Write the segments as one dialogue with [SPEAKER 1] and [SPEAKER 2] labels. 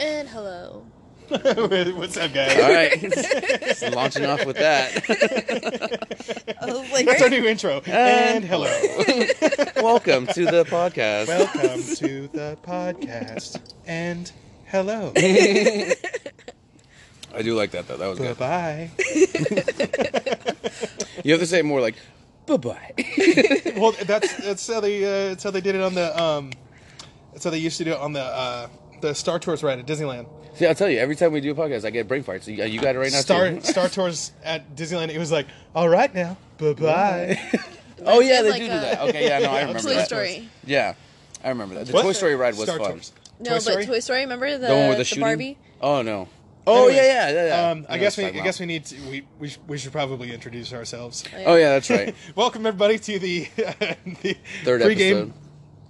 [SPEAKER 1] And hello.
[SPEAKER 2] What's up, guys?
[SPEAKER 3] All right. Just launching off with that.
[SPEAKER 4] Oh, like,
[SPEAKER 2] That's our new intro. And
[SPEAKER 3] And
[SPEAKER 2] hello.
[SPEAKER 3] Welcome to the podcast.
[SPEAKER 2] Welcome to the podcast. And hello.
[SPEAKER 3] I do like that though. That was
[SPEAKER 2] Bye
[SPEAKER 3] good.
[SPEAKER 2] bye. uh,
[SPEAKER 3] You have to say it more like bye bye.
[SPEAKER 2] Well, that's that's how they uh, that's how they did it on the um, that's how they used to do it on the uh, the Star Tours ride at Disneyland.
[SPEAKER 3] See, I'll tell you. Every time we do a podcast, I get brain farts. You, you got it right now.
[SPEAKER 2] Star
[SPEAKER 3] too.
[SPEAKER 2] Star Tours at Disneyland. It was like, all right now, bye bye.
[SPEAKER 3] Oh yeah, they
[SPEAKER 1] Like
[SPEAKER 3] do do
[SPEAKER 1] a-
[SPEAKER 3] that. Okay, yeah, no, I remember
[SPEAKER 1] Toy
[SPEAKER 3] that.
[SPEAKER 1] Story.
[SPEAKER 3] Yeah, I remember that. The
[SPEAKER 2] What?
[SPEAKER 3] Toy Story ride was
[SPEAKER 2] Star
[SPEAKER 3] fun.
[SPEAKER 2] Tours.
[SPEAKER 1] No,
[SPEAKER 2] Story?
[SPEAKER 1] but Toy Story, remember the,
[SPEAKER 3] The one with the, shooting.
[SPEAKER 1] Barbie?
[SPEAKER 3] Oh no. Oh
[SPEAKER 2] Anyway,
[SPEAKER 3] yeah, yeah, yeah. yeah.
[SPEAKER 2] Um, I,
[SPEAKER 3] know
[SPEAKER 2] guess we
[SPEAKER 3] what
[SPEAKER 2] I
[SPEAKER 3] you're
[SPEAKER 2] guess
[SPEAKER 3] talking
[SPEAKER 2] we need to, we we, sh- we should probably introduce ourselves.
[SPEAKER 3] about. Oh yeah, that's right.
[SPEAKER 2] Welcome everybody to the, the
[SPEAKER 3] Third
[SPEAKER 2] pregame
[SPEAKER 3] episode.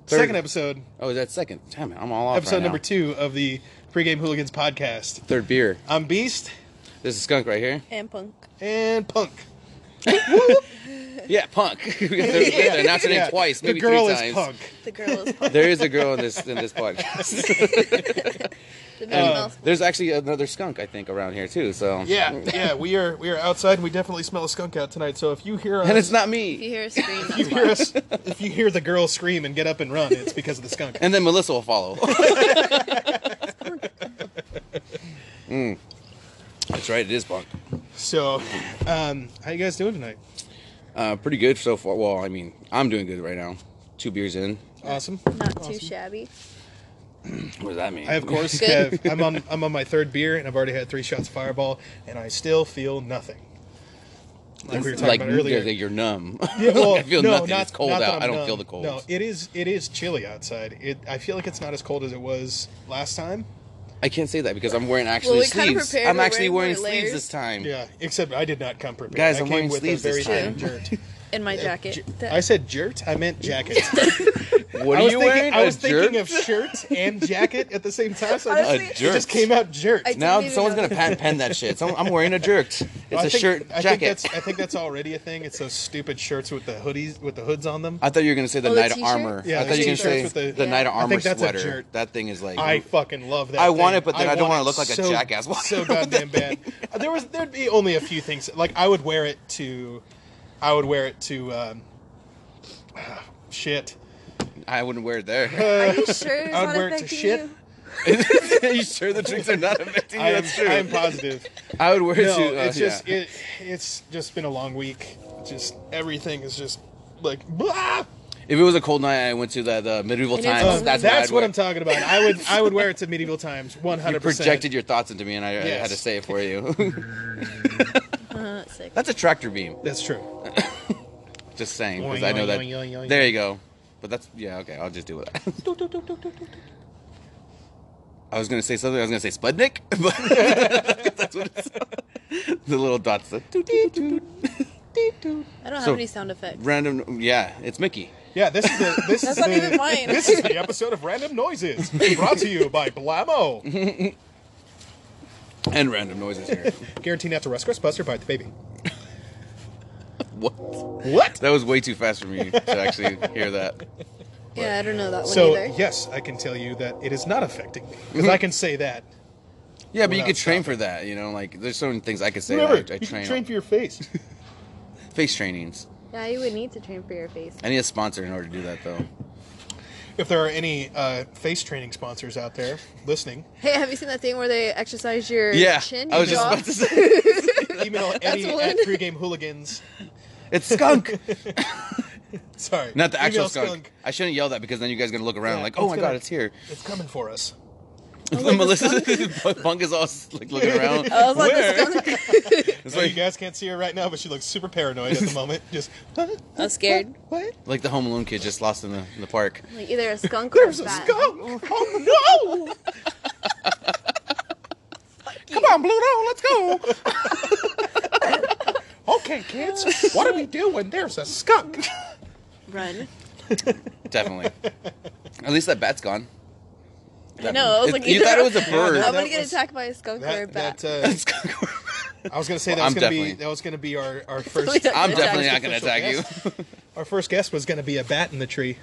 [SPEAKER 3] Third-
[SPEAKER 2] second episode
[SPEAKER 3] Oh, is that second? Damn it, I'm all off.
[SPEAKER 2] episode
[SPEAKER 3] right
[SPEAKER 2] number
[SPEAKER 3] now.
[SPEAKER 2] two of the pregame hooligans podcast.
[SPEAKER 3] Third beer.
[SPEAKER 2] I'm Beast
[SPEAKER 3] This is skunk right here.
[SPEAKER 1] And Punk.
[SPEAKER 2] and Punk.
[SPEAKER 3] Yeah, punk. we have to, we have to announce her name
[SPEAKER 2] Yeah,
[SPEAKER 3] twice,
[SPEAKER 2] the
[SPEAKER 3] maybe
[SPEAKER 2] girl
[SPEAKER 3] three
[SPEAKER 2] is
[SPEAKER 3] times.
[SPEAKER 2] Punk.
[SPEAKER 1] The girl is Punk.
[SPEAKER 3] There is a girl in this in this podcast.
[SPEAKER 1] The Mickey
[SPEAKER 3] And
[SPEAKER 1] Mouse.
[SPEAKER 3] there's actually another skunk I think around here too. So
[SPEAKER 2] Yeah, yeah. We are we are outside. and We definitely smell a skunk out tonight. So if you hear us,
[SPEAKER 3] and it's not
[SPEAKER 1] If you
[SPEAKER 3] me.
[SPEAKER 1] hear a scream,
[SPEAKER 2] if
[SPEAKER 1] that's
[SPEAKER 2] you hear
[SPEAKER 1] why.
[SPEAKER 2] us, if you hear the girl scream and get up and run, it's because of the skunk.
[SPEAKER 3] And then Melissa will follow. Mm. That's right. It is punk.
[SPEAKER 2] So, um, how you guys doing tonight?
[SPEAKER 3] Uh, pretty good so far. Well, I mean, I'm doing good right now. Two beers in.
[SPEAKER 2] Awesome.
[SPEAKER 1] Not too shabby.
[SPEAKER 3] What does that mean?
[SPEAKER 2] I of course
[SPEAKER 1] Good.
[SPEAKER 2] have, I'm on I'm on my third beer and I've already had three shots of Fireball and I still feel nothing. Like we were talking
[SPEAKER 3] like
[SPEAKER 2] about earlier.
[SPEAKER 3] that you're numb.
[SPEAKER 2] Yeah, well,
[SPEAKER 3] I feel
[SPEAKER 2] no,
[SPEAKER 3] nothing.
[SPEAKER 2] Not,
[SPEAKER 3] it's cold
[SPEAKER 2] not that
[SPEAKER 3] out.
[SPEAKER 2] I'm
[SPEAKER 3] I don't
[SPEAKER 2] numb.
[SPEAKER 3] feel the cold.
[SPEAKER 2] No, it is it is chilly outside. It I feel like it's not as cold as it was last time.
[SPEAKER 3] I can't say that because I'm wearing actually
[SPEAKER 1] Well, we kinda
[SPEAKER 3] sleeves.
[SPEAKER 1] prepared.
[SPEAKER 3] I'm
[SPEAKER 1] We're
[SPEAKER 3] actually
[SPEAKER 1] wearing
[SPEAKER 3] wearing,
[SPEAKER 1] more
[SPEAKER 3] sleeves
[SPEAKER 1] layers.
[SPEAKER 3] this time.
[SPEAKER 2] Yeah, except I did not come prepared.
[SPEAKER 3] Guys,
[SPEAKER 2] I
[SPEAKER 3] I'm
[SPEAKER 2] came
[SPEAKER 3] wearing
[SPEAKER 2] with
[SPEAKER 3] sleeves
[SPEAKER 2] a very
[SPEAKER 3] this time.
[SPEAKER 2] thin Shirt.
[SPEAKER 1] In my
[SPEAKER 2] J-
[SPEAKER 1] jacket. That-
[SPEAKER 2] I said jirt. I meant jacket.
[SPEAKER 3] What are
[SPEAKER 2] I was
[SPEAKER 3] you
[SPEAKER 2] thinking,
[SPEAKER 3] wearing?
[SPEAKER 2] I was
[SPEAKER 3] a
[SPEAKER 2] thinking
[SPEAKER 3] jerk?
[SPEAKER 2] of shirt and jacket at the same time. So I just,
[SPEAKER 1] Honestly,
[SPEAKER 3] a
[SPEAKER 2] it
[SPEAKER 3] jerk.
[SPEAKER 2] just came out jirt.
[SPEAKER 1] I-
[SPEAKER 3] Now
[SPEAKER 1] Didn't even
[SPEAKER 3] someone's
[SPEAKER 1] know.
[SPEAKER 3] gonna patent pen that shit. Someone, I'm wearing a jerk. It's
[SPEAKER 2] I
[SPEAKER 3] a
[SPEAKER 2] think-
[SPEAKER 3] shirt
[SPEAKER 2] I think
[SPEAKER 3] jacket.
[SPEAKER 2] that's I think that's already a thing. It's those stupid shirts with the hoodies with the hoods on them.
[SPEAKER 3] I thought you were gonna say the
[SPEAKER 1] Oh, the
[SPEAKER 3] Knight of
[SPEAKER 1] t-shirt?
[SPEAKER 3] Armor.
[SPEAKER 2] Yeah,
[SPEAKER 3] I
[SPEAKER 2] the
[SPEAKER 3] thought you were gonna say
[SPEAKER 2] t-shirts
[SPEAKER 3] the,
[SPEAKER 2] with the-
[SPEAKER 3] Knight of
[SPEAKER 2] I
[SPEAKER 3] Armor
[SPEAKER 2] think that's a
[SPEAKER 3] sweater.
[SPEAKER 2] jerk.
[SPEAKER 3] That thing is like.
[SPEAKER 2] I fucking love that.
[SPEAKER 3] I
[SPEAKER 2] thing.
[SPEAKER 3] want it, but then I don't
[SPEAKER 2] want
[SPEAKER 3] wanna
[SPEAKER 2] it
[SPEAKER 3] look like a
[SPEAKER 2] so-
[SPEAKER 3] jackass walking
[SPEAKER 2] So
[SPEAKER 3] around with
[SPEAKER 2] goddamn bad. Uh, There was there'd be only a few things like I would wear it to, I would wear it to, um, shit.
[SPEAKER 3] I wouldn't wear it there.
[SPEAKER 1] Are you sure it's
[SPEAKER 2] I would
[SPEAKER 1] not
[SPEAKER 2] wear it to
[SPEAKER 1] affecting
[SPEAKER 2] shit.
[SPEAKER 1] you?
[SPEAKER 3] Are you sure the drinks are not affecting you?
[SPEAKER 2] I am,
[SPEAKER 3] that's true.
[SPEAKER 2] I am positive.
[SPEAKER 3] I would wear it
[SPEAKER 2] No,
[SPEAKER 3] to. uh,
[SPEAKER 2] it's
[SPEAKER 3] yeah.
[SPEAKER 2] just it, it's just been a long week. Just everything is just like. blah!
[SPEAKER 3] If it was a cold night, and I went to the, the medieval
[SPEAKER 1] And it's
[SPEAKER 3] times.
[SPEAKER 1] only-
[SPEAKER 3] that's
[SPEAKER 2] That's
[SPEAKER 3] I'd
[SPEAKER 2] what
[SPEAKER 3] wear.
[SPEAKER 2] I'm talking about. I would I would wear it to medieval times. One
[SPEAKER 3] You
[SPEAKER 2] hundred percent.
[SPEAKER 3] projected your thoughts into me, and I, I had
[SPEAKER 2] Yes.
[SPEAKER 3] to say it for you.
[SPEAKER 1] Uh, that's sick.
[SPEAKER 3] that's a tractor beam.
[SPEAKER 2] That's true.
[SPEAKER 3] Just saying, because
[SPEAKER 2] Yoink,
[SPEAKER 3] I know
[SPEAKER 2] yoink,
[SPEAKER 3] that.
[SPEAKER 2] yoink, yoink, yoink.
[SPEAKER 3] There you go. But that's yeah. Okay, I'll just do it. I was gonna say something. I was gonna say Spudnik, but that's what it's, the little dots. The doot, doot, doot, doot, doot.
[SPEAKER 1] I don't have
[SPEAKER 3] So-
[SPEAKER 1] any sound effects.
[SPEAKER 3] Random. Yeah, it's Mickey.
[SPEAKER 2] Yeah, this is the this is
[SPEAKER 1] That's not
[SPEAKER 2] the,
[SPEAKER 1] even mine.
[SPEAKER 2] This is the episode of Random Noises brought to you by Blamo.
[SPEAKER 3] And random noises here.
[SPEAKER 2] Guaranteed not to rust Ghostbuster bite the baby.
[SPEAKER 3] what?
[SPEAKER 2] What?
[SPEAKER 3] That was way too fast for me to actually hear that.
[SPEAKER 1] Yeah, I don't know that one
[SPEAKER 2] So
[SPEAKER 1] either.
[SPEAKER 2] yes, I can tell you that it is not affecting me
[SPEAKER 3] Mm-hmm.
[SPEAKER 2] because I can say that.
[SPEAKER 3] Yeah, but you
[SPEAKER 2] Without
[SPEAKER 3] could train for that. You know, like there's certain things I could say.
[SPEAKER 2] Remember,
[SPEAKER 3] that I, I
[SPEAKER 2] you
[SPEAKER 3] train,
[SPEAKER 2] can train for your face.
[SPEAKER 3] face trainings.
[SPEAKER 1] Yeah, you would need to train for your face.
[SPEAKER 3] I need a sponsor in order to do that, though.
[SPEAKER 2] if there are any uh, face training sponsors out there listening,
[SPEAKER 1] Hey, have you seen that thing where they exercise your
[SPEAKER 3] Yeah,
[SPEAKER 1] chin?
[SPEAKER 3] I was
[SPEAKER 1] your
[SPEAKER 3] just
[SPEAKER 1] jaw?
[SPEAKER 3] about to say
[SPEAKER 2] email Eddie
[SPEAKER 1] one.
[SPEAKER 2] at pregame hooligans.
[SPEAKER 3] it's skunk.
[SPEAKER 2] Sorry,
[SPEAKER 3] Not the actual
[SPEAKER 2] Email
[SPEAKER 3] skunk. I shouldn't yell that because then you guys are gonna look around
[SPEAKER 2] Yeah,
[SPEAKER 3] like, oh
[SPEAKER 2] it's
[SPEAKER 3] my
[SPEAKER 2] gonna-
[SPEAKER 3] god, it's here.
[SPEAKER 2] It's coming for us.
[SPEAKER 3] Melissa Punk is all like looking around.
[SPEAKER 1] I was like,
[SPEAKER 3] Where?
[SPEAKER 1] this gonna-
[SPEAKER 3] It's
[SPEAKER 2] So Oh, you
[SPEAKER 3] like,
[SPEAKER 2] guys can't see her right now, but she looks super paranoid at the moment. Just huh?
[SPEAKER 1] I'm scared.
[SPEAKER 2] what?
[SPEAKER 3] like the Home Alone kid just lost in the, in the park.
[SPEAKER 1] Like either a skunk
[SPEAKER 2] There's
[SPEAKER 1] or
[SPEAKER 2] a
[SPEAKER 1] a bat.
[SPEAKER 2] skunk! Oh no!
[SPEAKER 3] Come on, Bluto, let's go.
[SPEAKER 2] Okay, kids, what do we do when there's a skunk?
[SPEAKER 1] Run.
[SPEAKER 3] Definitely. At least that bat's gone.
[SPEAKER 1] I know. I was
[SPEAKER 3] It-
[SPEAKER 1] like,
[SPEAKER 3] you
[SPEAKER 1] either-
[SPEAKER 3] thought it was a bird.
[SPEAKER 1] I'm
[SPEAKER 2] that
[SPEAKER 1] gonna get
[SPEAKER 2] was-
[SPEAKER 1] attacked by a skunk or a
[SPEAKER 2] That,
[SPEAKER 1] bat.
[SPEAKER 2] that, uh, I was gonna say that was
[SPEAKER 3] I'm
[SPEAKER 2] gonna be
[SPEAKER 3] definitely-
[SPEAKER 2] that was gonna be our our first
[SPEAKER 1] Yeah.
[SPEAKER 3] I'm
[SPEAKER 1] It's
[SPEAKER 3] definitely
[SPEAKER 1] actually
[SPEAKER 3] not gonna attack you.
[SPEAKER 2] our first guest was gonna be a bat in the tree.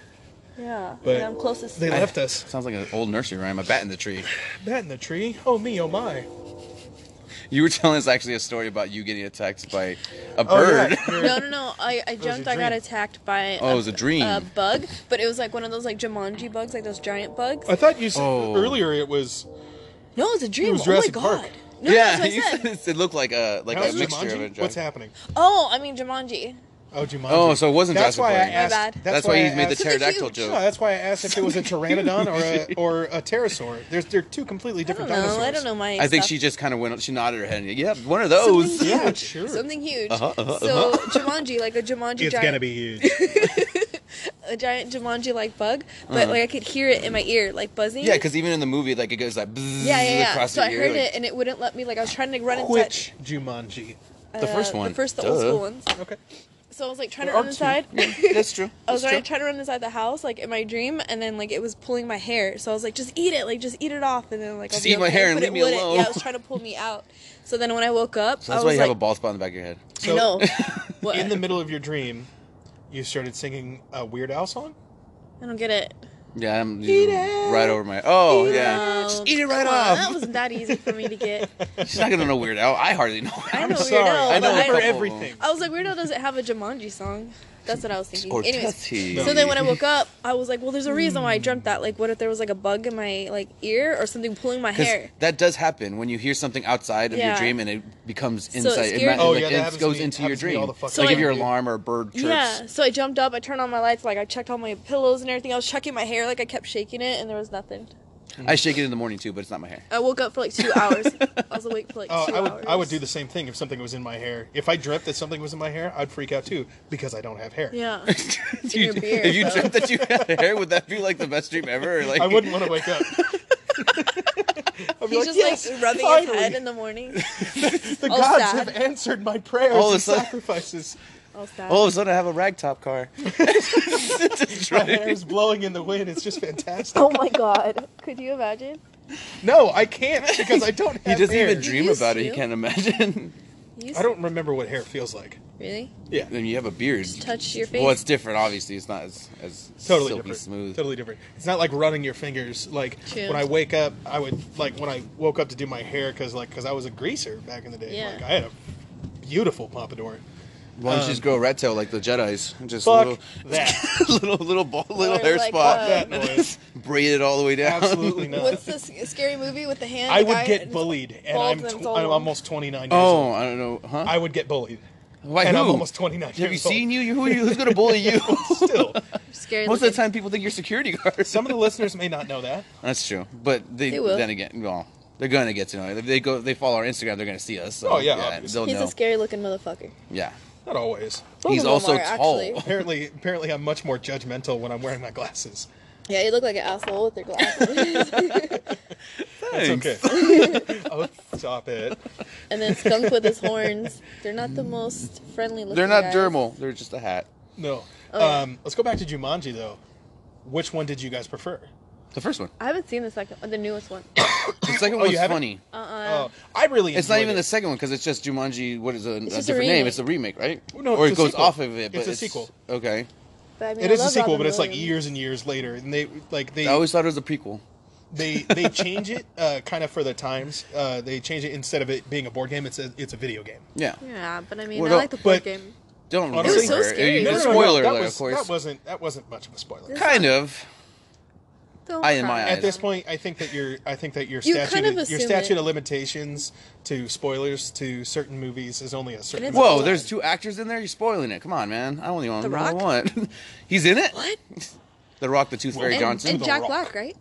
[SPEAKER 1] Yeah.
[SPEAKER 2] But
[SPEAKER 1] and I'm closest.
[SPEAKER 2] They
[SPEAKER 1] to
[SPEAKER 2] left us.
[SPEAKER 3] Sounds like an old nursery rhyme. A bat in the tree.
[SPEAKER 2] Bat in the tree. Oh me, oh my.
[SPEAKER 3] You were telling us actually a story about you getting attacked by a
[SPEAKER 2] Oh, yeah,
[SPEAKER 3] bird.
[SPEAKER 2] you're-
[SPEAKER 1] No, no, no. I, I
[SPEAKER 2] your
[SPEAKER 1] jumped. I got
[SPEAKER 2] dream.
[SPEAKER 1] attacked by
[SPEAKER 3] Oh, it was a dream.
[SPEAKER 1] a bug, but it was like one of those like Jumanji bugs, like those giant bugs.
[SPEAKER 2] I thought you said
[SPEAKER 3] Oh.
[SPEAKER 2] earlier it was
[SPEAKER 1] No, it was a dream.
[SPEAKER 2] was
[SPEAKER 1] oh my
[SPEAKER 2] Jurassic
[SPEAKER 1] god.
[SPEAKER 2] Park.
[SPEAKER 1] No,
[SPEAKER 3] yeah,
[SPEAKER 1] that's what
[SPEAKER 3] you
[SPEAKER 1] I said.
[SPEAKER 3] said it looked like a like
[SPEAKER 2] How's
[SPEAKER 3] a mixture
[SPEAKER 2] Jumanji?
[SPEAKER 3] of a.
[SPEAKER 2] What's happening?
[SPEAKER 1] Oh, I mean Jumanji.
[SPEAKER 2] Oh, Jumanji.
[SPEAKER 3] Oh, so it wasn't
[SPEAKER 2] that's
[SPEAKER 3] Jurassic
[SPEAKER 2] why
[SPEAKER 3] Park.
[SPEAKER 2] I
[SPEAKER 3] My
[SPEAKER 2] asked.
[SPEAKER 1] bad.
[SPEAKER 2] That's,
[SPEAKER 3] That's why he
[SPEAKER 2] I
[SPEAKER 3] made the
[SPEAKER 2] asked-
[SPEAKER 3] pterodactyl
[SPEAKER 1] huge.
[SPEAKER 2] No,
[SPEAKER 3] joke.
[SPEAKER 2] that's why I asked if it was a pteranodon or a or a pterosaur. There's they're two completely
[SPEAKER 1] I don't
[SPEAKER 2] different
[SPEAKER 1] know.
[SPEAKER 2] dinosaurs.
[SPEAKER 1] I don't know my.
[SPEAKER 3] I think
[SPEAKER 1] stuff.
[SPEAKER 3] she just kind of went. She nodded her head. and Yep, one of those.
[SPEAKER 1] Something
[SPEAKER 2] Yeah,
[SPEAKER 1] huge.
[SPEAKER 2] sure.
[SPEAKER 1] Something huge.
[SPEAKER 3] Uh-huh, uh-huh,
[SPEAKER 1] so Jumanji, like a Jumanji.
[SPEAKER 2] It's
[SPEAKER 1] giant,
[SPEAKER 2] gonna be huge.
[SPEAKER 1] a giant Jumanji-like bug, but like I could hear it in my ear, like buzzing.
[SPEAKER 3] Uh-huh. Yeah, because even in the movie, like it goes like bzzz
[SPEAKER 1] yeah, yeah, yeah.
[SPEAKER 3] across
[SPEAKER 1] So
[SPEAKER 3] the
[SPEAKER 1] I
[SPEAKER 3] ear.
[SPEAKER 1] heard
[SPEAKER 3] like-
[SPEAKER 1] it, and it wouldn't let me. Like I was trying to run inside.
[SPEAKER 2] Which Jumanji?
[SPEAKER 3] The first
[SPEAKER 1] uh,
[SPEAKER 3] one.
[SPEAKER 1] The first, the old
[SPEAKER 3] Duh.
[SPEAKER 1] school ones.
[SPEAKER 2] Okay.
[SPEAKER 1] So I was like trying to
[SPEAKER 2] There
[SPEAKER 1] run
[SPEAKER 2] are two.
[SPEAKER 1] inside.
[SPEAKER 3] That's true.
[SPEAKER 1] I was
[SPEAKER 3] That's
[SPEAKER 1] trying,
[SPEAKER 3] true.
[SPEAKER 1] trying to run inside the house, like in my dream, and then like it was pulling my hair. So I was like, "Just eat it, like just eat it off," and then like
[SPEAKER 3] Just
[SPEAKER 1] I'll be
[SPEAKER 3] eat my
[SPEAKER 1] okay.
[SPEAKER 3] hair and
[SPEAKER 1] But
[SPEAKER 3] leave
[SPEAKER 1] it
[SPEAKER 3] me
[SPEAKER 1] wouldn't.
[SPEAKER 3] alone.
[SPEAKER 1] Yeah, it was trying to pull me out. So then when I woke up,
[SPEAKER 3] So that's
[SPEAKER 1] I
[SPEAKER 3] why
[SPEAKER 1] was
[SPEAKER 3] you
[SPEAKER 1] like,
[SPEAKER 3] have a bald spot in the back of your head.
[SPEAKER 1] "I know." what?
[SPEAKER 2] In the middle of your dream, you started singing a Weird Al song.
[SPEAKER 1] I don't get it.
[SPEAKER 3] Yeah, I'm
[SPEAKER 2] Eat
[SPEAKER 3] right
[SPEAKER 2] it.
[SPEAKER 3] over my. Oh yeah,
[SPEAKER 1] No,
[SPEAKER 3] just eat it right
[SPEAKER 1] come on,
[SPEAKER 3] off.
[SPEAKER 1] That wasn't that easy for me to get.
[SPEAKER 3] She's not gonna know Weird Al. I hardly know.
[SPEAKER 1] I
[SPEAKER 2] I'm
[SPEAKER 1] know
[SPEAKER 2] sorry.
[SPEAKER 1] Weird Al,
[SPEAKER 2] I
[SPEAKER 1] but
[SPEAKER 2] know
[SPEAKER 1] I- Oh,
[SPEAKER 2] for
[SPEAKER 1] Couple.
[SPEAKER 2] everything.
[SPEAKER 1] I was like, "Weirdo doesn't have a Jumanji song." That's what I was thinking.
[SPEAKER 3] Or
[SPEAKER 1] Anyways,
[SPEAKER 3] Tutsi.
[SPEAKER 1] so then when I woke up, I was like, "Well, there's a reason why I dreamt that. Like, what if there was like a bug in my like ear or something pulling my
[SPEAKER 3] Because
[SPEAKER 1] hair?"
[SPEAKER 3] that does happen when you hear something outside of your
[SPEAKER 1] Yeah.
[SPEAKER 3] dream and it becomes
[SPEAKER 1] So it
[SPEAKER 3] inside. it
[SPEAKER 1] scared
[SPEAKER 3] ma-
[SPEAKER 1] me.
[SPEAKER 2] Oh,
[SPEAKER 3] like,
[SPEAKER 2] yeah, that
[SPEAKER 3] it
[SPEAKER 2] happens to
[SPEAKER 3] goes
[SPEAKER 2] me-
[SPEAKER 3] into your
[SPEAKER 2] happens to me
[SPEAKER 3] dream.
[SPEAKER 2] all the fucking
[SPEAKER 1] So,
[SPEAKER 3] like
[SPEAKER 1] time.
[SPEAKER 3] if your alarm or a bird chirps.
[SPEAKER 1] Yeah, so I jumped up, I turned on my lights, like I checked all my pillows and everything. I was checking my hair, like I kept shaking it, and there was nothing.
[SPEAKER 3] I shake it in the morning too, but it's not my hair.
[SPEAKER 1] I woke up for like two hours. I was awake for like
[SPEAKER 2] Oh,
[SPEAKER 1] two
[SPEAKER 2] I would
[SPEAKER 1] hours.
[SPEAKER 2] I would do the same thing if something was in my hair. If I dreamt that something was in my hair, I'd freak out too because I don't have hair.
[SPEAKER 1] Yeah.
[SPEAKER 3] If
[SPEAKER 1] your beard,
[SPEAKER 3] if you
[SPEAKER 1] though.
[SPEAKER 3] dreamt that you had hair, would that be like the best dream ever? Or, like
[SPEAKER 2] I wouldn't want to wake up. I'd be
[SPEAKER 1] He's
[SPEAKER 2] like,
[SPEAKER 1] just
[SPEAKER 2] yes,
[SPEAKER 1] like rubbing
[SPEAKER 2] finally,
[SPEAKER 1] his head in the morning.
[SPEAKER 2] the
[SPEAKER 1] all
[SPEAKER 2] gods
[SPEAKER 1] sad.
[SPEAKER 2] have answered my prayers
[SPEAKER 3] All of a
[SPEAKER 2] and
[SPEAKER 3] sudden-
[SPEAKER 2] sacrifices.
[SPEAKER 1] All sad.
[SPEAKER 3] All of a sudden, I have a ragtop car. Just
[SPEAKER 2] My
[SPEAKER 3] driving.
[SPEAKER 2] hair is blowing in the wind. It's just fantastic.
[SPEAKER 1] Oh my god. Could you imagine?
[SPEAKER 2] No, I can't because I don't have
[SPEAKER 3] He doesn't
[SPEAKER 2] hair.
[SPEAKER 3] even dream
[SPEAKER 1] used
[SPEAKER 3] about it. He
[SPEAKER 1] to.
[SPEAKER 3] can't imagine.
[SPEAKER 1] You
[SPEAKER 2] I don't remember what hair feels like.
[SPEAKER 1] really
[SPEAKER 2] Yeah,
[SPEAKER 3] Then you have a beard.
[SPEAKER 1] touch your face.
[SPEAKER 3] Well, it's different. Obviously, it's not as as
[SPEAKER 2] totally
[SPEAKER 3] silky
[SPEAKER 2] different.
[SPEAKER 3] smooth.
[SPEAKER 2] Totally different. It's not like running your fingers. Like
[SPEAKER 1] True.
[SPEAKER 2] when I wake up, I would like when I woke up to do my hair because like because I was a greaser back in the day.
[SPEAKER 1] Yeah.
[SPEAKER 2] Like I had a beautiful pompadour.
[SPEAKER 3] Why don't you just grow a rat tail like the Jedi's? Just
[SPEAKER 2] Um, Fuck
[SPEAKER 3] little,
[SPEAKER 2] that.
[SPEAKER 3] little little ball, little
[SPEAKER 1] Or
[SPEAKER 3] hair
[SPEAKER 1] like,
[SPEAKER 3] spot.
[SPEAKER 1] uh,
[SPEAKER 2] that noise.
[SPEAKER 3] braid it all the way down.
[SPEAKER 2] Absolutely not.
[SPEAKER 1] What's the s- scary movie with the hand?
[SPEAKER 2] I
[SPEAKER 1] the guy
[SPEAKER 2] would get
[SPEAKER 1] and-
[SPEAKER 2] bullied, and
[SPEAKER 1] bald
[SPEAKER 2] I'm
[SPEAKER 1] and
[SPEAKER 2] tw-
[SPEAKER 1] it's
[SPEAKER 2] I'm
[SPEAKER 1] all-
[SPEAKER 2] almost 29 years
[SPEAKER 3] Oh,
[SPEAKER 2] old.
[SPEAKER 3] I don't know, huh?
[SPEAKER 2] I would get bullied,
[SPEAKER 3] Why
[SPEAKER 2] and
[SPEAKER 3] who?
[SPEAKER 2] I'm almost 29
[SPEAKER 3] Have you
[SPEAKER 2] years
[SPEAKER 3] seen
[SPEAKER 2] old.
[SPEAKER 3] you? Who are you? Who's gonna bully you?
[SPEAKER 2] Still,
[SPEAKER 1] Scary
[SPEAKER 3] Most of the
[SPEAKER 1] looking.
[SPEAKER 3] time, people think you're security guards.
[SPEAKER 2] some of the listeners may not know that.
[SPEAKER 3] That's true, but they,
[SPEAKER 1] They will.
[SPEAKER 3] then again, well, they're gonna get to know. it. If they go, they follow our Instagram, they're gonna see us. So,
[SPEAKER 2] Oh, yeah, obviously.
[SPEAKER 3] they'll
[SPEAKER 1] He's
[SPEAKER 3] know.
[SPEAKER 1] a scary looking motherfucker.
[SPEAKER 3] yeah,
[SPEAKER 2] Not always.
[SPEAKER 1] Both
[SPEAKER 3] he's
[SPEAKER 1] of them
[SPEAKER 3] also
[SPEAKER 1] are,
[SPEAKER 3] tall.
[SPEAKER 1] actually.
[SPEAKER 2] Apparently, apparently, I'm much more judgmental when I'm wearing my glasses.
[SPEAKER 1] Yeah, you look like an asshole with your glasses.
[SPEAKER 2] It's
[SPEAKER 3] Thanks.
[SPEAKER 2] okay. oh, stop it.
[SPEAKER 1] and then skunk with his horns. They're not the most friendly looking.
[SPEAKER 3] Mm. They're not
[SPEAKER 1] guys.
[SPEAKER 3] dermal. They're just a hat.
[SPEAKER 2] No.
[SPEAKER 1] Oh, yeah.
[SPEAKER 2] um, let's go back to Jumanji though. Which one did you guys prefer?
[SPEAKER 3] The first one.
[SPEAKER 1] I haven't seen the second, the newest one. Uh-uh.
[SPEAKER 3] The second
[SPEAKER 2] Oh,
[SPEAKER 3] one's
[SPEAKER 2] you haven't?
[SPEAKER 3] funny.
[SPEAKER 1] Uh,
[SPEAKER 2] oh, I really.
[SPEAKER 3] It's not
[SPEAKER 2] enjoyed
[SPEAKER 3] even
[SPEAKER 2] it.
[SPEAKER 3] the second one because it's just Jumanji. What is a, a
[SPEAKER 1] just a
[SPEAKER 3] different name?
[SPEAKER 1] remake.
[SPEAKER 3] It's a remake, right?
[SPEAKER 2] No,
[SPEAKER 3] or it
[SPEAKER 2] it's a
[SPEAKER 3] goes
[SPEAKER 2] sequel.
[SPEAKER 3] off of it. But
[SPEAKER 2] It's a sequel.
[SPEAKER 3] Okay.
[SPEAKER 1] But, I mean,
[SPEAKER 2] It
[SPEAKER 1] I
[SPEAKER 2] is a
[SPEAKER 1] love
[SPEAKER 2] sequel,
[SPEAKER 1] Robin
[SPEAKER 2] but it's like
[SPEAKER 1] Williams.
[SPEAKER 2] years and years later, and they like they
[SPEAKER 3] I always thought it was a prequel.
[SPEAKER 2] they they change it uh, kind of for the times. Uh, they change it instead of it being a board game, it's a it's a video game.
[SPEAKER 3] Yeah.
[SPEAKER 1] Yeah, but I mean,
[SPEAKER 3] Well,
[SPEAKER 1] I
[SPEAKER 3] no,
[SPEAKER 1] like the board
[SPEAKER 2] but-
[SPEAKER 1] game.
[SPEAKER 3] Don't
[SPEAKER 2] Honestly- It was
[SPEAKER 1] so
[SPEAKER 3] remember.
[SPEAKER 1] scary.
[SPEAKER 3] You-
[SPEAKER 1] No,
[SPEAKER 3] the
[SPEAKER 1] no,
[SPEAKER 3] spoiler,
[SPEAKER 2] that
[SPEAKER 3] alert,
[SPEAKER 2] was-
[SPEAKER 3] of course.
[SPEAKER 2] That wasn't that wasn't much of a spoiler.
[SPEAKER 1] This-
[SPEAKER 3] kind of.
[SPEAKER 1] Don't
[SPEAKER 3] I- in my
[SPEAKER 1] cry.
[SPEAKER 3] eyes.
[SPEAKER 2] At this point, I think that your I think that your
[SPEAKER 1] You
[SPEAKER 2] statute
[SPEAKER 1] kind of
[SPEAKER 2] your
[SPEAKER 1] assume
[SPEAKER 2] statute
[SPEAKER 1] it.
[SPEAKER 2] of limitations to spoilers to certain movies is only a certain.
[SPEAKER 1] it's-
[SPEAKER 2] amount of
[SPEAKER 3] Whoa,
[SPEAKER 2] time.
[SPEAKER 3] there's two actors in there. You're spoiling it. Come on, man. I only want
[SPEAKER 1] The
[SPEAKER 3] I only
[SPEAKER 1] Rock?
[SPEAKER 3] want- He's in it.
[SPEAKER 1] what?
[SPEAKER 3] The Rock, the Tooth Fairy
[SPEAKER 1] And,
[SPEAKER 3] Johnson.
[SPEAKER 1] and
[SPEAKER 2] The
[SPEAKER 1] Jack
[SPEAKER 2] Rock.
[SPEAKER 1] Black, right?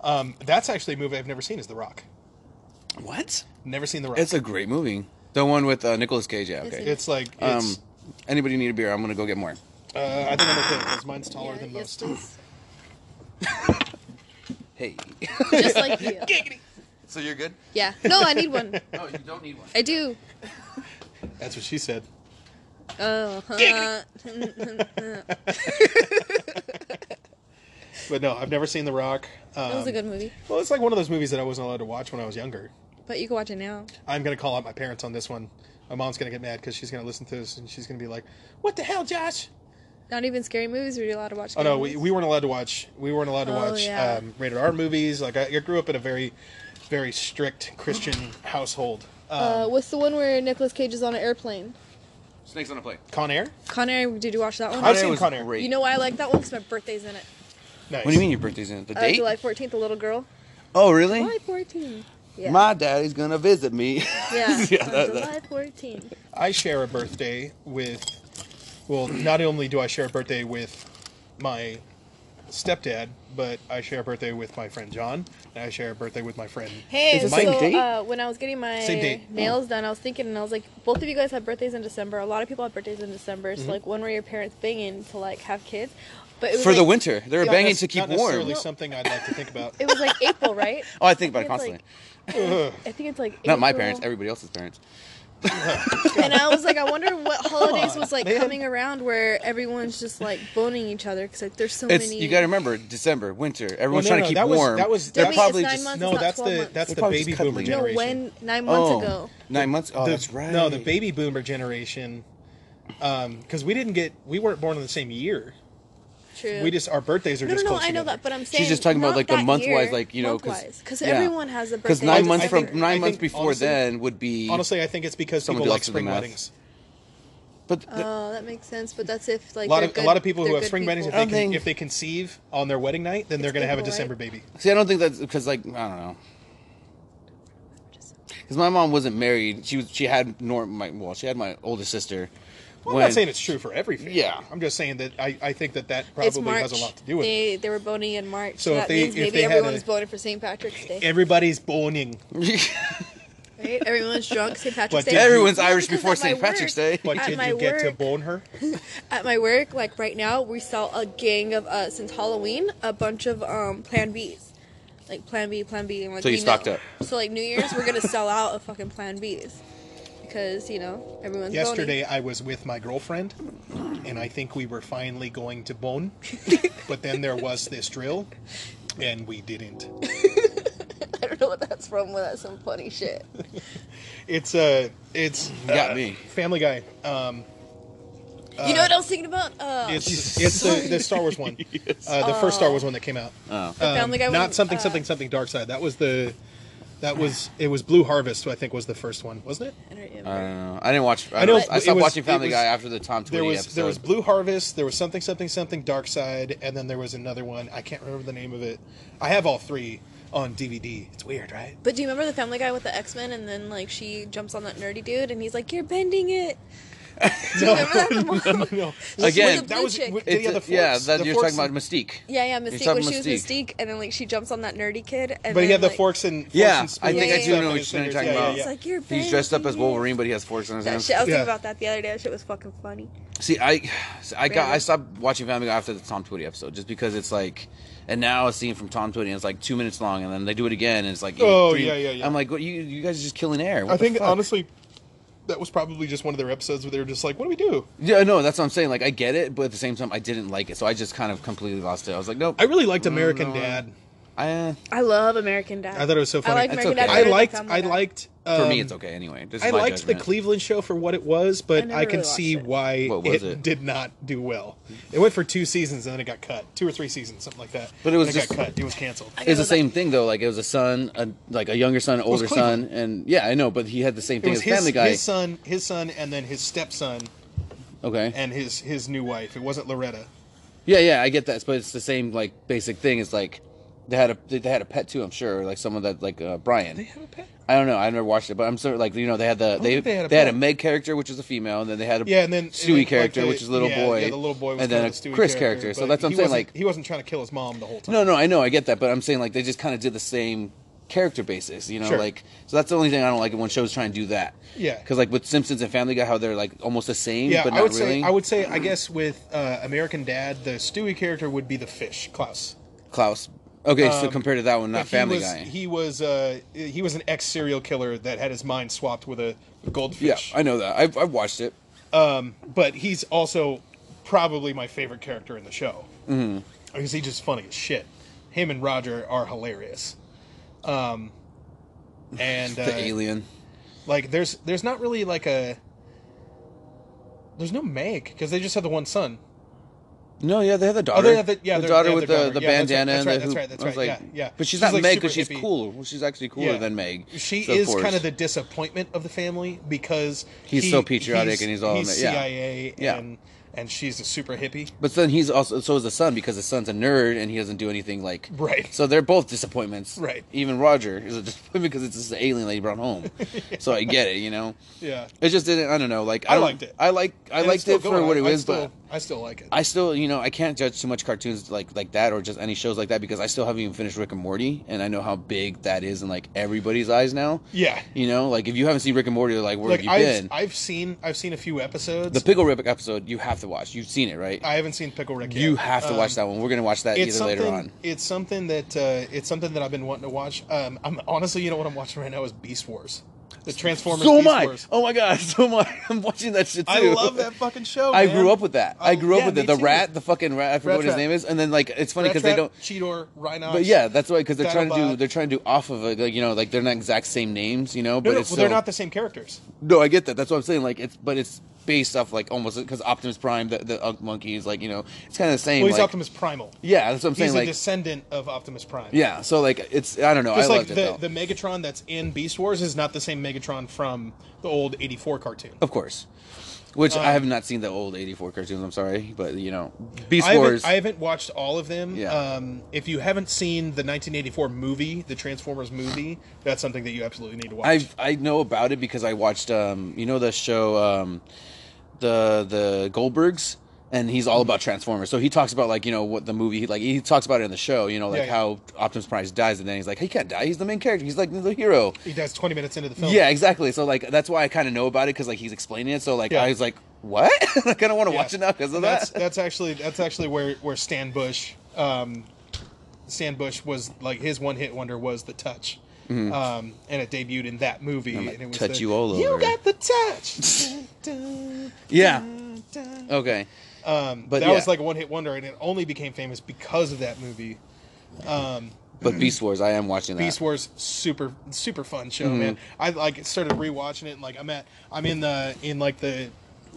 [SPEAKER 2] Um, that's actually a movie I've never seen. Is The Rock?
[SPEAKER 3] what?
[SPEAKER 2] Never seen The Rock.
[SPEAKER 3] It's a great movie. The one with uh, Nicolas Cage. Yeah.
[SPEAKER 1] It's
[SPEAKER 3] Okay.
[SPEAKER 1] in-
[SPEAKER 2] It's like
[SPEAKER 3] Um,
[SPEAKER 2] it's.
[SPEAKER 3] anybody need a beer? I'm gonna go get more.
[SPEAKER 2] uh, I think I'm okay because mine's taller
[SPEAKER 1] Yeah,
[SPEAKER 2] than
[SPEAKER 1] yes,
[SPEAKER 2] most.
[SPEAKER 1] please.
[SPEAKER 3] Hey.
[SPEAKER 1] Just like you.
[SPEAKER 3] so you're good?
[SPEAKER 1] Yeah. No, I need one.
[SPEAKER 3] No, you don't need one.
[SPEAKER 1] I do.
[SPEAKER 2] That's what she said.
[SPEAKER 1] Oh. Huh.
[SPEAKER 2] But no, I've never seen The Rock. Um,
[SPEAKER 1] That was a good movie,
[SPEAKER 2] Well, it's like one of those movies that I wasn't allowed to watch when I was younger.
[SPEAKER 1] but you can watch it now.
[SPEAKER 2] I'm gonna call out my parents on this one. My mom's gonna get mad because she's gonna listen to this and she's gonna be like, "What the hell, Josh?
[SPEAKER 1] Not even scary movies. Were you allowed to watch?
[SPEAKER 2] Oh
[SPEAKER 1] scary
[SPEAKER 2] no, we,
[SPEAKER 1] movies?
[SPEAKER 2] we weren't allowed to watch. We weren't allowed to
[SPEAKER 1] Oh,
[SPEAKER 2] watch
[SPEAKER 1] yeah.
[SPEAKER 2] um, rated R movies. Like I, I grew up in a very, very strict Christian household. Uh,
[SPEAKER 1] Uh, what's the one where Nicolas Cage is on an airplane?
[SPEAKER 3] Snakes on a plane.
[SPEAKER 2] Con Air.
[SPEAKER 1] Con Air. Did you watch that one?
[SPEAKER 2] I've
[SPEAKER 3] Con Air
[SPEAKER 2] seen
[SPEAKER 3] was
[SPEAKER 2] Con Air.
[SPEAKER 3] great.
[SPEAKER 1] You know why I like that one? Because my birthday's in it.
[SPEAKER 2] Nice.
[SPEAKER 3] What do you mean your birthday's in it? The
[SPEAKER 1] Uh,
[SPEAKER 3] date?
[SPEAKER 1] July 14th, a little girl.
[SPEAKER 3] Oh, really?
[SPEAKER 1] July 14th. Yeah.
[SPEAKER 3] My daddy's gonna visit me.
[SPEAKER 1] yeah.
[SPEAKER 3] Yeah,
[SPEAKER 1] on
[SPEAKER 3] that- that-
[SPEAKER 1] July 14th.
[SPEAKER 2] I share a birthday with. Well, not only do I share a birthday with my stepdad, but I share a birthday with my friend John, and I share a birthday with my friend.
[SPEAKER 1] Hey,
[SPEAKER 3] Is it
[SPEAKER 1] so
[SPEAKER 3] same date? Oh.
[SPEAKER 1] uh, when I was getting my
[SPEAKER 2] Same date.
[SPEAKER 1] nails done, I was thinking, and I was like, both of you guys have birthdays in December. A lot of people have birthdays in December. So like, when were your parents banging to like have kids? But it was
[SPEAKER 3] Mm-hmm. For the
[SPEAKER 1] like-
[SPEAKER 3] winter. They were
[SPEAKER 2] Not
[SPEAKER 3] banging
[SPEAKER 2] nec-
[SPEAKER 3] to keep
[SPEAKER 2] not
[SPEAKER 3] warm.
[SPEAKER 2] necessarily something I'd like to think about.
[SPEAKER 1] It was like April, right?
[SPEAKER 3] Oh, I think about it
[SPEAKER 1] It's like-
[SPEAKER 3] constantly.
[SPEAKER 2] Ugh.
[SPEAKER 1] I think it's like
[SPEAKER 3] Not my
[SPEAKER 1] April.
[SPEAKER 3] parents, everybody else's parents.
[SPEAKER 1] and I was like, I wonder what holidays
[SPEAKER 2] on,
[SPEAKER 1] was like
[SPEAKER 2] man.
[SPEAKER 1] coming around where everyone's just like boning each other because like there's so
[SPEAKER 3] It's
[SPEAKER 1] many.
[SPEAKER 3] you gotta remember December, winter. Everyone's
[SPEAKER 2] Well, no,
[SPEAKER 3] trying to
[SPEAKER 2] no,
[SPEAKER 3] keep
[SPEAKER 2] that was-
[SPEAKER 3] warm.
[SPEAKER 2] that was-
[SPEAKER 3] They're
[SPEAKER 1] Dummy, it's
[SPEAKER 3] probably
[SPEAKER 1] nine
[SPEAKER 3] just
[SPEAKER 1] months.
[SPEAKER 2] No,
[SPEAKER 1] not
[SPEAKER 2] that's
[SPEAKER 1] 12
[SPEAKER 2] the
[SPEAKER 1] months.
[SPEAKER 2] that's
[SPEAKER 3] They're
[SPEAKER 2] the
[SPEAKER 3] probably
[SPEAKER 2] baby
[SPEAKER 3] just
[SPEAKER 2] boomer
[SPEAKER 3] cuddling.
[SPEAKER 1] no
[SPEAKER 2] generation.
[SPEAKER 1] when nine months
[SPEAKER 3] oh,
[SPEAKER 1] ago.
[SPEAKER 3] nine months. Oh,
[SPEAKER 2] the-
[SPEAKER 3] that's right.
[SPEAKER 2] No, the baby boomer generation. Um, because we didn't get, we weren't born in the same year.
[SPEAKER 1] True.
[SPEAKER 2] We just our birthdays are
[SPEAKER 1] No, no,
[SPEAKER 2] just.
[SPEAKER 1] no.
[SPEAKER 2] close
[SPEAKER 1] I know
[SPEAKER 2] together.
[SPEAKER 1] that, but I'm saying
[SPEAKER 3] just talking about,
[SPEAKER 1] not
[SPEAKER 3] like, the
[SPEAKER 1] that
[SPEAKER 3] month-wise,
[SPEAKER 1] year,
[SPEAKER 3] like, you know, 'cause-
[SPEAKER 1] because
[SPEAKER 3] yeah.
[SPEAKER 1] everyone has a birthday.
[SPEAKER 3] Because nine
[SPEAKER 1] in
[SPEAKER 3] months
[SPEAKER 2] I
[SPEAKER 3] from
[SPEAKER 2] think-
[SPEAKER 1] December.
[SPEAKER 3] nine
[SPEAKER 2] I
[SPEAKER 3] months
[SPEAKER 2] think,
[SPEAKER 3] before
[SPEAKER 2] honestly-
[SPEAKER 3] then would be
[SPEAKER 2] Honestly, I think it's because
[SPEAKER 3] Someone
[SPEAKER 2] people
[SPEAKER 3] do
[SPEAKER 2] like
[SPEAKER 3] also the
[SPEAKER 2] spring
[SPEAKER 3] math.
[SPEAKER 2] weddings.
[SPEAKER 3] But the-
[SPEAKER 1] Oh, that makes sense. But that's if like
[SPEAKER 2] A lot
[SPEAKER 1] they're
[SPEAKER 2] of
[SPEAKER 1] good-
[SPEAKER 2] a lot of people who
[SPEAKER 1] they're
[SPEAKER 2] have
[SPEAKER 1] good
[SPEAKER 2] spring weddings, if
[SPEAKER 1] people.
[SPEAKER 2] they,
[SPEAKER 3] I
[SPEAKER 2] can,
[SPEAKER 3] think-
[SPEAKER 2] if they conceive on their wedding night, then they're
[SPEAKER 1] It's
[SPEAKER 2] going to have a
[SPEAKER 1] April,
[SPEAKER 2] December
[SPEAKER 1] right?
[SPEAKER 2] baby.
[SPEAKER 3] see, I don't think that's because like I don't know. Because my mom wasn't married. She was. She had norm. My well, she had my older sister.
[SPEAKER 2] Well, I'm
[SPEAKER 3] when-
[SPEAKER 2] not saying it's true for every family.
[SPEAKER 3] Yeah.
[SPEAKER 2] I'm just saying that I, I think that that
[SPEAKER 1] Um, It's
[SPEAKER 2] probably has a
[SPEAKER 1] March.
[SPEAKER 2] lot to do with it.
[SPEAKER 1] they, They were boning in March, so,
[SPEAKER 2] So if
[SPEAKER 1] that
[SPEAKER 2] they-
[SPEAKER 1] means
[SPEAKER 2] if
[SPEAKER 1] maybe
[SPEAKER 2] they had
[SPEAKER 1] everyone
[SPEAKER 2] a-
[SPEAKER 1] was boning for St. Patrick's Day.
[SPEAKER 2] Everybody's boning.
[SPEAKER 1] Right? Everyone's drunk. St. Patrick's
[SPEAKER 2] But
[SPEAKER 1] Day.
[SPEAKER 2] did you-
[SPEAKER 3] Everyone's Irish
[SPEAKER 1] because
[SPEAKER 3] before
[SPEAKER 1] at my
[SPEAKER 3] St.
[SPEAKER 1] work-
[SPEAKER 3] Patrick's Day.
[SPEAKER 2] But
[SPEAKER 1] at
[SPEAKER 2] did
[SPEAKER 1] my
[SPEAKER 2] you get to
[SPEAKER 1] work-
[SPEAKER 2] bone her?
[SPEAKER 1] At my work, like right now, we saw a gang of uh, since Halloween, a bunch of um Plan Bs, like Plan B, Plan B. And, like,
[SPEAKER 3] So you
[SPEAKER 1] we
[SPEAKER 3] stocked
[SPEAKER 1] know-
[SPEAKER 3] up.
[SPEAKER 1] So like New Year's, we're gonna sell out of fucking Plan Bs because you know everyone's boning.
[SPEAKER 2] Yesterday, I was with my girlfriend, and I think we were finally going to bone. but then there was this drill, and we didn't.
[SPEAKER 1] I don't know what that's from, but that's some funny shit.
[SPEAKER 2] It's uh, it's
[SPEAKER 3] got
[SPEAKER 2] uh,
[SPEAKER 3] me.
[SPEAKER 2] Family Guy. Um,
[SPEAKER 1] you know what I was thinking about? Uh,
[SPEAKER 2] it's it's the, the Star Wars one, uh, the first Star Wars one that came out.
[SPEAKER 3] Oh.
[SPEAKER 1] The Family Guy
[SPEAKER 2] um, Not
[SPEAKER 1] one,
[SPEAKER 2] something
[SPEAKER 1] uh,
[SPEAKER 2] something something Dark Side. That was the. That was it. Was Blue Harvest? I think was the first one, wasn't it?
[SPEAKER 1] I don't remember.
[SPEAKER 3] I don't know. I didn't watch. I,
[SPEAKER 2] I know
[SPEAKER 3] don't- I
[SPEAKER 2] it
[SPEAKER 3] stopped
[SPEAKER 2] was-
[SPEAKER 3] watching
[SPEAKER 2] it
[SPEAKER 3] Family
[SPEAKER 2] was-
[SPEAKER 3] Guy after the Tom Tweedy
[SPEAKER 2] There was
[SPEAKER 3] episode.
[SPEAKER 2] there was Blue Harvest. There was something something something Dark Side, and then there was another one. I can't remember the name of it. I have all three on DVD. It's weird, right?
[SPEAKER 1] But do you remember the Family Guy with the X Men, and then like she jumps on that nerdy dude, and he's like, "You're bending it." do you remember that? The mom?
[SPEAKER 2] No.
[SPEAKER 3] Again-
[SPEAKER 1] With the
[SPEAKER 2] that
[SPEAKER 1] blue
[SPEAKER 2] was
[SPEAKER 1] chick.
[SPEAKER 2] with-
[SPEAKER 3] It's-
[SPEAKER 2] yeah, the
[SPEAKER 3] yeah,
[SPEAKER 2] forks-
[SPEAKER 3] that
[SPEAKER 2] the
[SPEAKER 3] you're
[SPEAKER 2] forks
[SPEAKER 3] talking about
[SPEAKER 2] and-
[SPEAKER 3] Mystique.
[SPEAKER 1] Yeah, yeah, Mystique.
[SPEAKER 3] talking
[SPEAKER 1] When she was
[SPEAKER 3] Mystique.
[SPEAKER 1] Mystique, and then like she jumps on that nerdy kid, and
[SPEAKER 2] But
[SPEAKER 1] then,
[SPEAKER 2] he had the
[SPEAKER 1] like,
[SPEAKER 2] forks and forks
[SPEAKER 3] Yeah,
[SPEAKER 2] and
[SPEAKER 3] I
[SPEAKER 2] spoons
[SPEAKER 3] think
[SPEAKER 2] and
[SPEAKER 3] I do
[SPEAKER 2] stuff
[SPEAKER 3] know
[SPEAKER 2] on
[SPEAKER 3] what
[SPEAKER 2] his
[SPEAKER 3] you're
[SPEAKER 2] fingers.
[SPEAKER 3] talking
[SPEAKER 2] Yeah,
[SPEAKER 3] about.
[SPEAKER 2] yeah,
[SPEAKER 1] It's
[SPEAKER 2] yeah.
[SPEAKER 1] like you're.
[SPEAKER 3] He's dressed up as
[SPEAKER 1] bending it.
[SPEAKER 3] Wolverine, but he has forks in his
[SPEAKER 1] That
[SPEAKER 3] hands.
[SPEAKER 1] shit, I was
[SPEAKER 2] Yeah.
[SPEAKER 1] thinking about that the other day. That shit was fucking funny.
[SPEAKER 3] See, I, see, I got,
[SPEAKER 1] Really?
[SPEAKER 3] I stopped watching Family Guy after the Tom Tweedy episode just because it's like, and now a scene from Tom Tweedy and it's like two minutes long, and then they do it again, and it's like,
[SPEAKER 2] Oh,
[SPEAKER 3] three-
[SPEAKER 2] yeah, yeah, yeah.
[SPEAKER 3] I'm like, what, you, you guys are just killing air. What
[SPEAKER 2] I
[SPEAKER 3] the
[SPEAKER 2] think
[SPEAKER 3] fuck?
[SPEAKER 2] honestly, that was probably just one of their episodes where they were just like, "What do we do?"
[SPEAKER 3] yeah, no, that's what I'm saying. Like, I get it, but at the same time, I didn't like it, so I just kind of completely lost it. I was like, nope.
[SPEAKER 2] I really liked
[SPEAKER 3] No,
[SPEAKER 2] American
[SPEAKER 3] Mm, no,
[SPEAKER 2] Dad.
[SPEAKER 3] I, uh,
[SPEAKER 1] I love American Dad.
[SPEAKER 2] I thought it was so funny.
[SPEAKER 1] I like
[SPEAKER 3] That's
[SPEAKER 1] American
[SPEAKER 3] okay.
[SPEAKER 1] Dad.
[SPEAKER 2] I
[SPEAKER 1] better than
[SPEAKER 2] liked.
[SPEAKER 1] Family
[SPEAKER 2] I
[SPEAKER 1] Guy.
[SPEAKER 2] liked.
[SPEAKER 3] for
[SPEAKER 2] um,
[SPEAKER 3] me, it's okay anyway. This is
[SPEAKER 2] I
[SPEAKER 3] my
[SPEAKER 2] liked
[SPEAKER 3] judgment.
[SPEAKER 2] the Cleveland show for what it was,
[SPEAKER 1] I
[SPEAKER 2] but
[SPEAKER 1] never
[SPEAKER 2] I,
[SPEAKER 1] really
[SPEAKER 2] can
[SPEAKER 1] watched
[SPEAKER 2] see
[SPEAKER 1] it.
[SPEAKER 2] why
[SPEAKER 3] What was
[SPEAKER 2] it,
[SPEAKER 3] it?
[SPEAKER 2] did not do well. It went for two seasons and then it got cut, two or three seasons, something like that.
[SPEAKER 3] But it was
[SPEAKER 2] And
[SPEAKER 3] just-
[SPEAKER 2] got cut. It was canceled.
[SPEAKER 1] I-
[SPEAKER 3] It's the same thing though. Like it was a son, a, like a younger son, an older son,
[SPEAKER 2] Cleveland.
[SPEAKER 3] and yeah, I know. But he had the same
[SPEAKER 2] It
[SPEAKER 3] thing
[SPEAKER 2] was
[SPEAKER 3] as
[SPEAKER 2] his,
[SPEAKER 3] Family Guy.
[SPEAKER 2] his son, his son, and then his stepson
[SPEAKER 3] okay.
[SPEAKER 2] and his his new wife. It wasn't Loretta.
[SPEAKER 3] yeah, yeah, I get that, but it's the same like basic thing. It's like they had a they had a pet too. I'm sure, like someone that like uh, Brian.
[SPEAKER 2] have a pet.
[SPEAKER 3] I don't know. I never watched it, but I'm sort of like you know they had the they
[SPEAKER 2] think
[SPEAKER 3] they
[SPEAKER 2] Oh, they had
[SPEAKER 3] had,
[SPEAKER 2] a
[SPEAKER 3] a
[SPEAKER 2] pet.
[SPEAKER 3] Meg character, which was a female, and then they had a
[SPEAKER 2] Yeah, and then
[SPEAKER 3] Stewie
[SPEAKER 2] and then, like,
[SPEAKER 3] character,
[SPEAKER 2] the-
[SPEAKER 3] which is a little
[SPEAKER 2] yeah,
[SPEAKER 3] boy,
[SPEAKER 2] Yeah, the little boy was
[SPEAKER 3] and then a
[SPEAKER 2] kind of the Stewie
[SPEAKER 3] Chris character. so
[SPEAKER 2] but
[SPEAKER 3] that's what I'm
[SPEAKER 2] he
[SPEAKER 3] saying.
[SPEAKER 2] wasn't-
[SPEAKER 3] Like
[SPEAKER 2] he wasn't trying to kill his mom the whole time.
[SPEAKER 3] No, no, I know, I get that, but I'm saying like they just kind of did the same character basis, you know,
[SPEAKER 2] Sure.
[SPEAKER 3] like so that's the only thing I don't like when shows try and do that.
[SPEAKER 2] Yeah.
[SPEAKER 3] because like with Simpsons and Family Guy, how they're like almost the same,
[SPEAKER 2] Yeah,
[SPEAKER 3] but not
[SPEAKER 2] I would
[SPEAKER 3] really.
[SPEAKER 2] say I would say I guess with uh, American Dad, the Stewie character would be the fish, Klaus.
[SPEAKER 3] Klaus. Okay, so
[SPEAKER 2] Um,
[SPEAKER 3] compared to that one,
[SPEAKER 2] But
[SPEAKER 3] not
[SPEAKER 2] he
[SPEAKER 3] Family
[SPEAKER 2] was-
[SPEAKER 3] Guy.
[SPEAKER 2] He was uh, he was an ex serial killer that had his mind swapped with a
[SPEAKER 3] yeah,
[SPEAKER 2] goldfish.
[SPEAKER 3] I know that. I've, I've watched it.
[SPEAKER 2] but he's also probably my favorite character in the show mm.
[SPEAKER 3] Mm-hmm.
[SPEAKER 2] because he's just funny as shit. Him and Roger are hilarious. Um, and uh,
[SPEAKER 3] The Alien.
[SPEAKER 2] like there's there's not really like a there's no Meg because they just have the one son.
[SPEAKER 3] No, yeah, they have the daughter.
[SPEAKER 2] Oh, they have the, yeah,
[SPEAKER 3] the
[SPEAKER 2] they're-
[SPEAKER 3] daughter
[SPEAKER 2] they have
[SPEAKER 3] with
[SPEAKER 2] their
[SPEAKER 3] the,
[SPEAKER 2] daughter.
[SPEAKER 3] the
[SPEAKER 2] Yeah, that's right, that's
[SPEAKER 3] bandana.
[SPEAKER 2] right,
[SPEAKER 3] and
[SPEAKER 2] that's
[SPEAKER 3] the hoop.
[SPEAKER 2] right, that's
[SPEAKER 3] I was
[SPEAKER 2] right,
[SPEAKER 3] like-
[SPEAKER 2] yeah, yeah.
[SPEAKER 3] But she's,
[SPEAKER 2] She's,
[SPEAKER 3] not
[SPEAKER 2] like,
[SPEAKER 3] Meg because
[SPEAKER 2] super
[SPEAKER 3] she's
[SPEAKER 2] hippie.
[SPEAKER 3] cool. Well, she's actually cooler than Meg.
[SPEAKER 2] She
[SPEAKER 3] So,
[SPEAKER 2] is
[SPEAKER 3] course.
[SPEAKER 2] kind of the disappointment of the family because
[SPEAKER 3] He's so patriotic and he's all in it, yeah.
[SPEAKER 2] CIA
[SPEAKER 3] Yeah.
[SPEAKER 2] and and she's a super hippie.
[SPEAKER 3] But then he's also so is the son because the son's a nerd and he doesn't do anything like
[SPEAKER 2] Right.
[SPEAKER 3] So they're both disappointments.
[SPEAKER 2] Right.
[SPEAKER 3] Even Roger is a disappointment because it's just an alien that he brought home. So I get it, you know.
[SPEAKER 2] Yeah,
[SPEAKER 3] It just didn't. I don't know. Like
[SPEAKER 2] I
[SPEAKER 3] don't-
[SPEAKER 2] liked it.
[SPEAKER 3] I like. I
[SPEAKER 2] And it's
[SPEAKER 3] liked
[SPEAKER 2] still
[SPEAKER 3] it for
[SPEAKER 2] going.
[SPEAKER 3] what it
[SPEAKER 2] I
[SPEAKER 3] was,
[SPEAKER 2] still,
[SPEAKER 3] but
[SPEAKER 2] I still like it.
[SPEAKER 3] I still, you know, I can't judge too much cartoons like like that or just any shows like that because I still haven't even finished Rick and Morty, and I know how big that is in like everybody's eyes now.
[SPEAKER 2] yeah,
[SPEAKER 3] You know, like if you haven't seen Rick and Morty, like where
[SPEAKER 2] like
[SPEAKER 3] have you
[SPEAKER 2] I've
[SPEAKER 3] been?
[SPEAKER 2] I've seen I've seen a few episodes.
[SPEAKER 3] the Pickle Rick episode you have to watch. You've seen it, right?
[SPEAKER 2] I haven't seen Pickle Rick.
[SPEAKER 3] you
[SPEAKER 2] yet.
[SPEAKER 3] have to
[SPEAKER 2] Um,
[SPEAKER 3] watch that one. We're gonna watch that
[SPEAKER 2] It's
[SPEAKER 3] either
[SPEAKER 2] something.
[SPEAKER 3] later on.
[SPEAKER 2] It's something that uh, it's something that I've been wanting to watch. Um, I'm honestly, you know what I'm watching right now is Beast Wars, the Transformers.
[SPEAKER 3] So
[SPEAKER 2] Beast
[SPEAKER 3] am I.
[SPEAKER 2] Wars.
[SPEAKER 3] Oh my god, so am I. I'm watching that shit too.
[SPEAKER 2] I love that fucking show.
[SPEAKER 3] I
[SPEAKER 2] man.
[SPEAKER 3] grew up with that. I
[SPEAKER 2] Oh,
[SPEAKER 3] grew up
[SPEAKER 2] yeah,
[SPEAKER 3] with it.
[SPEAKER 2] me
[SPEAKER 3] The
[SPEAKER 2] too.
[SPEAKER 3] rat, the fucking rat. I forget
[SPEAKER 2] Rat
[SPEAKER 3] what his
[SPEAKER 2] trap.
[SPEAKER 3] name is. And then like it's funny
[SPEAKER 2] Rat
[SPEAKER 3] because they
[SPEAKER 2] Trap,
[SPEAKER 3] don't.
[SPEAKER 2] Cheetor, Rhinox.
[SPEAKER 3] But yeah, that's why because they're trying to do
[SPEAKER 2] Dinobot.
[SPEAKER 3] they're trying to do off of it, like you know like they're not exact same names you know
[SPEAKER 2] No,
[SPEAKER 3] but
[SPEAKER 2] no,
[SPEAKER 3] it's
[SPEAKER 2] well, they're
[SPEAKER 3] still-
[SPEAKER 2] not the same characters.
[SPEAKER 3] no I get that that's what I'm saying like it's but it's based off like almost because Optimus Prime the, the Unk Monkey is like you know it's kind of the same
[SPEAKER 2] Well, he's
[SPEAKER 3] like-
[SPEAKER 2] Optimus Primal.
[SPEAKER 3] yeah that's what I'm
[SPEAKER 2] He's
[SPEAKER 3] saying
[SPEAKER 2] a
[SPEAKER 3] like
[SPEAKER 2] descendant of Optimus Prime.
[SPEAKER 3] yeah so like it's I don't know
[SPEAKER 2] Just
[SPEAKER 3] I
[SPEAKER 2] like
[SPEAKER 3] loved it
[SPEAKER 2] the,
[SPEAKER 3] though.
[SPEAKER 2] the Megatron that's in Beast Wars is not the same Megatron from the old 84 cartoon.
[SPEAKER 3] of course which
[SPEAKER 2] Uh,
[SPEAKER 3] I have not seen the old '84 cartoons I'm sorry but you know Beast
[SPEAKER 2] I
[SPEAKER 3] Wars
[SPEAKER 2] haven't, I haven't watched all of them.
[SPEAKER 3] Yeah.
[SPEAKER 2] Um, if you haven't seen the 1984 movie, the Transformers movie, that's something that you absolutely need to watch.
[SPEAKER 3] I I know about it because I watched um you know the show um the the Goldbergs and he's
[SPEAKER 2] Mm-hmm.
[SPEAKER 3] all about Transformers. So he talks about like you know what the movie like he talks about it in the show. You know like
[SPEAKER 2] Yeah, yeah.
[SPEAKER 3] how Optimus Prime dies and then he's like he can't die. He's the main character. He's like the hero.
[SPEAKER 2] he does 20 minutes into the film.
[SPEAKER 3] Yeah, exactly. So like that's why I kind of know about it because like he's explaining it. So like
[SPEAKER 2] Yeah.
[SPEAKER 3] I was like what I kind of want to
[SPEAKER 2] Yeah.
[SPEAKER 3] watch it now because of
[SPEAKER 2] that's,
[SPEAKER 3] that.
[SPEAKER 2] That's actually that's actually where where Stan Bush, um, Stan Bush was like his one hit wonder was the touch, um, and it debuted in that movie.
[SPEAKER 3] like,
[SPEAKER 2] and it was
[SPEAKER 3] Mm-hmm. "Touch
[SPEAKER 2] the,
[SPEAKER 3] you all over."
[SPEAKER 2] You got the touch. Dun,
[SPEAKER 3] Yeah.
[SPEAKER 2] dun, dun, dun.
[SPEAKER 3] Okay.
[SPEAKER 2] Um,
[SPEAKER 3] But
[SPEAKER 2] that
[SPEAKER 3] yeah.
[SPEAKER 2] was like a one hit wonder, and it only became famous because of that movie.
[SPEAKER 3] But Beast Wars, I am watching that.
[SPEAKER 2] Beast Wars super super fun show,
[SPEAKER 3] Mm-hmm.
[SPEAKER 2] man. I like started rewatching it and like I'm at I'm in the in like the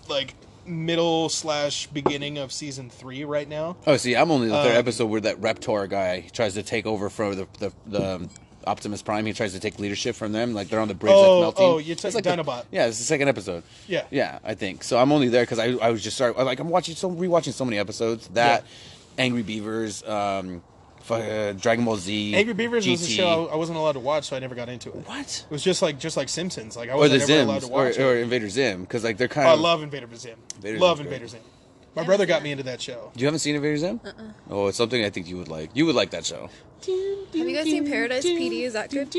[SPEAKER 2] like middle slash beginning of season three right now.
[SPEAKER 3] Oh, see, I'm only in
[SPEAKER 2] Um,
[SPEAKER 3] the third episode where that Reptar guy tries to take over from the the, the um, Optimus Prime. He tries to take leadership from them. Like they're on the bridge,
[SPEAKER 2] Oh,
[SPEAKER 3] like melting.
[SPEAKER 2] oh, you're
[SPEAKER 3] It's
[SPEAKER 2] talking
[SPEAKER 3] like the-
[SPEAKER 2] Dinobot.
[SPEAKER 3] yeah, it's the second episode.
[SPEAKER 2] Yeah.
[SPEAKER 3] yeah, I think so. I'm only there because I, I was just starting. Like I'm watching so rewatching so many episodes that Angry Beavers, um, fuck, uh, Dragon Ball Z,
[SPEAKER 2] Angry Beavers was a
[SPEAKER 3] GT.
[SPEAKER 2] show I wasn't allowed to watch, so I never got into it.
[SPEAKER 3] What?
[SPEAKER 2] It was just like just like Simpsons. Like I
[SPEAKER 3] Or the
[SPEAKER 2] wasn't ever allowed to
[SPEAKER 3] Zims,
[SPEAKER 2] watch
[SPEAKER 3] or, or
[SPEAKER 2] it.
[SPEAKER 3] Invader Zim, because like they're kind
[SPEAKER 2] I
[SPEAKER 3] of.
[SPEAKER 2] love Invader Zim.
[SPEAKER 3] Invader
[SPEAKER 2] love
[SPEAKER 3] Zim's
[SPEAKER 2] Invader
[SPEAKER 3] great.
[SPEAKER 2] Zim. My brother got
[SPEAKER 1] that.
[SPEAKER 2] me into that show.
[SPEAKER 3] you haven't seen Invader Zim?
[SPEAKER 2] Uh-uh.
[SPEAKER 3] Oh, it's something I think you would like. You would like that show.
[SPEAKER 1] Have you guys seen Paradise PD? Is that good?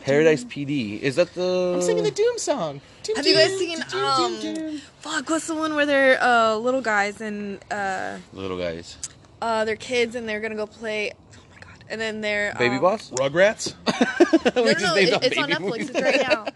[SPEAKER 3] Paradise PD. Is that the?
[SPEAKER 2] I'm singing the Doom song.
[SPEAKER 1] Have you guys seen um? Fuck, what's the one where they're uh, little guys and uh,
[SPEAKER 3] little guys.
[SPEAKER 1] uh, they're kids and they're gonna go play? Oh my god! And then they're
[SPEAKER 3] Baby
[SPEAKER 1] um,
[SPEAKER 3] Boss?
[SPEAKER 2] Rugrats?
[SPEAKER 1] No, no,
[SPEAKER 3] just
[SPEAKER 1] no,
[SPEAKER 3] named
[SPEAKER 1] it-
[SPEAKER 3] off
[SPEAKER 1] it's on
[SPEAKER 3] baby
[SPEAKER 1] Netflix.
[SPEAKER 3] movies.
[SPEAKER 1] It's right now.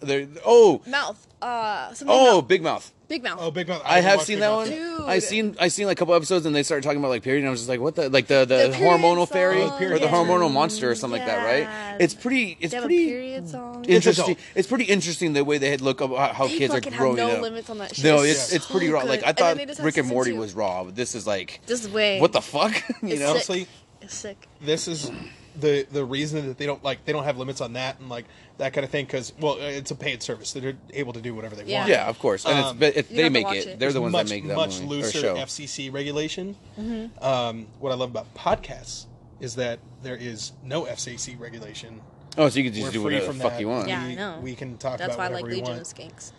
[SPEAKER 3] There- oh,
[SPEAKER 1] Mouth. Uh, something
[SPEAKER 3] oh,
[SPEAKER 1] Mouth.
[SPEAKER 3] big mouth.
[SPEAKER 1] big mouth.
[SPEAKER 2] Oh, Big Mouth.
[SPEAKER 3] I,
[SPEAKER 2] haven't
[SPEAKER 3] have
[SPEAKER 2] watched
[SPEAKER 3] seen
[SPEAKER 2] Big
[SPEAKER 3] that
[SPEAKER 2] Mouth
[SPEAKER 3] one.
[SPEAKER 2] yet.
[SPEAKER 1] Dude.
[SPEAKER 3] I seen I seen like a couple episodes and they started talking about like period and I was just like, what the like the the,
[SPEAKER 1] The period
[SPEAKER 3] hormonal fairy
[SPEAKER 1] song.
[SPEAKER 3] or the
[SPEAKER 2] Yeah.
[SPEAKER 3] hormonal monster or something like that,
[SPEAKER 1] Yeah.
[SPEAKER 3] right? It's pretty. It's
[SPEAKER 1] They have a
[SPEAKER 3] pretty
[SPEAKER 1] period song.
[SPEAKER 2] Mm. It's
[SPEAKER 3] interesting.
[SPEAKER 2] adult.
[SPEAKER 3] It's pretty interesting the way they had look up how- how
[SPEAKER 1] They
[SPEAKER 3] kids are
[SPEAKER 1] fucking have
[SPEAKER 3] growing
[SPEAKER 1] no
[SPEAKER 3] up.
[SPEAKER 1] limits on that shit.
[SPEAKER 3] No,
[SPEAKER 1] It's
[SPEAKER 3] it's it's
[SPEAKER 1] so
[SPEAKER 3] pretty raw. Like
[SPEAKER 1] good.
[SPEAKER 3] I
[SPEAKER 1] And then
[SPEAKER 3] thought
[SPEAKER 1] they just have
[SPEAKER 3] Rick and
[SPEAKER 1] season
[SPEAKER 3] Morty
[SPEAKER 1] two.
[SPEAKER 3] was raw, but this is like
[SPEAKER 1] This way.
[SPEAKER 3] what the fuck, you
[SPEAKER 1] It's sick.
[SPEAKER 3] know?
[SPEAKER 2] Honestly,
[SPEAKER 1] It's sick.
[SPEAKER 2] this is the the reason that they don't like they don't have limits on that and like that kind of thing because well it's a paid service they're able to do whatever they
[SPEAKER 1] Yeah.
[SPEAKER 2] want
[SPEAKER 3] Yeah, of course. And it's
[SPEAKER 2] Um,
[SPEAKER 3] but it,
[SPEAKER 1] You
[SPEAKER 3] they
[SPEAKER 1] have to
[SPEAKER 3] make
[SPEAKER 1] watch
[SPEAKER 3] it.
[SPEAKER 1] it.
[SPEAKER 3] They're the ones
[SPEAKER 2] much,
[SPEAKER 3] that make that
[SPEAKER 2] much
[SPEAKER 3] movie or
[SPEAKER 2] looser
[SPEAKER 3] show.
[SPEAKER 2] FCC regulation.
[SPEAKER 1] Mm-hmm.
[SPEAKER 2] Um, what I love about podcasts is that there is no FCC regulation.
[SPEAKER 3] Oh, so you can
[SPEAKER 2] We're
[SPEAKER 3] just do
[SPEAKER 2] free
[SPEAKER 3] whatever the
[SPEAKER 2] from
[SPEAKER 3] fuck
[SPEAKER 2] that.
[SPEAKER 3] you want.
[SPEAKER 1] Yeah, I
[SPEAKER 2] We-
[SPEAKER 1] know.
[SPEAKER 2] we can talk
[SPEAKER 1] That's
[SPEAKER 2] about
[SPEAKER 1] why I like
[SPEAKER 2] whatever we
[SPEAKER 1] Legion
[SPEAKER 2] want. Um,
[SPEAKER 1] of Skinks.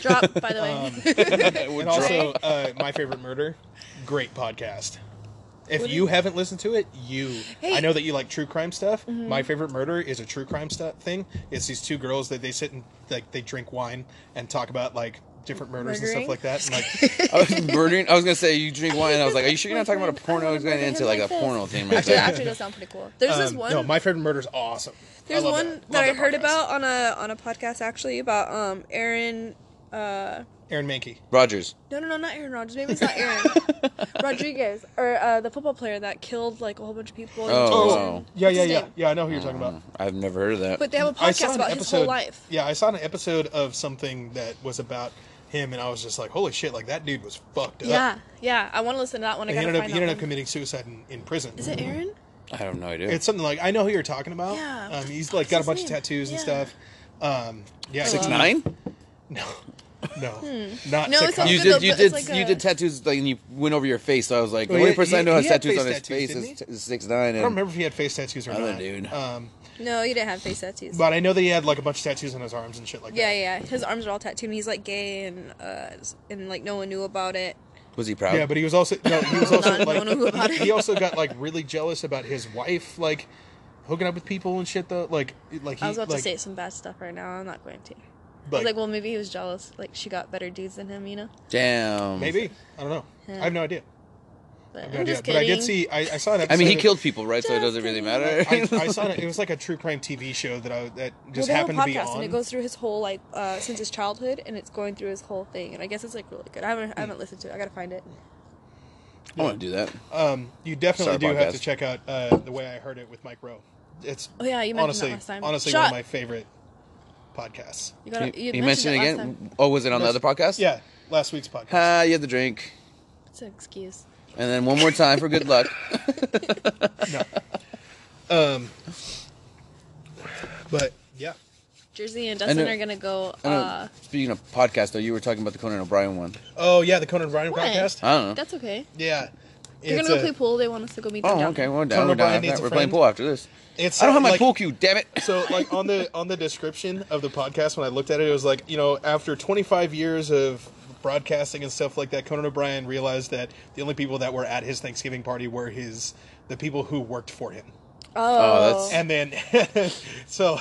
[SPEAKER 1] Drop, by the way.
[SPEAKER 2] and also, uh, my favorite murder, great podcast. If you haven't listened to it, you.
[SPEAKER 1] Hey. Mm-hmm.
[SPEAKER 2] I know that you like true crime stuff. My favorite murder is a true crime stuff thing. It's these two girls that they sit and like they drink wine and talk about like different murders
[SPEAKER 1] Murdering?
[SPEAKER 2] and stuff like that. And, like,
[SPEAKER 3] I was murdering. I was gonna say you drink wine. And I was like, are you sure you're not talking about a
[SPEAKER 1] I
[SPEAKER 3] porno? I was
[SPEAKER 1] wanna
[SPEAKER 3] going
[SPEAKER 1] murder
[SPEAKER 3] into
[SPEAKER 1] him
[SPEAKER 3] like a
[SPEAKER 1] like this.
[SPEAKER 3] porno theme. Right
[SPEAKER 1] actually,
[SPEAKER 3] there.
[SPEAKER 1] actually, does sound pretty cool. There's this
[SPEAKER 2] um,
[SPEAKER 1] one.
[SPEAKER 2] No, my favorite murder is awesome. I
[SPEAKER 1] There's
[SPEAKER 2] love
[SPEAKER 1] one
[SPEAKER 2] Love
[SPEAKER 1] that, I heard
[SPEAKER 2] podcast.
[SPEAKER 1] about on a on a podcast actually about um Aaron. Uh,
[SPEAKER 2] Aaron Mankey.
[SPEAKER 3] Rogers.
[SPEAKER 1] no, no, no, not Aaron Rodgers. Maybe it's not Aaron Rodriguez or uh, the football player that killed like a whole bunch of people. in
[SPEAKER 3] Oh,
[SPEAKER 1] Jackson.
[SPEAKER 3] wow.
[SPEAKER 2] Yeah,
[SPEAKER 1] What's
[SPEAKER 2] yeah,
[SPEAKER 1] his
[SPEAKER 2] yeah,
[SPEAKER 1] name?
[SPEAKER 2] yeah. I know who you're talking about.
[SPEAKER 3] I've never heard of that.
[SPEAKER 1] But they have a
[SPEAKER 2] I saw
[SPEAKER 1] podcast
[SPEAKER 2] an
[SPEAKER 1] about his whole
[SPEAKER 2] episode-
[SPEAKER 1] life.
[SPEAKER 2] Yeah, I saw an episode of something that was about him, and I was just like, holy shit, like that dude was fucked up.
[SPEAKER 1] Yeah, yeah. I want to listen to that one. I
[SPEAKER 2] And he
[SPEAKER 1] gotta
[SPEAKER 2] ended up
[SPEAKER 1] find
[SPEAKER 2] he ended
[SPEAKER 1] that
[SPEAKER 2] up
[SPEAKER 1] one.
[SPEAKER 2] committing suicide in, in prison.
[SPEAKER 1] Is it Aaron?
[SPEAKER 3] I have no idea.
[SPEAKER 2] It's something like I know who you're talking about.
[SPEAKER 1] Yeah,
[SPEAKER 2] Um, he's
[SPEAKER 1] what
[SPEAKER 2] like
[SPEAKER 1] was
[SPEAKER 2] got a
[SPEAKER 1] his
[SPEAKER 2] bunch of
[SPEAKER 1] name?
[SPEAKER 2] tattoos and
[SPEAKER 1] Yeah.
[SPEAKER 2] stuff. Um, yeah,
[SPEAKER 1] Six
[SPEAKER 2] he-
[SPEAKER 3] nine.
[SPEAKER 2] No, no, not
[SPEAKER 1] Hmm. No,
[SPEAKER 2] six
[SPEAKER 1] it sounds
[SPEAKER 2] nine.
[SPEAKER 3] You
[SPEAKER 1] good
[SPEAKER 3] did,
[SPEAKER 1] though,
[SPEAKER 3] you
[SPEAKER 1] but it's
[SPEAKER 3] did,
[SPEAKER 1] like
[SPEAKER 3] you
[SPEAKER 1] a-
[SPEAKER 3] did tattoos, like, and you went over your face. So I was like, the
[SPEAKER 2] Well,
[SPEAKER 3] only
[SPEAKER 2] he-
[SPEAKER 3] person I
[SPEAKER 2] he-
[SPEAKER 3] know has
[SPEAKER 2] he had
[SPEAKER 3] tattoos on his
[SPEAKER 2] face tattoos,
[SPEAKER 3] face
[SPEAKER 2] didn't
[SPEAKER 3] is, is six nine.
[SPEAKER 2] I don't remember if he had face tattoos or
[SPEAKER 3] Other
[SPEAKER 2] not,
[SPEAKER 3] dude.
[SPEAKER 2] Um,
[SPEAKER 1] No, he didn't have face tattoos.
[SPEAKER 2] but I know that he had like a bunch of tattoos on his arms and shit like
[SPEAKER 1] yeah,
[SPEAKER 2] that.
[SPEAKER 1] yeah. His arms are all tattooed. and He's like gay and uh, and like no one knew about it.
[SPEAKER 3] Was he proud?
[SPEAKER 2] Yeah, but he was also no, he was
[SPEAKER 1] Hold
[SPEAKER 2] also
[SPEAKER 1] on,
[SPEAKER 2] like
[SPEAKER 1] don't know about
[SPEAKER 2] he-
[SPEAKER 1] it.
[SPEAKER 2] he also got like really jealous about his wife like hooking up with people and shit though. Like like he
[SPEAKER 1] I was about
[SPEAKER 2] like,
[SPEAKER 1] to say some bad stuff right now. I'm not going to. I
[SPEAKER 2] like,
[SPEAKER 1] was like, well, maybe he was jealous. Like she got better dudes than him, you know.
[SPEAKER 3] Damn.
[SPEAKER 2] maybe I don't know.
[SPEAKER 1] Yeah.
[SPEAKER 2] I have no idea.
[SPEAKER 1] But
[SPEAKER 2] I have
[SPEAKER 1] I'm
[SPEAKER 2] no idea.
[SPEAKER 1] just
[SPEAKER 2] But I
[SPEAKER 1] kidding.
[SPEAKER 2] did see I, I saw an episode.
[SPEAKER 3] I mean, he
[SPEAKER 2] of-
[SPEAKER 3] killed people, right? So it doesn't
[SPEAKER 1] Just
[SPEAKER 3] really
[SPEAKER 1] kidding.
[SPEAKER 3] matter.
[SPEAKER 2] I, I saw it. It was like a true crime TV show that I that
[SPEAKER 1] well,
[SPEAKER 2] just
[SPEAKER 1] they
[SPEAKER 2] happened
[SPEAKER 1] have
[SPEAKER 2] to
[SPEAKER 1] a
[SPEAKER 2] be
[SPEAKER 1] podcast,
[SPEAKER 2] on.
[SPEAKER 1] and it goes through his whole like uh, since his childhood, and it's going through his whole thing. And I guess it's like really good. I haven't, I haven't listened to it. I gotta find it.
[SPEAKER 3] I want to do that.
[SPEAKER 1] Uh,
[SPEAKER 2] Um, you definitely
[SPEAKER 3] Sorry,
[SPEAKER 2] do have
[SPEAKER 3] podcast.
[SPEAKER 2] to check out uh, the way I heard it with Mike Rowe. It's
[SPEAKER 1] Oh, yeah, you mentioned that
[SPEAKER 2] honestly
[SPEAKER 1] last time.
[SPEAKER 2] honestly
[SPEAKER 1] Shut
[SPEAKER 2] one of
[SPEAKER 1] up.
[SPEAKER 2] my favorite podcasts.
[SPEAKER 1] You gotta.
[SPEAKER 3] you,
[SPEAKER 1] You,
[SPEAKER 3] you mentioned it
[SPEAKER 1] last
[SPEAKER 3] again.
[SPEAKER 1] time.
[SPEAKER 3] Oh, was it on the other podcast?
[SPEAKER 2] Yeah, last week's podcast.
[SPEAKER 3] Ah, you had the drink,
[SPEAKER 1] It's an excuse.
[SPEAKER 3] and then one more time for good luck.
[SPEAKER 2] Um, but yeah,
[SPEAKER 1] Jersey and Dustin
[SPEAKER 3] know-
[SPEAKER 1] are gonna go.
[SPEAKER 3] I don't-
[SPEAKER 1] Uh,
[SPEAKER 3] speaking of podcast, though, you were talking about the Conan O'Brien one.
[SPEAKER 2] oh yeah, the Conan O'Brien
[SPEAKER 1] What?
[SPEAKER 2] podcast.
[SPEAKER 3] I don't know.
[SPEAKER 1] that's okay.
[SPEAKER 2] Yeah,
[SPEAKER 1] They're
[SPEAKER 2] it's
[SPEAKER 1] gonna go
[SPEAKER 2] a-
[SPEAKER 1] play pool. They want us to go meet them.
[SPEAKER 3] Oh,
[SPEAKER 1] down
[SPEAKER 3] okay.
[SPEAKER 1] there.
[SPEAKER 3] We're down.
[SPEAKER 2] Conan
[SPEAKER 3] We're
[SPEAKER 2] O'Brien
[SPEAKER 3] down.
[SPEAKER 2] needs a
[SPEAKER 3] We're playing
[SPEAKER 2] friend.
[SPEAKER 3] pool after this.
[SPEAKER 2] It's uh,
[SPEAKER 3] I don't have my
[SPEAKER 2] like-
[SPEAKER 3] pool cue. Damn it.
[SPEAKER 2] So like on the on the description of the podcast when I looked at it, it was like you know after 25 years of broadcasting and stuff like that, Conan O'Brien realized that the only people that were at his Thanksgiving party were his the people who worked for him.
[SPEAKER 1] Oh,
[SPEAKER 3] that's-
[SPEAKER 2] And then, so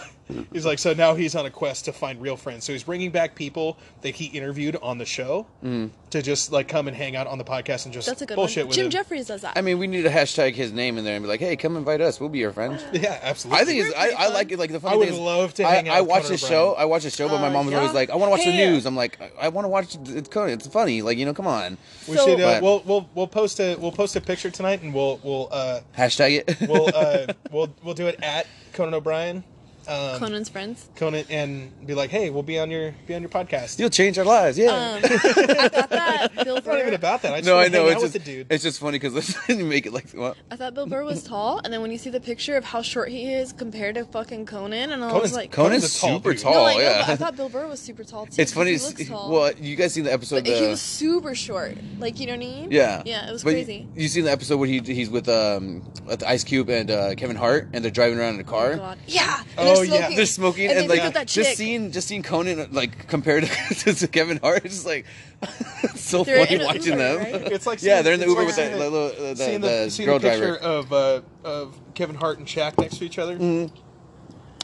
[SPEAKER 2] he's like, so now he's on a quest to find real friends. So he's bringing back people that he interviewed on the show to just like come and hang out on the podcast and just
[SPEAKER 1] that's a good
[SPEAKER 2] bullshit
[SPEAKER 1] one.
[SPEAKER 2] with
[SPEAKER 1] Jim
[SPEAKER 2] him.
[SPEAKER 1] Jeffries does that.
[SPEAKER 3] I mean, we need to hashtag his name in there and be like, "Hey, come invite us. We'll be your friend."
[SPEAKER 2] Yeah, absolutely.
[SPEAKER 3] I think it's, I, I like it. Like the funny
[SPEAKER 2] I would
[SPEAKER 3] thing is,
[SPEAKER 2] love to
[SPEAKER 3] I,
[SPEAKER 2] hang out
[SPEAKER 3] I
[SPEAKER 2] with
[SPEAKER 3] watch
[SPEAKER 2] Conan
[SPEAKER 3] this
[SPEAKER 2] O'Brien.
[SPEAKER 3] show. I watch this show, but my
[SPEAKER 1] Oh,
[SPEAKER 3] mom was
[SPEAKER 1] yeah.
[SPEAKER 3] always like, "I want to watch the
[SPEAKER 1] Hey.
[SPEAKER 3] news." I'm like, "I, I want to watch it's Conan. It's funny. Like you know, come on,
[SPEAKER 2] we
[SPEAKER 1] So-
[SPEAKER 2] should. Uh,
[SPEAKER 3] But-
[SPEAKER 2] we'll we'll we'll post a we'll post a picture tonight and we'll we'll uh,
[SPEAKER 3] hashtag it."
[SPEAKER 2] we'll uh, we'll we'll do it at Conan O'Brien. Um, Conan.
[SPEAKER 1] Conan's friends.
[SPEAKER 2] and be like, hey, we'll be on your be on your podcast.
[SPEAKER 3] You'll change our lives. Yeah.
[SPEAKER 1] Um, I thought that Bill
[SPEAKER 2] it's not even
[SPEAKER 1] Burr.
[SPEAKER 2] about that. I just
[SPEAKER 3] no, I know.
[SPEAKER 2] Hang out
[SPEAKER 3] It's
[SPEAKER 2] with
[SPEAKER 3] just,
[SPEAKER 2] the dude.
[SPEAKER 3] it's just funny because you make it like, well,
[SPEAKER 1] I thought Bill Burr was tall, and then when you see the picture of how short he is compared to fucking Conan, and I
[SPEAKER 2] Conan's-
[SPEAKER 1] was like,
[SPEAKER 2] Conan- Conan's
[SPEAKER 3] Conan's
[SPEAKER 2] a tall
[SPEAKER 3] super
[SPEAKER 2] dude.
[SPEAKER 3] tall.
[SPEAKER 1] No, I know,
[SPEAKER 3] Oh, yeah.
[SPEAKER 1] but I thought Bill Burr was super tall too.
[SPEAKER 3] it's funny.
[SPEAKER 1] because
[SPEAKER 3] to
[SPEAKER 1] He looks
[SPEAKER 3] see-
[SPEAKER 1] tall.
[SPEAKER 3] well, you guys seen the episode? uh,
[SPEAKER 1] but he
[SPEAKER 3] the-
[SPEAKER 1] was super short. Like you know what I mean?
[SPEAKER 3] Yeah.
[SPEAKER 1] Yeah, it was
[SPEAKER 3] But
[SPEAKER 1] crazy.
[SPEAKER 3] You, you seen the episode where he he's with um with Ice Cube and uh, Kevin Hart and they're driving around in a car.
[SPEAKER 1] Oh God. Yeah. and they're
[SPEAKER 2] Oh, yeah.
[SPEAKER 1] smoking.
[SPEAKER 3] They're smoking
[SPEAKER 1] and,
[SPEAKER 3] and,
[SPEAKER 1] they
[SPEAKER 3] like
[SPEAKER 1] look at that chick.
[SPEAKER 3] just seeing just seeing Conan like compared to, to Kevin Hart it's just like it's so
[SPEAKER 1] They're
[SPEAKER 3] funny
[SPEAKER 1] in an
[SPEAKER 3] watching
[SPEAKER 1] Uber,
[SPEAKER 3] them.
[SPEAKER 1] right?
[SPEAKER 2] It's like
[SPEAKER 3] yeah,
[SPEAKER 2] seeing-
[SPEAKER 3] they're in the
[SPEAKER 2] it's
[SPEAKER 3] Uber
[SPEAKER 2] like
[SPEAKER 3] with that
[SPEAKER 2] seeing
[SPEAKER 3] the,
[SPEAKER 2] the-
[SPEAKER 3] the, the,
[SPEAKER 2] seeing
[SPEAKER 3] the
[SPEAKER 2] seeing
[SPEAKER 3] girl
[SPEAKER 2] picture
[SPEAKER 3] driver.
[SPEAKER 2] of uh, of Kevin Hart and Shaq next to each other.
[SPEAKER 3] Mm-hmm.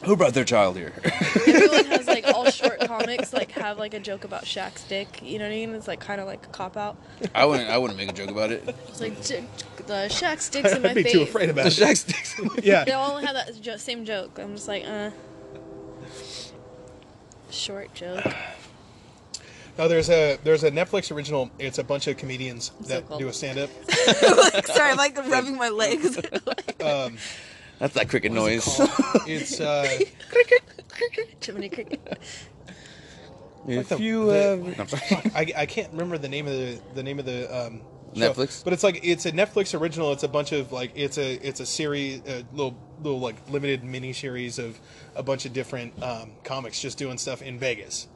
[SPEAKER 3] Who brought their child here?
[SPEAKER 1] Everyone has like all short comics like have like a joke about Shaq's dick. You know what I mean? It's like kind of like a cop out.
[SPEAKER 3] I wouldn't. I wouldn't make a joke about it.
[SPEAKER 1] It's like "J- the Shaq's dick's in my
[SPEAKER 2] I'd be
[SPEAKER 1] face.
[SPEAKER 2] too afraid
[SPEAKER 3] The
[SPEAKER 2] about it.
[SPEAKER 3] Shaq sticks.
[SPEAKER 1] They
[SPEAKER 2] Yeah,
[SPEAKER 1] all have that jo- same joke. I'm just like, uh, short joke.
[SPEAKER 2] no, there's a there's a Netflix original. It's a bunch of comedians
[SPEAKER 1] so
[SPEAKER 2] that
[SPEAKER 1] cool.
[SPEAKER 2] do a stand up.
[SPEAKER 1] Sorry, I'm like rubbing my legs.
[SPEAKER 2] Um,
[SPEAKER 3] That's that cricket noise.
[SPEAKER 2] it's uh,
[SPEAKER 1] Chimney cricket.
[SPEAKER 3] If
[SPEAKER 2] the-
[SPEAKER 3] you
[SPEAKER 2] the-
[SPEAKER 3] ever, I'm sorry.
[SPEAKER 2] I, I can't remember the name of the the name of the um, show.
[SPEAKER 3] Netflix?
[SPEAKER 2] but it's like it's a Netflix original. It's a bunch of like it's a it's a series, a little little like limited mini series of a bunch of different um, comics just doing stuff in Vegas.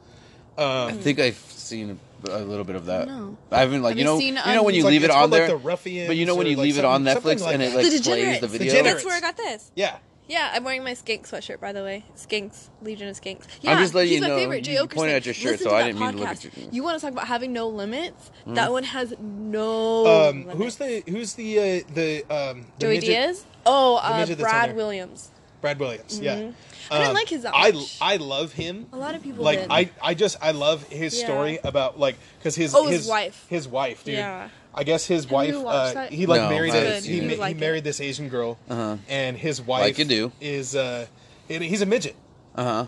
[SPEAKER 3] I think I've seen a little bit of that.
[SPEAKER 1] No.
[SPEAKER 3] I haven't like
[SPEAKER 1] Have
[SPEAKER 3] you
[SPEAKER 1] you
[SPEAKER 3] know
[SPEAKER 1] seen,
[SPEAKER 3] you know
[SPEAKER 1] um,
[SPEAKER 3] when you
[SPEAKER 2] It's like-
[SPEAKER 3] leave it
[SPEAKER 2] it's
[SPEAKER 3] on
[SPEAKER 2] called, like,
[SPEAKER 3] there,
[SPEAKER 2] The Ruffians
[SPEAKER 3] but you know when
[SPEAKER 2] or,
[SPEAKER 3] you
[SPEAKER 2] like,
[SPEAKER 3] leave it on
[SPEAKER 2] something- something
[SPEAKER 3] Netflix
[SPEAKER 2] like
[SPEAKER 3] and it
[SPEAKER 2] that.
[SPEAKER 3] like
[SPEAKER 1] The
[SPEAKER 3] plays the
[SPEAKER 1] Degenerates.
[SPEAKER 3] video.
[SPEAKER 2] Degenerates.
[SPEAKER 1] That's where I got this.
[SPEAKER 2] Yeah,
[SPEAKER 1] Yeah, I'm wearing my Skank sweatshirt, by the way. Skanks, Legion of Skanks. Yeah,
[SPEAKER 3] just letting
[SPEAKER 1] he's
[SPEAKER 3] you
[SPEAKER 1] my
[SPEAKER 3] know,
[SPEAKER 1] favorite. Jay
[SPEAKER 3] you
[SPEAKER 1] Oakerson.
[SPEAKER 3] pointed at your shirt,
[SPEAKER 1] Listen
[SPEAKER 3] so
[SPEAKER 1] to
[SPEAKER 3] I
[SPEAKER 1] that
[SPEAKER 3] didn't mean to look
[SPEAKER 1] podcast.
[SPEAKER 3] at your- Mm-hmm.
[SPEAKER 1] You want to talk about having no limits? That one has no
[SPEAKER 2] Um,
[SPEAKER 1] limits.
[SPEAKER 2] who's the who's the uh, the um the
[SPEAKER 1] Joey
[SPEAKER 2] midget-
[SPEAKER 1] Diaz? Oh, uh,
[SPEAKER 2] midget that's on
[SPEAKER 1] Brad
[SPEAKER 2] there.
[SPEAKER 1] Williams.
[SPEAKER 2] Brad Williams. Yeah,
[SPEAKER 1] Mm-hmm. I
[SPEAKER 2] Um,
[SPEAKER 1] didn't like his that
[SPEAKER 2] I
[SPEAKER 1] much.
[SPEAKER 2] I love him.
[SPEAKER 1] A lot of people
[SPEAKER 2] Like
[SPEAKER 1] did.
[SPEAKER 2] I I just I love his
[SPEAKER 1] Yeah.
[SPEAKER 2] story about like because his
[SPEAKER 1] Oh, his wife.
[SPEAKER 2] his wife dude.
[SPEAKER 1] Yeah.
[SPEAKER 2] I guess his wife.
[SPEAKER 1] you watched
[SPEAKER 2] Uh,
[SPEAKER 1] that?
[SPEAKER 2] he like
[SPEAKER 3] No,
[SPEAKER 2] married
[SPEAKER 3] I
[SPEAKER 2] a,
[SPEAKER 3] haven't
[SPEAKER 2] he,
[SPEAKER 3] seen
[SPEAKER 2] ma-
[SPEAKER 3] it. Uh-huh.
[SPEAKER 2] he
[SPEAKER 1] Like it.
[SPEAKER 2] married this Asian girl, and his wife
[SPEAKER 3] Like you do.
[SPEAKER 2] is uh, and he's a midget.
[SPEAKER 3] Uh huh.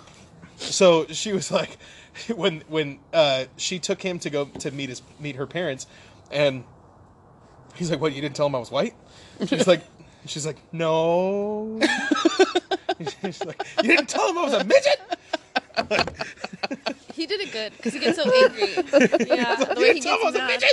[SPEAKER 2] So she was like, when when uh, she took him to go to meet his meet her parents, and he's like, "What? You didn't tell him I was white?" She's like, "She's like, no." she's like, "You didn't tell him I was a midget."
[SPEAKER 4] He did it good because he gets so angry. Yeah, the way he
[SPEAKER 2] "Tom
[SPEAKER 4] gets
[SPEAKER 2] was a
[SPEAKER 4] mad.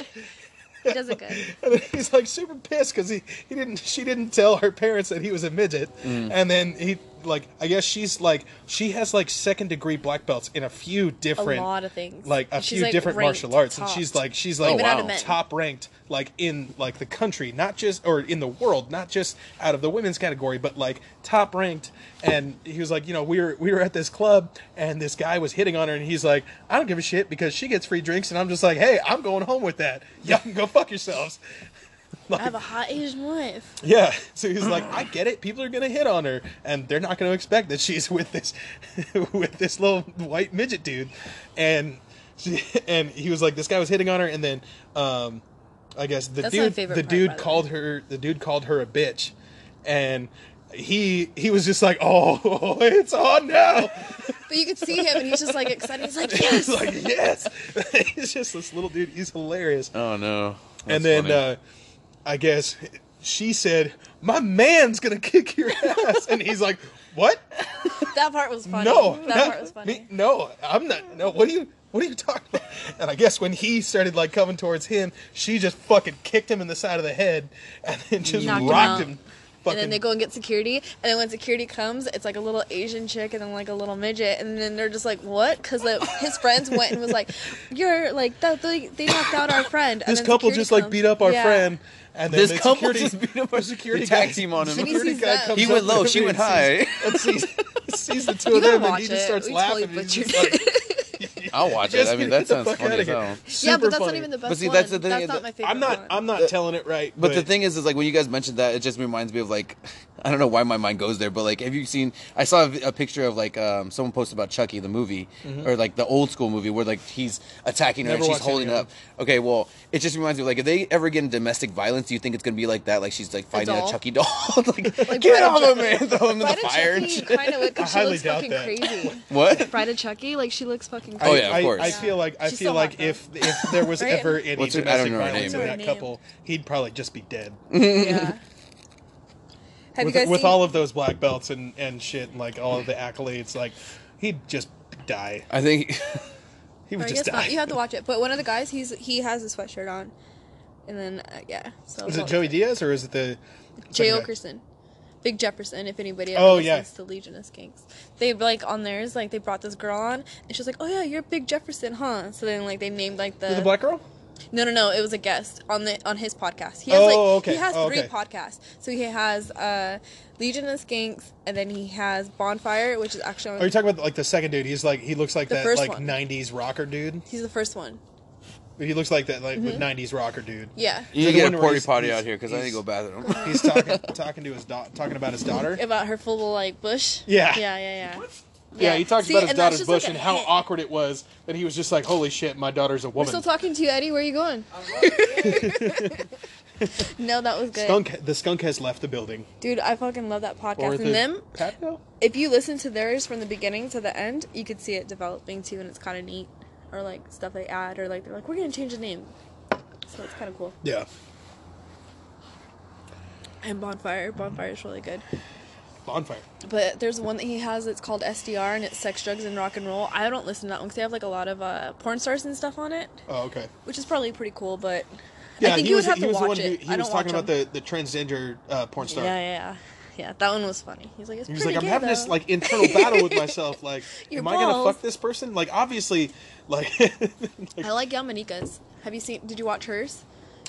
[SPEAKER 4] He does it good.
[SPEAKER 2] And then he's like super pissed because he, he didn't she didn't tell her parents that he was a midget, and then he like I guess she's like she has like second degree black belts in a few
[SPEAKER 4] A
[SPEAKER 2] different
[SPEAKER 4] lot of things.
[SPEAKER 2] like a
[SPEAKER 4] And she's,
[SPEAKER 2] few
[SPEAKER 4] like,
[SPEAKER 2] different
[SPEAKER 4] ranked
[SPEAKER 2] martial arts, and
[SPEAKER 4] top.
[SPEAKER 2] she's like she's like
[SPEAKER 4] Even out of men.
[SPEAKER 2] top ranked like in like the country, not just or in the world, not just out of the women's category, but like top ranked. And he was like, you know, we were we were at this club, and this guy was hitting on her, and he's like, I don't give a shit because she gets free drinks, and I'm just like, hey, I'm going home with that. Y'all can go fuck yourselves.
[SPEAKER 4] I have a hot Asian wife.
[SPEAKER 2] Yeah. So he's like, I get it. People are gonna hit on her, and they're not gonna expect that she's with this, with this little white midget dude, and she, and he was like, this guy was hitting on her, and then, um, I guess the
[SPEAKER 4] That's my
[SPEAKER 2] dude, the
[SPEAKER 4] favorite part, by
[SPEAKER 2] dude
[SPEAKER 4] the
[SPEAKER 2] called her, the dude called her a bitch, and he he was just like, oh, it's on now.
[SPEAKER 4] But you could see him, and he's just like excited. He's like,
[SPEAKER 2] He's
[SPEAKER 4] yes.
[SPEAKER 2] like, yes. he's just this little dude. He's hilarious.
[SPEAKER 3] Oh no.
[SPEAKER 2] and then uh, I guess she said, "My man's gonna kick your ass," and he's like, "What?
[SPEAKER 4] that part was funny.
[SPEAKER 2] No,
[SPEAKER 4] that
[SPEAKER 2] not
[SPEAKER 4] part was funny.
[SPEAKER 2] me- no, I'm not. No, what are you? What are you talking about?" And I guess when he started like coming towards him, she just fucking kicked him in the side of the head, and then just
[SPEAKER 4] Knocked him out.
[SPEAKER 2] rocked him.
[SPEAKER 4] and then they go and get security, and then when security comes, it's like a little Asian chick and then like a little midget, and then they're just like, "What?" Because his friends went and was like, "You're like that they, they knocked out our friend." And
[SPEAKER 2] This
[SPEAKER 4] then
[SPEAKER 2] couple
[SPEAKER 4] security
[SPEAKER 2] just like
[SPEAKER 4] comes.
[SPEAKER 2] beat up our
[SPEAKER 4] Yeah.
[SPEAKER 2] friend, and then
[SPEAKER 3] This
[SPEAKER 2] the
[SPEAKER 3] couple
[SPEAKER 2] security,
[SPEAKER 3] just beat up our
[SPEAKER 2] the security
[SPEAKER 3] tag
[SPEAKER 2] guy-
[SPEAKER 3] team on him.
[SPEAKER 4] Then he
[SPEAKER 2] security
[SPEAKER 4] sees
[SPEAKER 2] guy
[SPEAKER 4] them.
[SPEAKER 2] comes
[SPEAKER 3] he
[SPEAKER 2] up
[SPEAKER 3] went
[SPEAKER 2] to
[SPEAKER 3] low,
[SPEAKER 2] him
[SPEAKER 3] she
[SPEAKER 2] and
[SPEAKER 3] went
[SPEAKER 2] he sees-
[SPEAKER 3] high.
[SPEAKER 2] sees the two
[SPEAKER 4] You
[SPEAKER 2] of
[SPEAKER 4] gotta
[SPEAKER 2] them and
[SPEAKER 4] watch
[SPEAKER 2] he
[SPEAKER 4] it.
[SPEAKER 2] just starts
[SPEAKER 4] we
[SPEAKER 2] laughing.
[SPEAKER 4] Totally
[SPEAKER 2] and he's
[SPEAKER 4] butchered
[SPEAKER 2] just like,
[SPEAKER 4] it.
[SPEAKER 3] I'll watch it.
[SPEAKER 2] "Just
[SPEAKER 3] I mean,
[SPEAKER 2] get
[SPEAKER 3] that
[SPEAKER 2] the
[SPEAKER 3] sounds
[SPEAKER 2] fuck
[SPEAKER 3] funny
[SPEAKER 2] outta
[SPEAKER 3] as
[SPEAKER 2] here."
[SPEAKER 3] hell.
[SPEAKER 4] yeah,
[SPEAKER 2] Super
[SPEAKER 4] but that's not
[SPEAKER 2] funny.
[SPEAKER 4] even the best
[SPEAKER 3] But see,
[SPEAKER 4] one.
[SPEAKER 3] that's the thing
[SPEAKER 4] That's
[SPEAKER 3] is
[SPEAKER 4] not
[SPEAKER 3] that-
[SPEAKER 4] my favorite.
[SPEAKER 2] I'm not.
[SPEAKER 4] One.
[SPEAKER 2] I'm not telling it right.
[SPEAKER 3] But, the thing is, is like when you guys mentioned that, it just reminds me of like, I don't know why my mind goes there, but like, have you seen? I saw a, vi- a picture of like um, someone posted about Chucky the movie, or like the old school movie where like he's attacking her
[SPEAKER 2] Mm-hmm. Never
[SPEAKER 3] and she's
[SPEAKER 2] watched
[SPEAKER 3] holding
[SPEAKER 2] any of
[SPEAKER 3] up. Okay, well, it just reminds me of like if they ever get in domestic violence, do you think it's gonna be like that? Like she's like fighting a,
[SPEAKER 4] doll?
[SPEAKER 3] Chucky doll, like,
[SPEAKER 4] Bride
[SPEAKER 3] get
[SPEAKER 4] of
[SPEAKER 3] off of me,
[SPEAKER 4] Chucky.
[SPEAKER 3] throw him in the
[SPEAKER 4] Bride of
[SPEAKER 3] fire. And
[SPEAKER 4] Chucky, you
[SPEAKER 3] shit.
[SPEAKER 4] kind of would,
[SPEAKER 2] I
[SPEAKER 4] because she
[SPEAKER 2] highly
[SPEAKER 4] looks
[SPEAKER 2] doubt
[SPEAKER 4] fucking
[SPEAKER 2] that.
[SPEAKER 4] crazy.
[SPEAKER 3] What?
[SPEAKER 4] Bride of Chucky, like she looks fucking
[SPEAKER 2] I-
[SPEAKER 4] crazy.
[SPEAKER 3] Oh, yeah, of
[SPEAKER 2] I,
[SPEAKER 3] course.
[SPEAKER 2] I feel like I
[SPEAKER 4] She's
[SPEAKER 2] feel
[SPEAKER 4] so
[SPEAKER 2] like
[SPEAKER 4] hot, though.
[SPEAKER 2] if if there was
[SPEAKER 4] Right?
[SPEAKER 2] ever any
[SPEAKER 3] What's her- I don't
[SPEAKER 2] domestic
[SPEAKER 3] know her
[SPEAKER 2] violence in
[SPEAKER 3] name.
[SPEAKER 4] What's her
[SPEAKER 2] that
[SPEAKER 4] name?
[SPEAKER 2] couple, he'd probably just be dead.
[SPEAKER 4] yeah.
[SPEAKER 1] Have
[SPEAKER 2] with
[SPEAKER 1] you guys
[SPEAKER 2] with
[SPEAKER 1] seen,
[SPEAKER 2] all of those black belts and and shit and like all of the accolades, like he'd just die.
[SPEAKER 3] I think
[SPEAKER 2] He
[SPEAKER 4] Or
[SPEAKER 2] would
[SPEAKER 4] I
[SPEAKER 2] just
[SPEAKER 4] guess
[SPEAKER 2] die.
[SPEAKER 4] not.
[SPEAKER 1] You have to watch it. But one of the guys, he's he has a sweatshirt on, and then uh, yeah. So
[SPEAKER 2] Is it Joey Diaz or is it the
[SPEAKER 1] Jay
[SPEAKER 2] Okay.
[SPEAKER 1] Okerson, Big Jefferson. If anybody ever
[SPEAKER 2] Oh, yeah.
[SPEAKER 1] listens to Legion of Skanks, they like on theirs like they brought this girl on, and she was like, "Oh yeah, you're Big Jefferson, huh?" So then like they named like the,
[SPEAKER 2] the black girl?
[SPEAKER 1] No, no, no. It was a guest on the on his podcast. He has
[SPEAKER 2] Oh,
[SPEAKER 1] like
[SPEAKER 2] okay.
[SPEAKER 1] he has
[SPEAKER 2] Oh,
[SPEAKER 1] three
[SPEAKER 2] okay.
[SPEAKER 1] podcasts. So he has uh, Legion of Skanks, and then he has Bonfire, which is actually
[SPEAKER 2] Are you talking about like the second dude? He's like he looks like
[SPEAKER 1] The
[SPEAKER 2] that
[SPEAKER 1] first
[SPEAKER 2] like
[SPEAKER 1] one.
[SPEAKER 2] '90s rocker dude.
[SPEAKER 1] he's the first one.
[SPEAKER 2] He looks like that like with '90s rocker dude.
[SPEAKER 1] Yeah,
[SPEAKER 3] you
[SPEAKER 2] So
[SPEAKER 3] need
[SPEAKER 2] the
[SPEAKER 3] to get
[SPEAKER 2] one
[SPEAKER 3] a
[SPEAKER 2] where
[SPEAKER 3] porty
[SPEAKER 2] he's-
[SPEAKER 3] potty
[SPEAKER 2] he's-
[SPEAKER 3] out here because I need to go bathroom.
[SPEAKER 2] He's talking talking to his da- talking about his daughter.
[SPEAKER 4] About her full like bush.
[SPEAKER 2] Yeah.
[SPEAKER 4] Yeah, yeah, yeah.
[SPEAKER 2] Yeah, he talks
[SPEAKER 4] See,
[SPEAKER 2] about his
[SPEAKER 4] and that's
[SPEAKER 2] daughter's
[SPEAKER 4] just, like,
[SPEAKER 2] bush
[SPEAKER 4] a
[SPEAKER 2] and how
[SPEAKER 4] hint.
[SPEAKER 2] awkward it was that he was just like, "Holy shit, my daughter's a woman."
[SPEAKER 4] Still talking to you, Eddie. Where are you going?
[SPEAKER 1] no, that was good,
[SPEAKER 2] skunk, the skunk has left the building.
[SPEAKER 1] dude. I fucking love that podcast.
[SPEAKER 2] Or
[SPEAKER 1] And
[SPEAKER 2] the
[SPEAKER 1] them,
[SPEAKER 2] patio?
[SPEAKER 1] if you listen to theirs from the beginning to the end, you could see it developing too, and it's kind of neat. Or like stuff they add, or like they're like, "We're gonna change the name," so it's kind of cool.
[SPEAKER 2] Yeah,
[SPEAKER 1] And Bonfire, Bonfire is really good.
[SPEAKER 2] bonfire.
[SPEAKER 1] But there's one that he has that's called SDR and it's sex, drugs, and rock and roll. I don't listen to that one because they have like a lot of uh, porn stars and stuff on it,
[SPEAKER 2] Oh, okay.
[SPEAKER 1] which is probably pretty cool. But
[SPEAKER 2] Yeah,
[SPEAKER 1] I think
[SPEAKER 2] he
[SPEAKER 1] you
[SPEAKER 2] was
[SPEAKER 1] would have
[SPEAKER 2] he
[SPEAKER 1] to
[SPEAKER 2] was the
[SPEAKER 1] watch
[SPEAKER 2] one who
[SPEAKER 1] it.
[SPEAKER 2] he
[SPEAKER 1] I
[SPEAKER 2] was
[SPEAKER 1] don't
[SPEAKER 2] talking
[SPEAKER 1] watch
[SPEAKER 2] about the the transgender uh, porn
[SPEAKER 1] them.
[SPEAKER 2] star.
[SPEAKER 1] Yeah, yeah, yeah, yeah. That one was funny. He's like, it's
[SPEAKER 2] He was
[SPEAKER 1] pretty
[SPEAKER 2] like, "I'm
[SPEAKER 1] gay,
[SPEAKER 2] having
[SPEAKER 1] though.
[SPEAKER 2] this like internal battle with myself. Like,
[SPEAKER 1] Your
[SPEAKER 2] am I gonna
[SPEAKER 1] balls.
[SPEAKER 2] fuck this person? Like, obviously, like."
[SPEAKER 1] I like Yamanika's. Have you seen? Did you watch hers?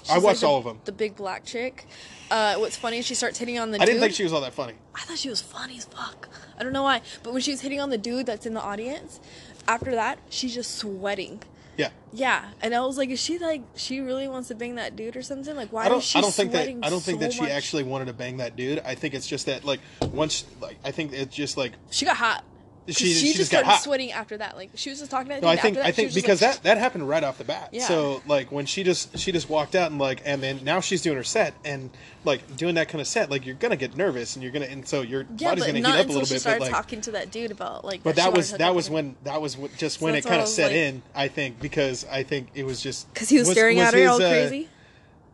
[SPEAKER 2] I
[SPEAKER 1] She's,
[SPEAKER 2] watched
[SPEAKER 1] the-
[SPEAKER 2] all of 'em.
[SPEAKER 1] The big black chick. Uh, what's funny is she starts hitting on the.
[SPEAKER 2] I didn't
[SPEAKER 1] dude.
[SPEAKER 2] think she was all that funny.
[SPEAKER 1] I thought she was funny as fuck. I don't know why, but when she was hitting on the dude that's in the audience, after that she's just sweating.
[SPEAKER 2] Yeah,
[SPEAKER 1] Yeah, and I was like, is she like she really wants to bang that dude or something? Like, why
[SPEAKER 2] I
[SPEAKER 1] is
[SPEAKER 2] don't.
[SPEAKER 1] she
[SPEAKER 2] I don't think that.
[SPEAKER 1] sweating
[SPEAKER 2] I don't think
[SPEAKER 1] so
[SPEAKER 2] that she
[SPEAKER 1] much?
[SPEAKER 2] actually wanted to bang that dude. I think it's just that like once like I think it's just like
[SPEAKER 1] She got hot. 'Cause She,
[SPEAKER 2] She- she
[SPEAKER 1] just,
[SPEAKER 2] just got
[SPEAKER 1] started
[SPEAKER 2] hot.
[SPEAKER 1] sweating after that. Like she was just talking to that
[SPEAKER 2] No, I
[SPEAKER 1] dude
[SPEAKER 2] think
[SPEAKER 1] after that,
[SPEAKER 2] I
[SPEAKER 1] she
[SPEAKER 2] think
[SPEAKER 1] was just
[SPEAKER 2] because
[SPEAKER 1] like,
[SPEAKER 2] that that happened right off the bat.
[SPEAKER 1] Yeah.
[SPEAKER 2] So like when she just she just walked out and like and then now she's doing her set and like doing that kind of set like you're gonna get nervous and you're gonna and so your
[SPEAKER 1] Yeah,
[SPEAKER 2] body's
[SPEAKER 1] but
[SPEAKER 2] gonna heat
[SPEAKER 1] not
[SPEAKER 2] up a
[SPEAKER 1] until
[SPEAKER 2] little
[SPEAKER 1] she
[SPEAKER 2] bit. But
[SPEAKER 1] started
[SPEAKER 2] like,
[SPEAKER 1] talking to that dude about like.
[SPEAKER 2] but that was that was when that was wh- just when it
[SPEAKER 1] that's why
[SPEAKER 2] kind
[SPEAKER 1] I
[SPEAKER 2] of
[SPEAKER 1] was
[SPEAKER 2] set
[SPEAKER 1] like-
[SPEAKER 2] in. I think because I think it was just
[SPEAKER 1] Because he was, staring at her all
[SPEAKER 2] uh,
[SPEAKER 1] crazy.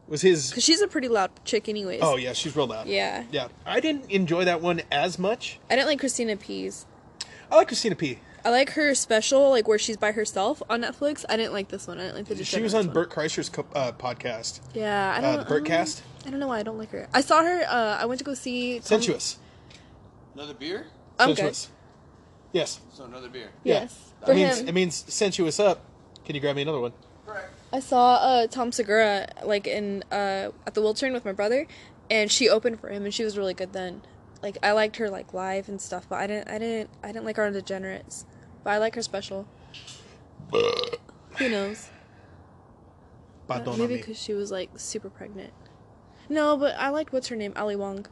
[SPEAKER 2] Was his
[SPEAKER 1] Because she's a pretty loud chick, anyways.
[SPEAKER 2] oh yeah she's real loud
[SPEAKER 1] Yeah.
[SPEAKER 2] yeah I didn't enjoy that one as much.
[SPEAKER 1] I didn't like Christina Pease.
[SPEAKER 2] I like Christina P.
[SPEAKER 1] I like her special, like where she's by herself on Netflix. I didn't like this one. I didn't like the.
[SPEAKER 2] She was
[SPEAKER 1] Degenerates
[SPEAKER 2] on
[SPEAKER 1] one.
[SPEAKER 2] Burt Kreischer's co- uh, podcast.
[SPEAKER 1] Yeah, I
[SPEAKER 2] Uh,
[SPEAKER 1] don't.
[SPEAKER 2] the
[SPEAKER 1] I don't-
[SPEAKER 2] Burtcast?
[SPEAKER 1] I don't know why I don't like her. I saw her. Uh, I went to go see. Tom-
[SPEAKER 2] Sensuous.
[SPEAKER 3] Another beer?
[SPEAKER 1] I'm good.
[SPEAKER 2] sensuous. Yes.
[SPEAKER 3] So another beer.
[SPEAKER 2] Yeah.
[SPEAKER 1] Yes,
[SPEAKER 2] It
[SPEAKER 1] for
[SPEAKER 2] means,
[SPEAKER 1] him.
[SPEAKER 2] It means sensuous up. Can you grab me another one?
[SPEAKER 3] Correct.
[SPEAKER 1] I saw uh, Tom Segura like in uh, at the Wiltern with my brother, and she opened for him, and she was really good then. Like I liked her like live and stuff, but I didn't. I didn't. I didn't like her on Degenerates, but I like her special. Who knows?
[SPEAKER 2] Bad
[SPEAKER 1] Uh,
[SPEAKER 2] on
[SPEAKER 1] Maybe
[SPEAKER 2] me.
[SPEAKER 1] because she was like super pregnant. No, but I liked what's her name, Ali Wong.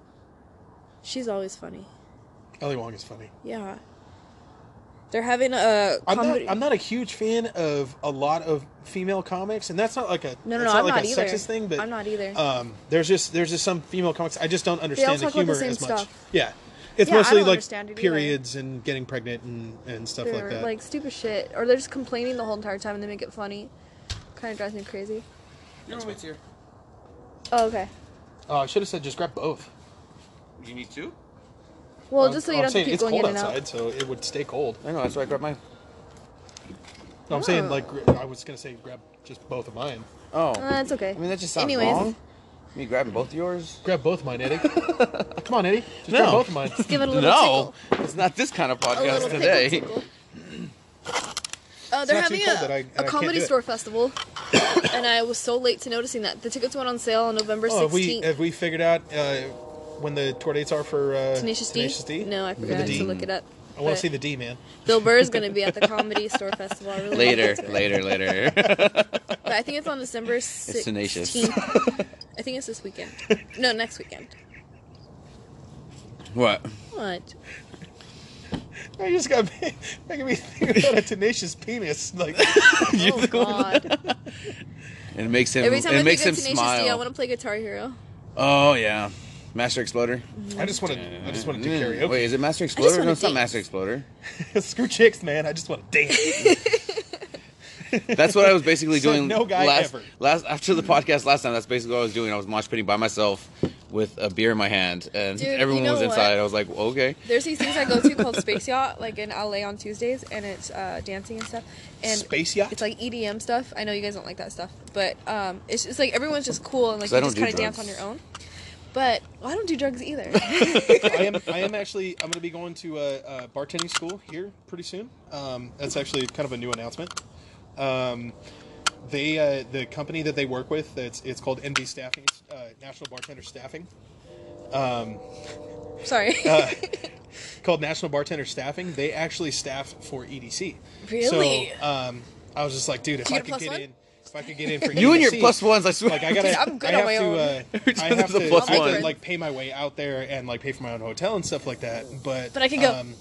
[SPEAKER 1] She's always funny.
[SPEAKER 2] Ellie Wong is funny.
[SPEAKER 1] Yeah. They're having a
[SPEAKER 2] I'm
[SPEAKER 1] comedy.
[SPEAKER 2] not, I'm not a huge fan of a lot of female comics, and that's not like a
[SPEAKER 1] No, no,
[SPEAKER 2] that's
[SPEAKER 1] no, I'm
[SPEAKER 2] like
[SPEAKER 1] not
[SPEAKER 2] a
[SPEAKER 1] either.
[SPEAKER 2] sexist thing, but
[SPEAKER 1] I'm not either.
[SPEAKER 2] Um, there's just there's just some female comics I just don't understand the
[SPEAKER 1] talk about
[SPEAKER 2] humor
[SPEAKER 1] the same
[SPEAKER 2] as much.
[SPEAKER 1] stuff.
[SPEAKER 2] Yeah, it's
[SPEAKER 1] Yeah, I
[SPEAKER 2] mostly
[SPEAKER 1] don't
[SPEAKER 2] like
[SPEAKER 1] understand it either.
[SPEAKER 2] periods and getting pregnant and, and stuff like
[SPEAKER 1] they're
[SPEAKER 2] that.
[SPEAKER 1] like, stupid shit, or they're just complaining the whole entire time and they make it funny. Kind of drives me crazy.
[SPEAKER 3] Your roommate's here.
[SPEAKER 1] Oh, okay.
[SPEAKER 2] oh, I should have said just grab both.
[SPEAKER 3] You need two?
[SPEAKER 1] Well,
[SPEAKER 2] I'm-
[SPEAKER 1] just so
[SPEAKER 2] Um, I'm
[SPEAKER 1] you don't have
[SPEAKER 2] saying
[SPEAKER 1] to keep
[SPEAKER 2] it's
[SPEAKER 1] going in
[SPEAKER 2] cold
[SPEAKER 1] and out.
[SPEAKER 2] outside, so it would stay cold.
[SPEAKER 3] I know, that's why I grabbed mine.
[SPEAKER 2] No, I'm saying
[SPEAKER 1] Oh.
[SPEAKER 2] like gr- I was gonna say grab just both of mine.
[SPEAKER 3] Oh.
[SPEAKER 1] Uh, that's okay.
[SPEAKER 3] I mean, that just sounds
[SPEAKER 1] Anyways.
[SPEAKER 3] wrong. Me grabbing both yours?
[SPEAKER 2] Grab both of mine, Eddie. Come on, Eddie. Just grab
[SPEAKER 3] No.
[SPEAKER 2] both of mine.
[SPEAKER 1] Give it a little
[SPEAKER 3] No,
[SPEAKER 1] tickle.
[SPEAKER 3] it's not this kind of
[SPEAKER 1] A
[SPEAKER 3] podcast
[SPEAKER 1] little tickle,
[SPEAKER 3] today.
[SPEAKER 1] tickle. Uh, they're
[SPEAKER 2] not too
[SPEAKER 1] having
[SPEAKER 2] cold that I-
[SPEAKER 1] a,
[SPEAKER 2] that
[SPEAKER 1] a
[SPEAKER 2] I can't
[SPEAKER 1] comedy
[SPEAKER 2] do it.
[SPEAKER 1] store festival, and I was so late to noticing that the tickets went on sale on November
[SPEAKER 2] Oh, have we
[SPEAKER 1] sixteenth.
[SPEAKER 2] have we figured out uh, when the tour dates are for uh,
[SPEAKER 1] Tenacious, D. No, I forgot
[SPEAKER 2] D.
[SPEAKER 1] to look it up.
[SPEAKER 2] I want
[SPEAKER 1] But
[SPEAKER 2] to see the D, man.
[SPEAKER 1] Bill Burr is going to be at the comedy store festival. I really look
[SPEAKER 3] Later,
[SPEAKER 1] forward to it.
[SPEAKER 3] later, later.
[SPEAKER 1] But I think it's on December sixteenth.
[SPEAKER 3] tenacious.
[SPEAKER 1] I think it's this weekend. No, next weekend.
[SPEAKER 3] what?
[SPEAKER 1] What?
[SPEAKER 2] I just got making me think about a tenacious penis. Like,
[SPEAKER 3] You're
[SPEAKER 1] oh
[SPEAKER 3] the one that-
[SPEAKER 1] God!
[SPEAKER 3] It makes him.
[SPEAKER 1] Every time I
[SPEAKER 3] it
[SPEAKER 1] think
[SPEAKER 3] makes
[SPEAKER 1] of
[SPEAKER 3] him
[SPEAKER 1] Tenacious D, I
[SPEAKER 3] smile.
[SPEAKER 1] want to play Guitar Hero.
[SPEAKER 3] Oh yeah, Master Exploder.
[SPEAKER 2] I just want to. I just want to do karaoke.
[SPEAKER 3] Hmm. Wait, is it Master Exploder?
[SPEAKER 1] wanna
[SPEAKER 3] No, it's not
[SPEAKER 1] dance.
[SPEAKER 3] Master Exploder.
[SPEAKER 2] Screw chicks, man. I just want to dance.
[SPEAKER 3] That's what I was basically
[SPEAKER 2] Said
[SPEAKER 3] doing.
[SPEAKER 2] no guy
[SPEAKER 3] last,
[SPEAKER 2] ever.
[SPEAKER 3] last after the podcast last time. That's basically what I was doing. I was mosh pitting by myself with a beer in my hand, and
[SPEAKER 1] Dude, you
[SPEAKER 3] everyone
[SPEAKER 1] know
[SPEAKER 3] was
[SPEAKER 1] what?
[SPEAKER 3] inside. I was like, okay.
[SPEAKER 1] There's these things I go to called Space Yacht, like in LA on Tuesdays, and it's uh, dancing and stuff. And
[SPEAKER 2] Space yacht.
[SPEAKER 1] it's like EDM stuff. I know you guys don't like that stuff, but um, it's just like everyone's just cool and like
[SPEAKER 3] 'Cause I
[SPEAKER 1] you
[SPEAKER 3] don't
[SPEAKER 1] just
[SPEAKER 3] do
[SPEAKER 1] kind of dance on
[SPEAKER 3] drugs.
[SPEAKER 1] your own. But well, I don't do drugs either.
[SPEAKER 2] I am. I am actually. I'm going to be going to a, uh bartending school here pretty soon. Um, that's actually kind of a new announcement. Um, they uh, the company that they work with. It's it's called NB Staffing, uh, National Bartender Staffing.
[SPEAKER 1] Sorry.
[SPEAKER 2] Uh, called National Bartender Staffing. They actually staff for EDC.
[SPEAKER 1] Really?
[SPEAKER 2] So um, I was just like, dude, if
[SPEAKER 1] You
[SPEAKER 2] I
[SPEAKER 1] get a
[SPEAKER 2] could
[SPEAKER 1] plus
[SPEAKER 2] get
[SPEAKER 1] one?
[SPEAKER 2] in, if I could get in for
[SPEAKER 3] You and your
[SPEAKER 2] EDC,
[SPEAKER 3] plus ones, I swear.
[SPEAKER 2] Like I gotta,
[SPEAKER 1] Dude, I'm good
[SPEAKER 2] I
[SPEAKER 1] on my
[SPEAKER 2] have to, uh, I
[SPEAKER 3] time
[SPEAKER 2] have
[SPEAKER 3] there's a
[SPEAKER 2] to,
[SPEAKER 3] plus
[SPEAKER 2] I have to
[SPEAKER 1] one.
[SPEAKER 2] like pay my way out there and like pay for my own hotel and stuff like that. But
[SPEAKER 1] But I could go.
[SPEAKER 2] Um,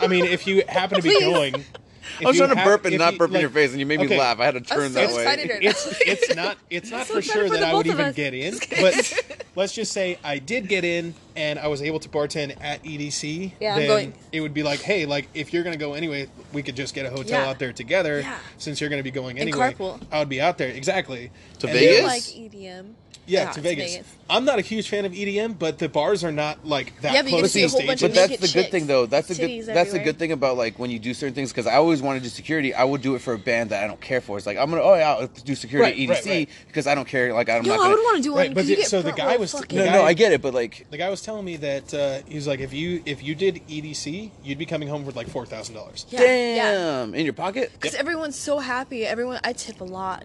[SPEAKER 2] I mean, if you happen to be going, if
[SPEAKER 3] I was
[SPEAKER 2] you
[SPEAKER 3] trying to
[SPEAKER 2] hap-
[SPEAKER 3] burp and
[SPEAKER 2] if
[SPEAKER 3] not
[SPEAKER 2] you-
[SPEAKER 3] burp in
[SPEAKER 2] like-
[SPEAKER 3] your face, and you made me
[SPEAKER 2] okay,
[SPEAKER 3] laugh. I had to
[SPEAKER 1] I'm
[SPEAKER 3] turn
[SPEAKER 1] so
[SPEAKER 3] that
[SPEAKER 1] excited
[SPEAKER 3] way.
[SPEAKER 1] right now.
[SPEAKER 2] it's it's not it's not
[SPEAKER 1] So
[SPEAKER 2] for
[SPEAKER 1] excited
[SPEAKER 2] sure
[SPEAKER 1] for
[SPEAKER 2] that
[SPEAKER 1] the
[SPEAKER 2] I would
[SPEAKER 1] both of
[SPEAKER 2] even
[SPEAKER 1] us.
[SPEAKER 2] get in, but let's just say I did get in and I was able to bartend at EDC.
[SPEAKER 1] Yeah, I'm
[SPEAKER 2] then
[SPEAKER 1] going.
[SPEAKER 2] It would be like, hey, like if you're gonna go anyway, we could just get a hotel
[SPEAKER 1] Yeah.
[SPEAKER 2] out there together.
[SPEAKER 1] Yeah.
[SPEAKER 2] Since you're gonna be going anyway,
[SPEAKER 1] carpool.
[SPEAKER 2] I would be out there exactly
[SPEAKER 3] To
[SPEAKER 2] And
[SPEAKER 1] I
[SPEAKER 3] Vegas?
[SPEAKER 1] like E EDM.
[SPEAKER 2] yeah,
[SPEAKER 1] Yeah,
[SPEAKER 2] to
[SPEAKER 1] to
[SPEAKER 2] Vegas.
[SPEAKER 1] Vegas.
[SPEAKER 2] I'm not a huge fan of EDM, but the bars are not like that
[SPEAKER 1] Yeah, but you
[SPEAKER 2] close
[SPEAKER 1] can see
[SPEAKER 2] to
[SPEAKER 1] a whole
[SPEAKER 2] the
[SPEAKER 1] bunch
[SPEAKER 2] stage.
[SPEAKER 1] of
[SPEAKER 3] But that's the
[SPEAKER 1] naked
[SPEAKER 3] good thing,
[SPEAKER 1] chicks,
[SPEAKER 3] though. That's a
[SPEAKER 1] titties
[SPEAKER 3] good. That's a
[SPEAKER 1] everywhere.
[SPEAKER 3] good thing about like when you do certain things. Because I always want to do security. I would do it for a band that I don't care for. It's like I'm gonna oh yeah, I'll do security
[SPEAKER 2] Right, right,
[SPEAKER 3] at E EDC
[SPEAKER 2] right.
[SPEAKER 3] because I don't care. Like I'm
[SPEAKER 1] Yo,
[SPEAKER 3] not.
[SPEAKER 1] I
[SPEAKER 3] Gonna,
[SPEAKER 1] would want to do one.
[SPEAKER 2] Right, but
[SPEAKER 1] because you
[SPEAKER 2] the-
[SPEAKER 1] get
[SPEAKER 2] so the
[SPEAKER 1] front
[SPEAKER 2] guy
[SPEAKER 1] row
[SPEAKER 2] was-
[SPEAKER 1] fucking-
[SPEAKER 3] No,
[SPEAKER 2] The
[SPEAKER 3] no,
[SPEAKER 2] guy-
[SPEAKER 3] I get it, but like
[SPEAKER 2] The guy was telling me that uh, he was like, if you if you did EDC, you'd be coming home with like four thousand dollars.
[SPEAKER 1] Yeah, yeah.
[SPEAKER 3] Damn, in your pocket.
[SPEAKER 1] Because everyone's so happy. Everyone, I tip a lot.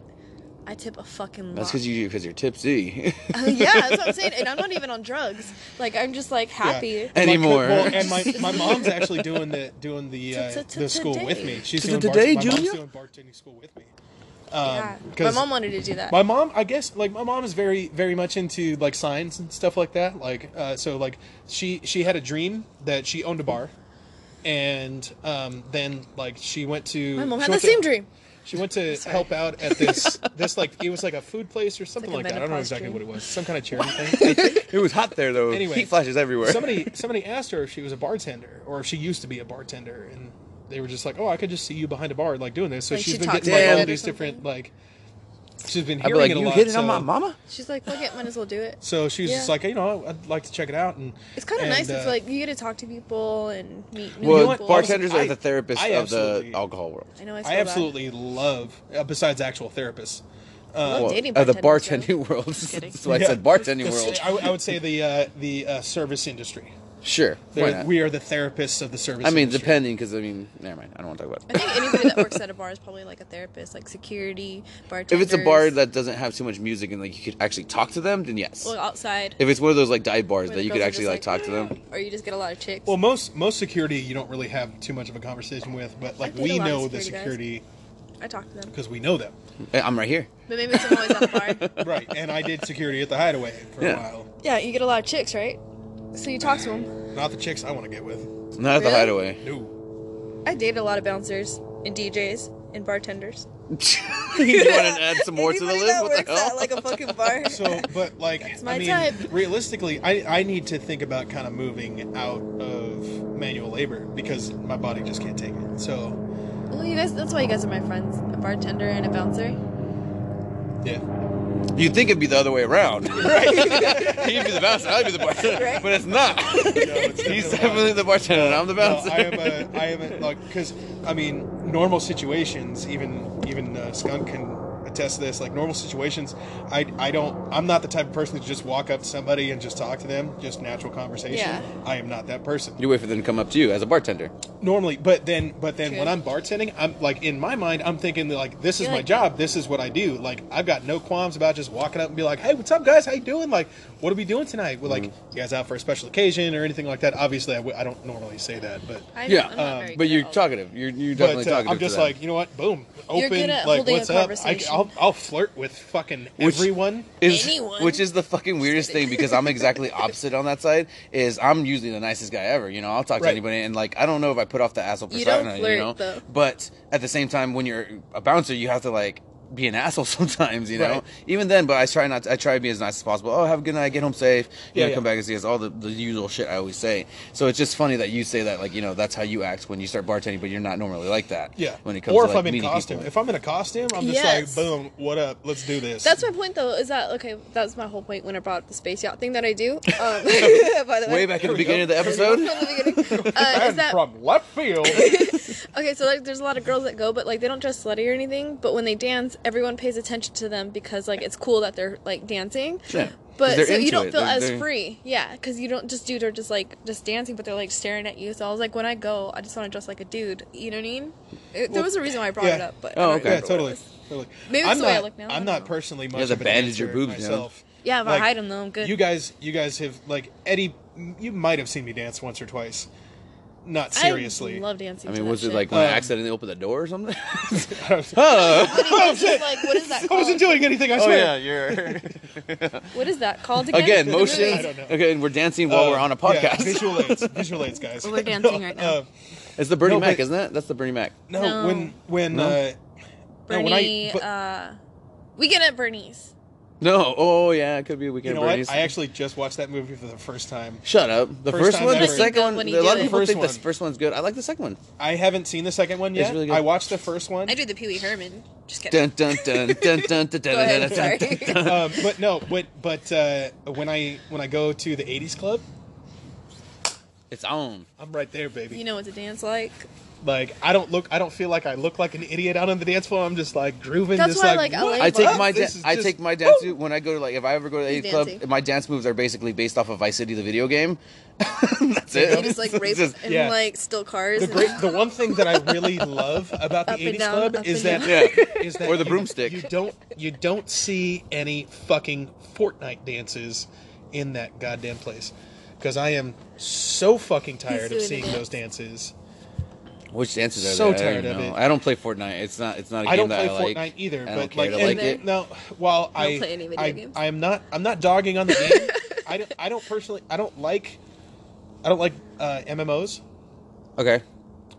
[SPEAKER 1] I tip a fucking lot.
[SPEAKER 3] That's because you because you're tipsy.
[SPEAKER 1] yeah, that's what I'm saying. And I'm not even on drugs. Like I'm just like happy.
[SPEAKER 3] Anymore.
[SPEAKER 2] well, and my, my mom's actually doing the doing the uh, the school with me. She's doing bar-
[SPEAKER 3] Today,
[SPEAKER 2] my mom's
[SPEAKER 3] Junior?
[SPEAKER 2] doing bartending school with me.
[SPEAKER 1] yeah. My
[SPEAKER 2] Um, 'cause-
[SPEAKER 1] mom wanted to do that.
[SPEAKER 2] My mom, I guess, like my mom is very, very much into like signs and stuff like that. Like, uh, so like she she had a dream that she owned a bar, and um, then like she went to
[SPEAKER 1] My mom
[SPEAKER 2] she
[SPEAKER 1] had the
[SPEAKER 2] went to-
[SPEAKER 1] same dream.
[SPEAKER 2] She went to help out at this this like it was like a food place or something
[SPEAKER 1] like
[SPEAKER 2] like,
[SPEAKER 1] a
[SPEAKER 2] that. I don't know
[SPEAKER 1] menopause
[SPEAKER 2] exactly
[SPEAKER 1] dream.
[SPEAKER 2] what it was. Some kind of charity thing.
[SPEAKER 3] it was hot there though.
[SPEAKER 2] Anyway.
[SPEAKER 3] Heat flashes everywhere.
[SPEAKER 2] somebody somebody asked her if she was a bartender or if she used to be a bartender and they were just like oh i could just see you behind a bar like doing this so
[SPEAKER 1] Like,
[SPEAKER 2] she's
[SPEAKER 1] she
[SPEAKER 2] been
[SPEAKER 1] talked
[SPEAKER 2] getting like
[SPEAKER 3] to
[SPEAKER 2] all
[SPEAKER 3] them
[SPEAKER 1] or
[SPEAKER 2] these
[SPEAKER 1] something?
[SPEAKER 2] different like She's been
[SPEAKER 3] I'd be
[SPEAKER 2] hearing
[SPEAKER 3] like,
[SPEAKER 2] it a
[SPEAKER 3] you
[SPEAKER 2] lot.
[SPEAKER 3] hit it on
[SPEAKER 2] so-
[SPEAKER 3] my mama?
[SPEAKER 1] She's like, fuck it, might as well do it.
[SPEAKER 2] So she was
[SPEAKER 1] Yeah.
[SPEAKER 2] just like, you know, I'd like to check it out, and
[SPEAKER 1] It's kind of
[SPEAKER 2] and,
[SPEAKER 1] nice. It's
[SPEAKER 2] uh,
[SPEAKER 1] like you get to talk to people and meet new
[SPEAKER 3] Well,
[SPEAKER 2] know what?
[SPEAKER 1] people.
[SPEAKER 3] bartenders
[SPEAKER 2] Honestly,
[SPEAKER 3] are the
[SPEAKER 2] I-
[SPEAKER 3] therapists
[SPEAKER 2] I
[SPEAKER 3] of the
[SPEAKER 2] absolutely-
[SPEAKER 3] alcohol world.
[SPEAKER 1] I know. I, feel
[SPEAKER 2] I
[SPEAKER 1] bad.
[SPEAKER 2] absolutely love, uh, besides actual therapists.
[SPEAKER 3] Well,
[SPEAKER 1] dating
[SPEAKER 3] of the
[SPEAKER 1] bartenders, though.
[SPEAKER 3] bartending world.
[SPEAKER 5] kidding.
[SPEAKER 3] That's why I
[SPEAKER 2] Yeah.
[SPEAKER 3] said bartending
[SPEAKER 2] The-
[SPEAKER 3] world.
[SPEAKER 2] I, w- I would say the uh, the uh, service industry.
[SPEAKER 3] Sure. Why
[SPEAKER 2] They're-
[SPEAKER 3] not?
[SPEAKER 2] We are the therapists of the service.
[SPEAKER 3] I mean,
[SPEAKER 2] industry.
[SPEAKER 3] depending, because I mean, never mind. I don't want to talk about
[SPEAKER 1] I
[SPEAKER 3] it.
[SPEAKER 1] think anybody that works at a bar is probably like a therapist, like security,
[SPEAKER 3] If
[SPEAKER 1] bartenders.
[SPEAKER 3] it's a bar that doesn't have too much music and like you could actually talk to them, then yes.
[SPEAKER 1] well, outside,
[SPEAKER 3] if it's one of those like dive bars
[SPEAKER 1] where
[SPEAKER 3] that
[SPEAKER 1] the
[SPEAKER 3] you could
[SPEAKER 1] girls are
[SPEAKER 3] actually like,
[SPEAKER 1] just
[SPEAKER 3] talk to them,
[SPEAKER 1] or you just get a lot of chicks.
[SPEAKER 2] Well, most most security you don't really have too much of a conversation with, but like
[SPEAKER 1] date a
[SPEAKER 2] we
[SPEAKER 1] lot of
[SPEAKER 2] know the
[SPEAKER 1] security
[SPEAKER 2] security
[SPEAKER 1] I talk to them,
[SPEAKER 2] because we know them,
[SPEAKER 3] Eh, I'm right here.
[SPEAKER 1] but maybe it's always at the bar.
[SPEAKER 2] right? And I did security at the Hideaway for
[SPEAKER 3] Yeah.
[SPEAKER 2] a while.
[SPEAKER 1] Yeah, you get a lot of chicks, right? So you talk to them.
[SPEAKER 2] Not the chicks I want to get with.
[SPEAKER 3] Not at the
[SPEAKER 1] Really?
[SPEAKER 3] hideaway.
[SPEAKER 2] No.
[SPEAKER 1] I dated a lot of bouncers and DJs and bartenders.
[SPEAKER 3] you want to add some more to the
[SPEAKER 1] Anybody
[SPEAKER 3] list?
[SPEAKER 1] that
[SPEAKER 3] What
[SPEAKER 1] works
[SPEAKER 3] the hell?
[SPEAKER 1] at like a fucking bar.
[SPEAKER 2] So, but like, That's
[SPEAKER 1] my
[SPEAKER 2] I mean,
[SPEAKER 1] type.
[SPEAKER 2] realistically, I I need to think about kind of moving out of manual labor because my body just can't take it. So,
[SPEAKER 1] well, you guys, that's why you guys are my friends. A bartender and a bouncer.
[SPEAKER 2] yeah.
[SPEAKER 3] You'd think it'd be the other way around. Right. He'd be the bouncer, I'd be the bartender.
[SPEAKER 1] Right.
[SPEAKER 3] But it's not. He's definitely the bartender, and I'm the
[SPEAKER 2] No,
[SPEAKER 3] bouncer.
[SPEAKER 2] I am a, I am a, like, because I mean, normal situations, even even uh, Skunk can attest to this. Like normal situations, I I don't, I'm not the type of person to just walk up to somebody and just talk to them, just natural conversation.
[SPEAKER 1] Yeah.
[SPEAKER 2] I am not that person
[SPEAKER 3] you wait for them to come up to you as a bartender.
[SPEAKER 2] normally. But then, but then
[SPEAKER 1] True.
[SPEAKER 2] when I'm bartending, I'm like in my mind, I'm thinking that, like this is
[SPEAKER 1] You're
[SPEAKER 2] my
[SPEAKER 1] like-
[SPEAKER 2] job, this is what I do. Like I've got no qualms about just walking up and be like, hey, what's up, guys? How you doing? Like, what are we doing tonight? We're like, you guys out for a special occasion or anything like that? Obviously, I w- I don't normally say that, but.
[SPEAKER 1] I,
[SPEAKER 3] Yeah, um,
[SPEAKER 1] I'm not very good
[SPEAKER 3] But
[SPEAKER 1] at
[SPEAKER 3] you're
[SPEAKER 1] all that.
[SPEAKER 3] talkative. You're, you're definitely
[SPEAKER 2] But uh,
[SPEAKER 3] talkative.
[SPEAKER 2] I'm
[SPEAKER 3] to
[SPEAKER 2] just
[SPEAKER 3] them.
[SPEAKER 2] like, you know what? Boom,
[SPEAKER 1] You're
[SPEAKER 2] open.
[SPEAKER 1] good at
[SPEAKER 2] like,
[SPEAKER 1] holding a
[SPEAKER 2] what's up? I,
[SPEAKER 1] conversation.
[SPEAKER 2] I'll, I'll flirt with fucking
[SPEAKER 3] Which-
[SPEAKER 2] everyone.
[SPEAKER 3] is-
[SPEAKER 1] Anyone.
[SPEAKER 3] which is the fucking weirdest thing because I'm exactly opposite on that side. Is I'm usually the nicest guy ever. You know, I'll talk to
[SPEAKER 2] Right.
[SPEAKER 3] anybody, and like I don't know if I put off the asshole
[SPEAKER 1] You
[SPEAKER 3] persona. You,
[SPEAKER 1] don't flirt,
[SPEAKER 3] know,
[SPEAKER 1] though.
[SPEAKER 3] but at the same time, when you're a bouncer, you have to like be an asshole sometimes. You know,
[SPEAKER 2] Right.
[SPEAKER 3] even then. But I try not. To, I try to be as nice as possible. Oh, have a good night. Get home safe. You
[SPEAKER 2] Yeah,
[SPEAKER 3] know,
[SPEAKER 2] yeah.
[SPEAKER 3] come back and see us. All the, the usual shit I always say. So it's just funny that you say that. Like you know, that's how you act when you start bartending, but you're not normally like that.
[SPEAKER 2] Yeah.
[SPEAKER 3] When it comes
[SPEAKER 2] or
[SPEAKER 3] to
[SPEAKER 2] if
[SPEAKER 3] like,
[SPEAKER 2] I'm in
[SPEAKER 3] meeting
[SPEAKER 2] costume,
[SPEAKER 3] people.
[SPEAKER 2] if I'm in a costume, I'm just
[SPEAKER 1] Yes.
[SPEAKER 2] like, boom, what up? Let's do this.
[SPEAKER 1] That's my point, though. Is that okay? That's my whole point when I brought up the space yacht thing that I do. Um, by the way,
[SPEAKER 3] Way back at
[SPEAKER 2] we
[SPEAKER 3] the
[SPEAKER 2] go.
[SPEAKER 3] beginning of the episode.
[SPEAKER 1] From the beginning. Uh, is
[SPEAKER 2] and
[SPEAKER 1] that
[SPEAKER 2] from left field.
[SPEAKER 1] okay? So like, there's a lot of girls that go, but like they don't dress slutty or anything. But when they dance, everyone pays attention to them because like it's cool that they're like dancing.
[SPEAKER 3] Yeah.
[SPEAKER 1] But
[SPEAKER 3] They're
[SPEAKER 1] so
[SPEAKER 3] into
[SPEAKER 1] you don't
[SPEAKER 3] it.
[SPEAKER 1] feel
[SPEAKER 3] They're-
[SPEAKER 1] as
[SPEAKER 3] they're-
[SPEAKER 1] free, yeah, because you don't just dudes are just like just dancing, but they're like staring at you. So I was like, when I go, I just want to dress like a dude. You know what I mean? It, there was a reason why I brought
[SPEAKER 2] yeah.
[SPEAKER 1] it up, but I
[SPEAKER 3] Oh,
[SPEAKER 1] don't
[SPEAKER 3] okay.
[SPEAKER 1] remember
[SPEAKER 2] yeah,
[SPEAKER 1] what it
[SPEAKER 2] totally.
[SPEAKER 1] was.
[SPEAKER 2] totally.
[SPEAKER 1] Maybe that's
[SPEAKER 2] I'm
[SPEAKER 1] the way I
[SPEAKER 2] not-
[SPEAKER 1] look now. I
[SPEAKER 2] I'm
[SPEAKER 1] don't
[SPEAKER 2] not
[SPEAKER 1] know.
[SPEAKER 2] personally much
[SPEAKER 3] have to
[SPEAKER 2] of a
[SPEAKER 3] bandage your
[SPEAKER 2] dancer
[SPEAKER 3] boobs, you know?
[SPEAKER 2] myself.
[SPEAKER 1] Yeah, but I hide 'em, though. I'm good.
[SPEAKER 2] You guys, you guys have like Eddie. You might have seen me dance once or twice. Not seriously.
[SPEAKER 1] I love dancing.
[SPEAKER 3] I
[SPEAKER 1] to
[SPEAKER 3] mean,
[SPEAKER 1] that
[SPEAKER 3] was it
[SPEAKER 1] shit.
[SPEAKER 3] like when I
[SPEAKER 2] Um,
[SPEAKER 3] accidentally opened the door or something?
[SPEAKER 1] Oh, Like, what is that
[SPEAKER 2] I
[SPEAKER 1] called?
[SPEAKER 2] wasn't doing anything. I
[SPEAKER 3] Oh
[SPEAKER 2] swear.
[SPEAKER 3] yeah, you're
[SPEAKER 1] What is that called again?
[SPEAKER 3] again
[SPEAKER 1] The
[SPEAKER 3] motion.
[SPEAKER 1] movies.
[SPEAKER 2] I don't know.
[SPEAKER 3] Okay, and we're dancing while we're on a
[SPEAKER 2] Uh, Yeah,
[SPEAKER 3] podcast.
[SPEAKER 2] visual aids, visual aids, guys.
[SPEAKER 1] We're dancing right now.
[SPEAKER 2] Uh,
[SPEAKER 3] it's the Bernie
[SPEAKER 2] No,
[SPEAKER 3] Mac,
[SPEAKER 2] but-
[SPEAKER 3] isn't it? That's the Bernie Mac.
[SPEAKER 2] no,
[SPEAKER 1] No.
[SPEAKER 2] when when
[SPEAKER 3] No?
[SPEAKER 2] uh, no, when
[SPEAKER 1] Bernie.
[SPEAKER 2] I but,
[SPEAKER 1] uh, weekend at Bernie's.
[SPEAKER 3] No, oh yeah, it could be a
[SPEAKER 2] you
[SPEAKER 3] weekend
[SPEAKER 2] know
[SPEAKER 3] at
[SPEAKER 2] what?
[SPEAKER 3] Bernie's.
[SPEAKER 2] I actually just watched that movie for the first time.
[SPEAKER 3] Shut up. The
[SPEAKER 2] First
[SPEAKER 3] first,
[SPEAKER 2] time
[SPEAKER 3] one, the
[SPEAKER 2] ever.
[SPEAKER 3] second
[SPEAKER 1] Good
[SPEAKER 3] one.
[SPEAKER 1] when he
[SPEAKER 3] A
[SPEAKER 1] did
[SPEAKER 3] lot of
[SPEAKER 1] it.
[SPEAKER 3] people
[SPEAKER 2] First
[SPEAKER 3] think the
[SPEAKER 2] one.
[SPEAKER 3] first one's good. I like the second one.
[SPEAKER 2] I haven't seen the second one yet.
[SPEAKER 3] really good.
[SPEAKER 2] I watched the first one.
[SPEAKER 1] I do the Pee Wee Herman. Just kidding.
[SPEAKER 3] Dun dun dun dun dun dun dun
[SPEAKER 1] Go ahead,
[SPEAKER 3] dun
[SPEAKER 1] sorry.
[SPEAKER 3] dun. dun.
[SPEAKER 2] um, but no, but but uh, when I when I go to the '80s club,
[SPEAKER 3] It's on.
[SPEAKER 2] I'm right there, baby.
[SPEAKER 1] you know what to dance like.
[SPEAKER 2] Like I don't look, I don't feel like I look like an idiot out on the dance floor. I'm just like grooving.
[SPEAKER 1] That's
[SPEAKER 2] just
[SPEAKER 1] why I
[SPEAKER 2] like
[SPEAKER 1] like
[SPEAKER 2] what
[SPEAKER 1] LA
[SPEAKER 3] I
[SPEAKER 2] the
[SPEAKER 3] take
[SPEAKER 2] fuck?
[SPEAKER 3] my da-
[SPEAKER 2] This is
[SPEAKER 3] I
[SPEAKER 2] just-
[SPEAKER 3] take my dance suit when I go to like if I ever go to the
[SPEAKER 1] He's
[SPEAKER 3] eighth club.
[SPEAKER 1] dancing.
[SPEAKER 3] My dance moves are basically based off of Vice City, the video game. That's it.
[SPEAKER 1] You just like
[SPEAKER 3] It's
[SPEAKER 1] rape
[SPEAKER 3] just-
[SPEAKER 1] and
[SPEAKER 2] yeah.
[SPEAKER 1] like steal cars.
[SPEAKER 2] The
[SPEAKER 1] and-
[SPEAKER 2] great, the one thing that I really love about the
[SPEAKER 1] Up and
[SPEAKER 2] '80s
[SPEAKER 1] down,
[SPEAKER 2] club
[SPEAKER 1] up and
[SPEAKER 2] is that,
[SPEAKER 1] down.
[SPEAKER 3] Yeah.
[SPEAKER 2] is that
[SPEAKER 3] Or the
[SPEAKER 2] you-
[SPEAKER 3] broomstick.
[SPEAKER 2] You don't you don't see any fucking Fortnite dances in that goddamn place because I am so fucking tired of
[SPEAKER 1] doing a
[SPEAKER 2] seeing
[SPEAKER 1] dance.
[SPEAKER 2] those dances.
[SPEAKER 3] Which dances are
[SPEAKER 2] So
[SPEAKER 3] there? I
[SPEAKER 2] tired
[SPEAKER 3] don't
[SPEAKER 2] of
[SPEAKER 3] know.
[SPEAKER 2] it.
[SPEAKER 3] I don't play Fortnite. It's not. It's not a
[SPEAKER 2] I
[SPEAKER 3] game
[SPEAKER 2] don't play
[SPEAKER 3] that I like.
[SPEAKER 2] Fortnite either,
[SPEAKER 3] I
[SPEAKER 2] but
[SPEAKER 3] don't care
[SPEAKER 2] like,
[SPEAKER 3] to
[SPEAKER 2] and,
[SPEAKER 3] like it.
[SPEAKER 2] no. While I,
[SPEAKER 1] play any video
[SPEAKER 2] I,
[SPEAKER 1] games.
[SPEAKER 2] I am not, I'm not dogging on the game. I don't, I don't personally, I don't like, I don't like uh, MMOs.
[SPEAKER 3] Okay.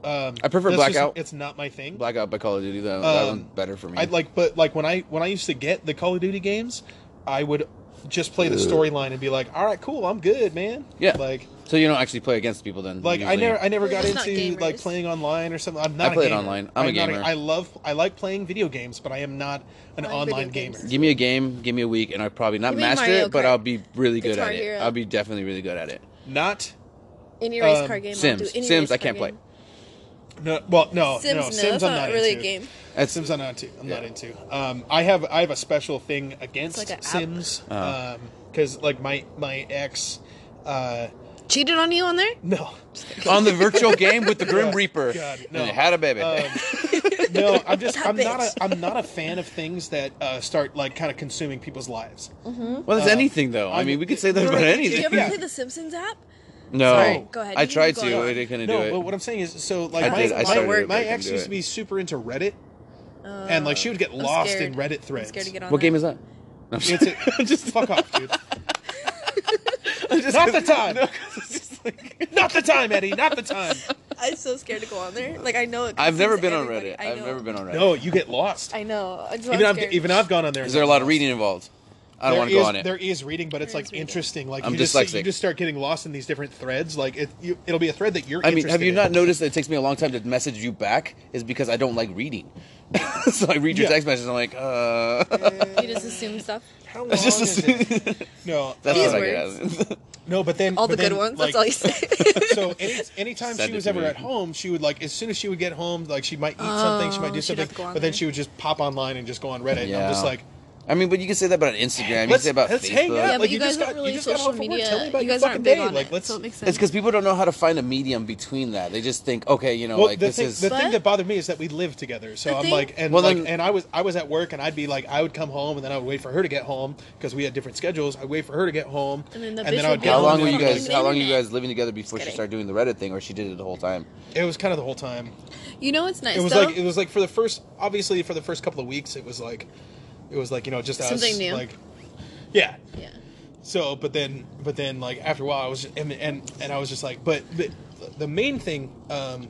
[SPEAKER 2] Um,
[SPEAKER 3] I prefer
[SPEAKER 2] that's
[SPEAKER 3] Blackout.
[SPEAKER 2] it's not my thing.
[SPEAKER 3] Blackout by Call of Duty though. that
[SPEAKER 2] Um,
[SPEAKER 3] one's better for me.
[SPEAKER 2] I like, but like when I when I used to get the Call of Duty games, I would just play the storyline and be like, all right, cool, I'm good, man.
[SPEAKER 3] Yeah.
[SPEAKER 2] Like,
[SPEAKER 3] so you don't actually play against people then.
[SPEAKER 2] like I
[SPEAKER 3] usually.
[SPEAKER 2] never, I never got
[SPEAKER 4] We're just not
[SPEAKER 2] into like
[SPEAKER 4] gamers.
[SPEAKER 2] playing online or something. I'm not.
[SPEAKER 3] I play
[SPEAKER 2] a
[SPEAKER 3] it
[SPEAKER 2] gamer.
[SPEAKER 3] online. I'm a
[SPEAKER 2] not
[SPEAKER 3] gamer.
[SPEAKER 2] I love, I like playing video games, but I am not an
[SPEAKER 4] Playing
[SPEAKER 2] online
[SPEAKER 4] video
[SPEAKER 2] gamer.
[SPEAKER 4] games.
[SPEAKER 3] Give me a game, give me a week, and I'll probably not
[SPEAKER 1] Give me
[SPEAKER 3] master
[SPEAKER 1] Mario
[SPEAKER 3] it, but
[SPEAKER 1] Kart.
[SPEAKER 3] I'll be really good
[SPEAKER 1] Guitar
[SPEAKER 3] at it.
[SPEAKER 1] Hero.
[SPEAKER 3] I'll be definitely really good at it.
[SPEAKER 2] Not.
[SPEAKER 1] Any race
[SPEAKER 2] Um,
[SPEAKER 1] car game. I'll do
[SPEAKER 3] Sims,
[SPEAKER 1] any
[SPEAKER 3] Sims,
[SPEAKER 1] race
[SPEAKER 3] I
[SPEAKER 1] car
[SPEAKER 3] can't play.
[SPEAKER 1] game.
[SPEAKER 2] No, well, no,
[SPEAKER 1] Sims,
[SPEAKER 2] no,
[SPEAKER 1] no,
[SPEAKER 2] Sims,
[SPEAKER 1] that's
[SPEAKER 2] I'm
[SPEAKER 1] not
[SPEAKER 2] not
[SPEAKER 1] really
[SPEAKER 2] into.
[SPEAKER 1] a game.
[SPEAKER 3] That's
[SPEAKER 2] Sims, I'm not into. I'm not
[SPEAKER 3] Yeah.
[SPEAKER 2] into. Um, I have, I have a special thing against
[SPEAKER 4] like a app.
[SPEAKER 2] Sims,
[SPEAKER 3] Uh-huh.
[SPEAKER 2] because like my my ex, uh,
[SPEAKER 4] Cheated on you on there?
[SPEAKER 2] no,
[SPEAKER 3] on the virtual game with the Grim
[SPEAKER 2] God,
[SPEAKER 3] Reaper.
[SPEAKER 2] God, no. Um,
[SPEAKER 3] And it had a baby.
[SPEAKER 2] no, I'm just, I'm
[SPEAKER 1] bitch.
[SPEAKER 2] not a, I'm not a fan of things that uh, start like kind of consuming people's lives.
[SPEAKER 3] well, that's
[SPEAKER 2] uh,
[SPEAKER 3] anything though. I
[SPEAKER 2] I'm-
[SPEAKER 3] mean, we could say that about
[SPEAKER 2] You're-
[SPEAKER 1] Do you
[SPEAKER 3] anything.
[SPEAKER 1] ever
[SPEAKER 2] Yeah.
[SPEAKER 1] play the Simpsons app?
[SPEAKER 3] No,
[SPEAKER 1] Sorry, go ahead.
[SPEAKER 3] I
[SPEAKER 1] You can
[SPEAKER 3] tried
[SPEAKER 1] keep
[SPEAKER 3] to.
[SPEAKER 1] going.
[SPEAKER 3] I couldn't
[SPEAKER 2] no,
[SPEAKER 3] do it.
[SPEAKER 2] but what I'm saying is, so like
[SPEAKER 3] I
[SPEAKER 2] my,
[SPEAKER 3] did. I
[SPEAKER 2] my,
[SPEAKER 3] started it, but
[SPEAKER 2] my
[SPEAKER 3] I couldn't
[SPEAKER 2] ex
[SPEAKER 3] do
[SPEAKER 2] used
[SPEAKER 3] it.
[SPEAKER 2] to be super into Reddit, and like she would get lost in
[SPEAKER 1] Oh, scared.
[SPEAKER 2] Reddit
[SPEAKER 1] I'm
[SPEAKER 2] threads.
[SPEAKER 1] scared to get on.
[SPEAKER 3] what
[SPEAKER 1] that.
[SPEAKER 3] game is that? No, I'm
[SPEAKER 2] It's a, just fuck off, dude.
[SPEAKER 3] just-
[SPEAKER 2] Not the time.
[SPEAKER 3] No, 'cause it's just like-
[SPEAKER 2] Not the time, Eddie. Not the time.
[SPEAKER 1] I'm so scared to go on there. Like I know it.
[SPEAKER 3] I've never
[SPEAKER 1] consumes
[SPEAKER 3] been on
[SPEAKER 1] everybody.
[SPEAKER 3] Reddit.
[SPEAKER 1] I
[SPEAKER 3] I've
[SPEAKER 1] know.
[SPEAKER 3] never been on Reddit.
[SPEAKER 2] No, you get lost.
[SPEAKER 1] I know. I just,
[SPEAKER 2] even
[SPEAKER 1] I'm
[SPEAKER 2] I've,
[SPEAKER 1] scared.
[SPEAKER 2] even I've gone on there.
[SPEAKER 3] Is there a lot of reading involved? I don't want to go on it.
[SPEAKER 2] There is reading, but it's
[SPEAKER 1] There
[SPEAKER 2] like
[SPEAKER 1] is reading.
[SPEAKER 2] interesting. Like
[SPEAKER 3] I'm
[SPEAKER 2] you just see- you
[SPEAKER 3] dyslexic.
[SPEAKER 2] just start getting lost in these different threads. Like it, you, it'll be a thread that you're.
[SPEAKER 3] I mean, have
[SPEAKER 2] interested
[SPEAKER 3] you
[SPEAKER 2] in.
[SPEAKER 3] not noticed that it takes me a long time to message you back? Is because I don't like reading. so I read your
[SPEAKER 2] Yeah.
[SPEAKER 3] text message and I'm like, uh.
[SPEAKER 1] You just assume stuff.
[SPEAKER 2] How long
[SPEAKER 3] just
[SPEAKER 2] is it? No,
[SPEAKER 3] That's
[SPEAKER 2] uh,
[SPEAKER 3] what I get.
[SPEAKER 2] no, but then
[SPEAKER 1] All
[SPEAKER 2] but
[SPEAKER 1] the good
[SPEAKER 2] then,
[SPEAKER 1] ones.
[SPEAKER 2] like,
[SPEAKER 1] that's all you say.
[SPEAKER 2] so any, anytime
[SPEAKER 3] Send
[SPEAKER 2] she
[SPEAKER 3] it
[SPEAKER 2] was
[SPEAKER 3] to
[SPEAKER 2] ever
[SPEAKER 3] me.
[SPEAKER 2] at home, she would like as soon as she would get home, like she might eat something, she might do
[SPEAKER 1] Oh, she'd have
[SPEAKER 2] something,
[SPEAKER 1] to go
[SPEAKER 2] but
[SPEAKER 1] on
[SPEAKER 2] then
[SPEAKER 1] there.
[SPEAKER 2] she would just pop online and just go on Reddit. And I'm
[SPEAKER 3] Yeah.
[SPEAKER 2] just like,
[SPEAKER 3] I mean, but you can say that about Instagram. You can
[SPEAKER 2] let's,
[SPEAKER 3] say about
[SPEAKER 2] let's
[SPEAKER 3] Facebook.
[SPEAKER 2] hang out.
[SPEAKER 1] Yeah, but
[SPEAKER 2] like
[SPEAKER 1] you
[SPEAKER 2] just
[SPEAKER 1] guys
[SPEAKER 2] got
[SPEAKER 1] aren't really
[SPEAKER 2] you just got
[SPEAKER 1] social
[SPEAKER 2] home from work. Tell me
[SPEAKER 1] media.
[SPEAKER 2] about
[SPEAKER 1] You
[SPEAKER 2] your
[SPEAKER 1] guys aren't
[SPEAKER 2] fucking
[SPEAKER 1] big
[SPEAKER 2] day.
[SPEAKER 1] on
[SPEAKER 2] like
[SPEAKER 1] it,
[SPEAKER 2] let's.
[SPEAKER 1] so it makes sense.
[SPEAKER 3] It's because people don't know how to find a medium between that. They just think, okay, you know,
[SPEAKER 2] well,
[SPEAKER 3] like
[SPEAKER 2] the
[SPEAKER 3] this
[SPEAKER 2] thing
[SPEAKER 3] is.
[SPEAKER 2] the thing
[SPEAKER 1] But-
[SPEAKER 2] that bothered me is that we lived together. So
[SPEAKER 1] The
[SPEAKER 2] I'm
[SPEAKER 1] thing-
[SPEAKER 2] like, and
[SPEAKER 3] Well,
[SPEAKER 2] like,
[SPEAKER 3] then-
[SPEAKER 2] and I was I was at work, and I'd be like, I would come home, and then I would wait for her to get home because we had different schedules. I'd wait for her to get home,
[SPEAKER 1] And then the bitch would
[SPEAKER 2] I would
[SPEAKER 1] be
[SPEAKER 2] get
[SPEAKER 3] how
[SPEAKER 1] on
[SPEAKER 2] home
[SPEAKER 3] long
[SPEAKER 2] and
[SPEAKER 3] were you
[SPEAKER 2] I'd be
[SPEAKER 3] guys?
[SPEAKER 1] the
[SPEAKER 3] How long you
[SPEAKER 1] internet.
[SPEAKER 3] guys living together before she
[SPEAKER 1] kidding.
[SPEAKER 3] started doing the Reddit thing, or she did it the whole time?
[SPEAKER 2] like- It was kind of the whole time.
[SPEAKER 1] You know what's nice
[SPEAKER 2] It was
[SPEAKER 1] though?
[SPEAKER 2] like it was like for the first obviously for the first couple of weeks, it was like it was like you know just us,
[SPEAKER 1] Something new.
[SPEAKER 2] Like, yeah,
[SPEAKER 1] yeah.
[SPEAKER 2] So, but then, but then, like after a while, I was and and, and I was just like, but, but the main thing um,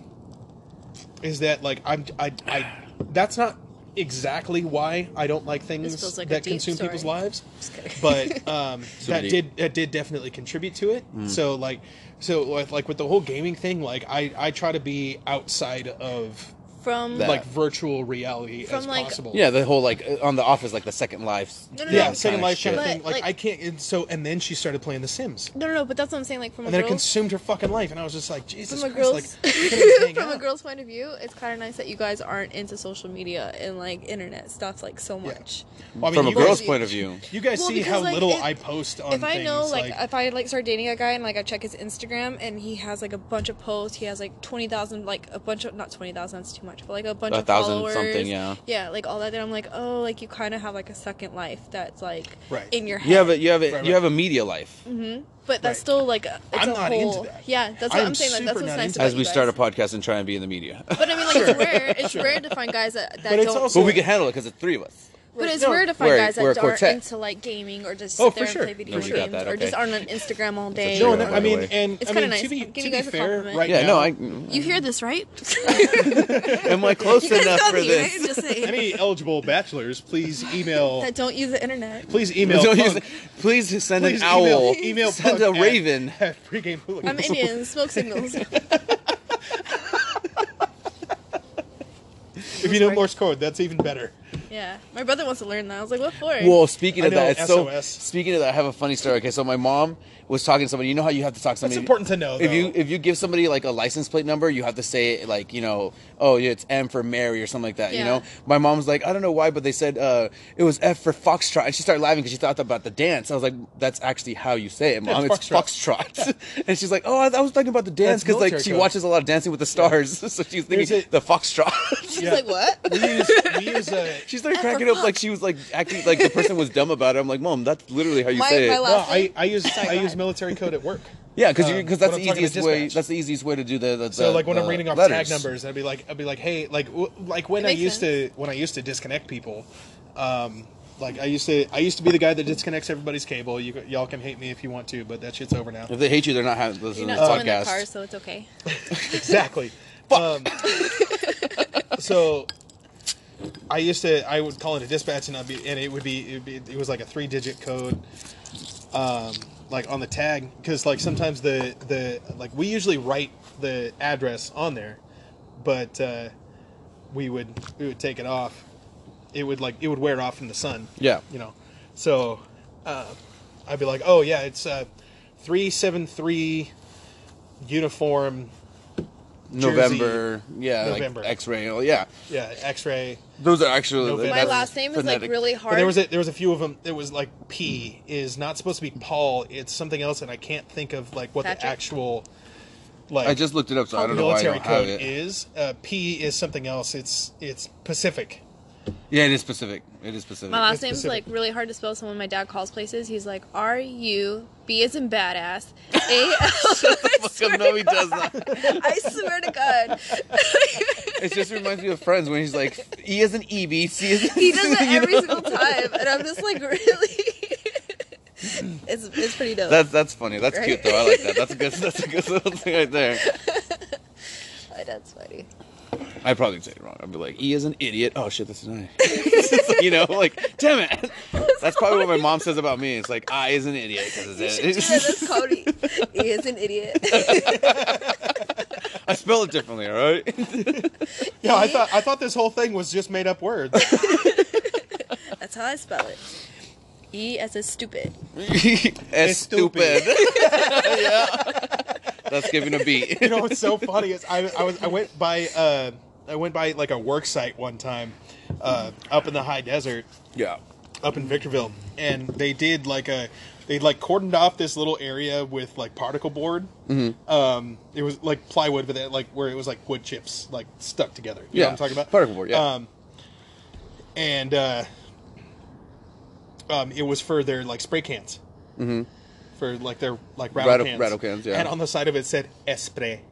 [SPEAKER 2] is that like I'm I, I that's not exactly why I don't like things
[SPEAKER 1] feels like a
[SPEAKER 2] that
[SPEAKER 1] deep
[SPEAKER 2] consume
[SPEAKER 1] story.
[SPEAKER 2] people's lives,
[SPEAKER 1] Just kidding.
[SPEAKER 2] but um, that
[SPEAKER 3] deep.
[SPEAKER 2] did that did definitely contribute to it. So like so with, like with the whole gaming thing, like I I try to be outside of
[SPEAKER 1] From
[SPEAKER 3] That-
[SPEAKER 2] like virtual reality
[SPEAKER 1] From,
[SPEAKER 2] as
[SPEAKER 1] like-
[SPEAKER 2] possible.
[SPEAKER 3] Yeah, the whole like uh, on the Office, like the Second Life.
[SPEAKER 1] No, no, no.
[SPEAKER 2] Yeah,
[SPEAKER 1] That
[SPEAKER 2] Second
[SPEAKER 3] kinda
[SPEAKER 2] Life kind of
[SPEAKER 3] shit.
[SPEAKER 2] thing.
[SPEAKER 1] But,
[SPEAKER 2] Like,
[SPEAKER 1] like-
[SPEAKER 2] I can't. And so, and then she started playing The Sims.
[SPEAKER 1] no, no, no, but that's what I'm saying. Like from a
[SPEAKER 2] and then it
[SPEAKER 1] girl's
[SPEAKER 2] consumed her fucking life, and I was just like, Jesus
[SPEAKER 1] from a
[SPEAKER 2] Christ,
[SPEAKER 1] girl's
[SPEAKER 2] like, we couldn't hang
[SPEAKER 1] from a
[SPEAKER 2] out.
[SPEAKER 1] girl's point of view, it's kind of nice that you guys aren't into social media and like internet stuff like so much.
[SPEAKER 2] Well, I mean,
[SPEAKER 3] From a
[SPEAKER 2] you guys-
[SPEAKER 3] girl's point of view,
[SPEAKER 2] you guys
[SPEAKER 1] Well,
[SPEAKER 2] see
[SPEAKER 1] because,
[SPEAKER 2] how
[SPEAKER 1] like,
[SPEAKER 2] little
[SPEAKER 1] if-
[SPEAKER 2] I post on.
[SPEAKER 1] If I
[SPEAKER 2] things,
[SPEAKER 1] know, like,
[SPEAKER 2] like,
[SPEAKER 1] if I like start dating a guy and like I check his Instagram and he has like a bunch of posts, he has like twenty thousand, like a bunch of not twenty thousand, that's too much, but like a bunch
[SPEAKER 3] A
[SPEAKER 1] of
[SPEAKER 3] thousand
[SPEAKER 1] followers,
[SPEAKER 3] something, yeah.
[SPEAKER 1] yeah, like all that. Then I'm like, oh, like you kind of have like a second life that's like
[SPEAKER 2] Right.
[SPEAKER 1] in your head.
[SPEAKER 3] you have a you have a
[SPEAKER 2] Right,
[SPEAKER 3] you
[SPEAKER 2] right.
[SPEAKER 3] have a media life.
[SPEAKER 1] but that's
[SPEAKER 2] Right.
[SPEAKER 1] still like a, it's
[SPEAKER 2] I'm
[SPEAKER 1] a
[SPEAKER 2] not
[SPEAKER 1] whole.
[SPEAKER 2] into that.
[SPEAKER 1] Yeah, that's what
[SPEAKER 2] I'm
[SPEAKER 1] I'm, saying. Like
[SPEAKER 2] super
[SPEAKER 1] that's what's
[SPEAKER 2] not
[SPEAKER 1] nice
[SPEAKER 2] into
[SPEAKER 1] about
[SPEAKER 3] As we
[SPEAKER 1] you guys.
[SPEAKER 3] start a podcast and try and be in the media,
[SPEAKER 1] But I mean, like it's rare. It's rare to find guys that, that
[SPEAKER 2] But it's
[SPEAKER 1] don't.
[SPEAKER 2] also-
[SPEAKER 3] but we can handle it because it's three of us.
[SPEAKER 1] But it's
[SPEAKER 2] No.
[SPEAKER 1] rare to find
[SPEAKER 3] We're-
[SPEAKER 1] guys
[SPEAKER 3] we're a
[SPEAKER 1] that aren't
[SPEAKER 3] quartet.
[SPEAKER 1] into like gaming or just sit
[SPEAKER 2] Oh, for
[SPEAKER 1] there and
[SPEAKER 2] sure.
[SPEAKER 1] play video
[SPEAKER 3] Nobody
[SPEAKER 1] games
[SPEAKER 3] got that,
[SPEAKER 1] or
[SPEAKER 3] okay.
[SPEAKER 1] just aren't on Instagram all day.
[SPEAKER 2] no,
[SPEAKER 3] Sure,
[SPEAKER 2] and
[SPEAKER 3] by
[SPEAKER 2] I
[SPEAKER 3] the
[SPEAKER 2] mean,
[SPEAKER 3] way.
[SPEAKER 2] and
[SPEAKER 1] It's
[SPEAKER 2] I
[SPEAKER 1] kinda
[SPEAKER 2] mean, to
[SPEAKER 1] nice.
[SPEAKER 2] be,
[SPEAKER 1] I'm giving
[SPEAKER 2] to
[SPEAKER 1] you
[SPEAKER 2] be
[SPEAKER 1] guys a
[SPEAKER 2] fair,
[SPEAKER 1] compliment.
[SPEAKER 2] right
[SPEAKER 3] Yeah,
[SPEAKER 2] now,
[SPEAKER 3] no, I
[SPEAKER 1] You hear this, right?
[SPEAKER 3] am I close
[SPEAKER 1] You guys
[SPEAKER 3] enough
[SPEAKER 1] know
[SPEAKER 3] for
[SPEAKER 1] me,
[SPEAKER 3] this?
[SPEAKER 1] right? Just saying.
[SPEAKER 2] any eligible bachelors, please email.
[SPEAKER 1] that don't use the internet.
[SPEAKER 2] Please email.
[SPEAKER 3] So
[SPEAKER 2] punk.
[SPEAKER 3] he's- please send
[SPEAKER 2] please
[SPEAKER 3] an owl.
[SPEAKER 2] Email, email
[SPEAKER 3] send
[SPEAKER 2] punk
[SPEAKER 3] a
[SPEAKER 2] at-
[SPEAKER 3] raven.
[SPEAKER 2] At, pregame hooligans.
[SPEAKER 1] I'm Indian. Smoke signals.
[SPEAKER 2] if you know Morse code, that's even better.
[SPEAKER 1] yeah, my brother wants to learn that. I was like, what for?
[SPEAKER 3] Whoa, speaking
[SPEAKER 2] I
[SPEAKER 3] of
[SPEAKER 2] know,
[SPEAKER 3] that, it's so
[SPEAKER 2] SOS.
[SPEAKER 3] speaking of that, I have a funny story. Okay, so my mom was talking to somebody. You know how you have to talk to somebody.
[SPEAKER 2] important to know,
[SPEAKER 3] If you
[SPEAKER 2] though.
[SPEAKER 3] if you give somebody like a license plate number, you have to say it like you know, oh yeah, it's M for Mary or something like that. You
[SPEAKER 1] Yeah.
[SPEAKER 3] know, my mom was like, I don't know why, but they said uh, it was F for Foxtrot, and she started laughing because she thought about the dance. I was like, that's actually how you say it, mom.
[SPEAKER 2] it's
[SPEAKER 3] it's Foxtrot. and she's like, oh, I, I was thinking about the dance
[SPEAKER 2] That's
[SPEAKER 3] because like
[SPEAKER 2] military
[SPEAKER 3] she
[SPEAKER 2] code.
[SPEAKER 3] watches a lot of Dancing with the Stars, so she was thinking
[SPEAKER 2] There's a-
[SPEAKER 3] the Foxtrot.
[SPEAKER 1] She's
[SPEAKER 2] Yeah.
[SPEAKER 1] like, what?
[SPEAKER 2] We use we use a.
[SPEAKER 3] She started cracking up like she was like acting like the person was dumb about it. I'm like, mom, that's literally how you
[SPEAKER 1] My-
[SPEAKER 3] say it.
[SPEAKER 1] my
[SPEAKER 2] Well,
[SPEAKER 1] last
[SPEAKER 2] I
[SPEAKER 1] thing-
[SPEAKER 2] I use I
[SPEAKER 1] go
[SPEAKER 2] use
[SPEAKER 1] ahead.
[SPEAKER 2] military code at work.
[SPEAKER 3] Yeah, because
[SPEAKER 2] Um,
[SPEAKER 3] because that's
[SPEAKER 2] when
[SPEAKER 3] the
[SPEAKER 2] I'm talking to
[SPEAKER 3] easiest way.
[SPEAKER 2] dispatch.
[SPEAKER 3] That's the easiest way to do the. the
[SPEAKER 2] So
[SPEAKER 3] the-
[SPEAKER 2] like when I'm
[SPEAKER 3] the
[SPEAKER 2] reading off
[SPEAKER 3] letters.
[SPEAKER 2] tag numbers, I'd be like, I'd be like, hey, like w- like when I
[SPEAKER 1] makes
[SPEAKER 2] used
[SPEAKER 1] sense.
[SPEAKER 2] to when I used to disconnect people, um, like I used to I used to be the guy that disconnects everybody's cable. You y'all can hate me if you want to, but that shit's over now.
[SPEAKER 3] If they hate you, they're not having listening
[SPEAKER 1] You're
[SPEAKER 3] to
[SPEAKER 1] not
[SPEAKER 3] the
[SPEAKER 1] still in their
[SPEAKER 3] podcast.
[SPEAKER 1] car, so it's okay.
[SPEAKER 2] exactly. Um, so I used to I would call into dispatch and I'd be and it would be it, would be, it was like a three digit code. um, like on the tag because like sometimes the the like we usually write the address on there, but uh, we would we would take it off. It would like it would wear off in the sun.
[SPEAKER 3] Yeah.
[SPEAKER 2] you know, so uh, I'd be like, oh yeah, it's uh, three seven three uniform
[SPEAKER 3] November, yeah,
[SPEAKER 2] November.
[SPEAKER 3] like X-ray, oh, yeah.
[SPEAKER 2] yeah X-ray.
[SPEAKER 3] Those are actually
[SPEAKER 2] November.
[SPEAKER 1] My
[SPEAKER 3] that's
[SPEAKER 1] last name is like
[SPEAKER 3] phonetic.
[SPEAKER 1] really
[SPEAKER 2] But
[SPEAKER 1] hard.
[SPEAKER 2] there was a, there was a few of them. It was like P is not supposed to be Paul. It's something else, and I can't think of like what the
[SPEAKER 1] Patrick.
[SPEAKER 2] actual like
[SPEAKER 3] I just looked it up, so I don't know why I
[SPEAKER 2] military
[SPEAKER 3] don't have
[SPEAKER 2] code
[SPEAKER 3] it.
[SPEAKER 2] is. Uh, P is something else. It's it's Pacific.
[SPEAKER 3] Yeah, it is specific. It is specific.
[SPEAKER 1] My
[SPEAKER 2] It's
[SPEAKER 1] last name's
[SPEAKER 2] specific.
[SPEAKER 1] like really hard to spell. So when my dad calls places, he's like R U B is in badass. A
[SPEAKER 3] Fuck him, no, he does not.
[SPEAKER 1] I swear to God,
[SPEAKER 3] It just reminds me of Friends when he's like, E is an EB, C is an
[SPEAKER 1] he does it every single time, and I'm just like really. it's it's pretty dope.
[SPEAKER 3] That's that's funny. That's
[SPEAKER 1] Right?
[SPEAKER 3] cute though. I like that. That's a good. That's a good little thing right there.
[SPEAKER 1] My dad's funny.
[SPEAKER 3] I probably say it wrong. I'd be like, "E is an idiot." Oh shit, that's an I. It's you know, like, damn it. That's probably what my mom says about me. It's like, "I is an idiot" because
[SPEAKER 1] You should do that.
[SPEAKER 3] it's
[SPEAKER 1] That's Cody. He is an idiot.
[SPEAKER 3] I spell it differently. All right.
[SPEAKER 2] Yeah, I thought I thought this whole thing was just made up words.
[SPEAKER 1] That's how I spell it. E as a stupid.
[SPEAKER 2] stupid.
[SPEAKER 3] As stupid. yeah. That's giving a beat.
[SPEAKER 2] you know what's so funny is I, I was I went by uh, I went by like a work site one time uh, up in the high desert
[SPEAKER 3] Yeah.
[SPEAKER 2] up in Victorville, and they did like a they like cordoned off this little area with like particle board.
[SPEAKER 3] Mm-hmm.
[SPEAKER 2] Um, it was like plywood, but it, like where it was like wood chips like stuck together. You know what
[SPEAKER 3] Yeah.
[SPEAKER 2] I'm talking about
[SPEAKER 3] Particle board, yeah.
[SPEAKER 2] Um, and uh, um, it was for their like spray cans. Mm-hmm. For like their like rattle,
[SPEAKER 3] Rattle-
[SPEAKER 2] cans.
[SPEAKER 3] rattle cans, yeah.
[SPEAKER 2] And on the side of it said Espray.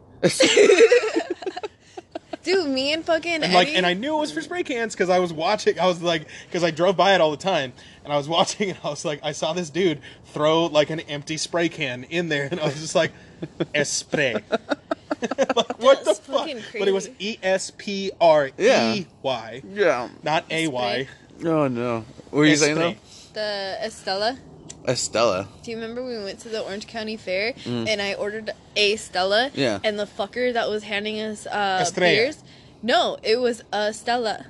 [SPEAKER 1] Dude, me and fucking
[SPEAKER 2] And
[SPEAKER 1] Eddie.
[SPEAKER 2] like, and I knew it was for spray cans because I was watching. I was like, because I drove by it all the time, and I was watching, and I was like, I saw this dude throw like an empty spray can in there, and I was just like, espray. like, what the
[SPEAKER 1] That's
[SPEAKER 2] fuck?
[SPEAKER 1] fucking
[SPEAKER 2] But it was E S P R
[SPEAKER 3] Yeah.
[SPEAKER 2] E Y,
[SPEAKER 3] Yeah.
[SPEAKER 2] not A Y.
[SPEAKER 3] Oh no. What were you saying though?
[SPEAKER 2] E.
[SPEAKER 1] the Estella.
[SPEAKER 3] Estella.
[SPEAKER 1] Do you remember when we went to the Orange County Fair and I ordered a Stella?
[SPEAKER 3] Mm. Yeah.
[SPEAKER 1] And the fucker that was handing us uh,
[SPEAKER 2] Estrella.
[SPEAKER 1] beers. No, it was a Stella.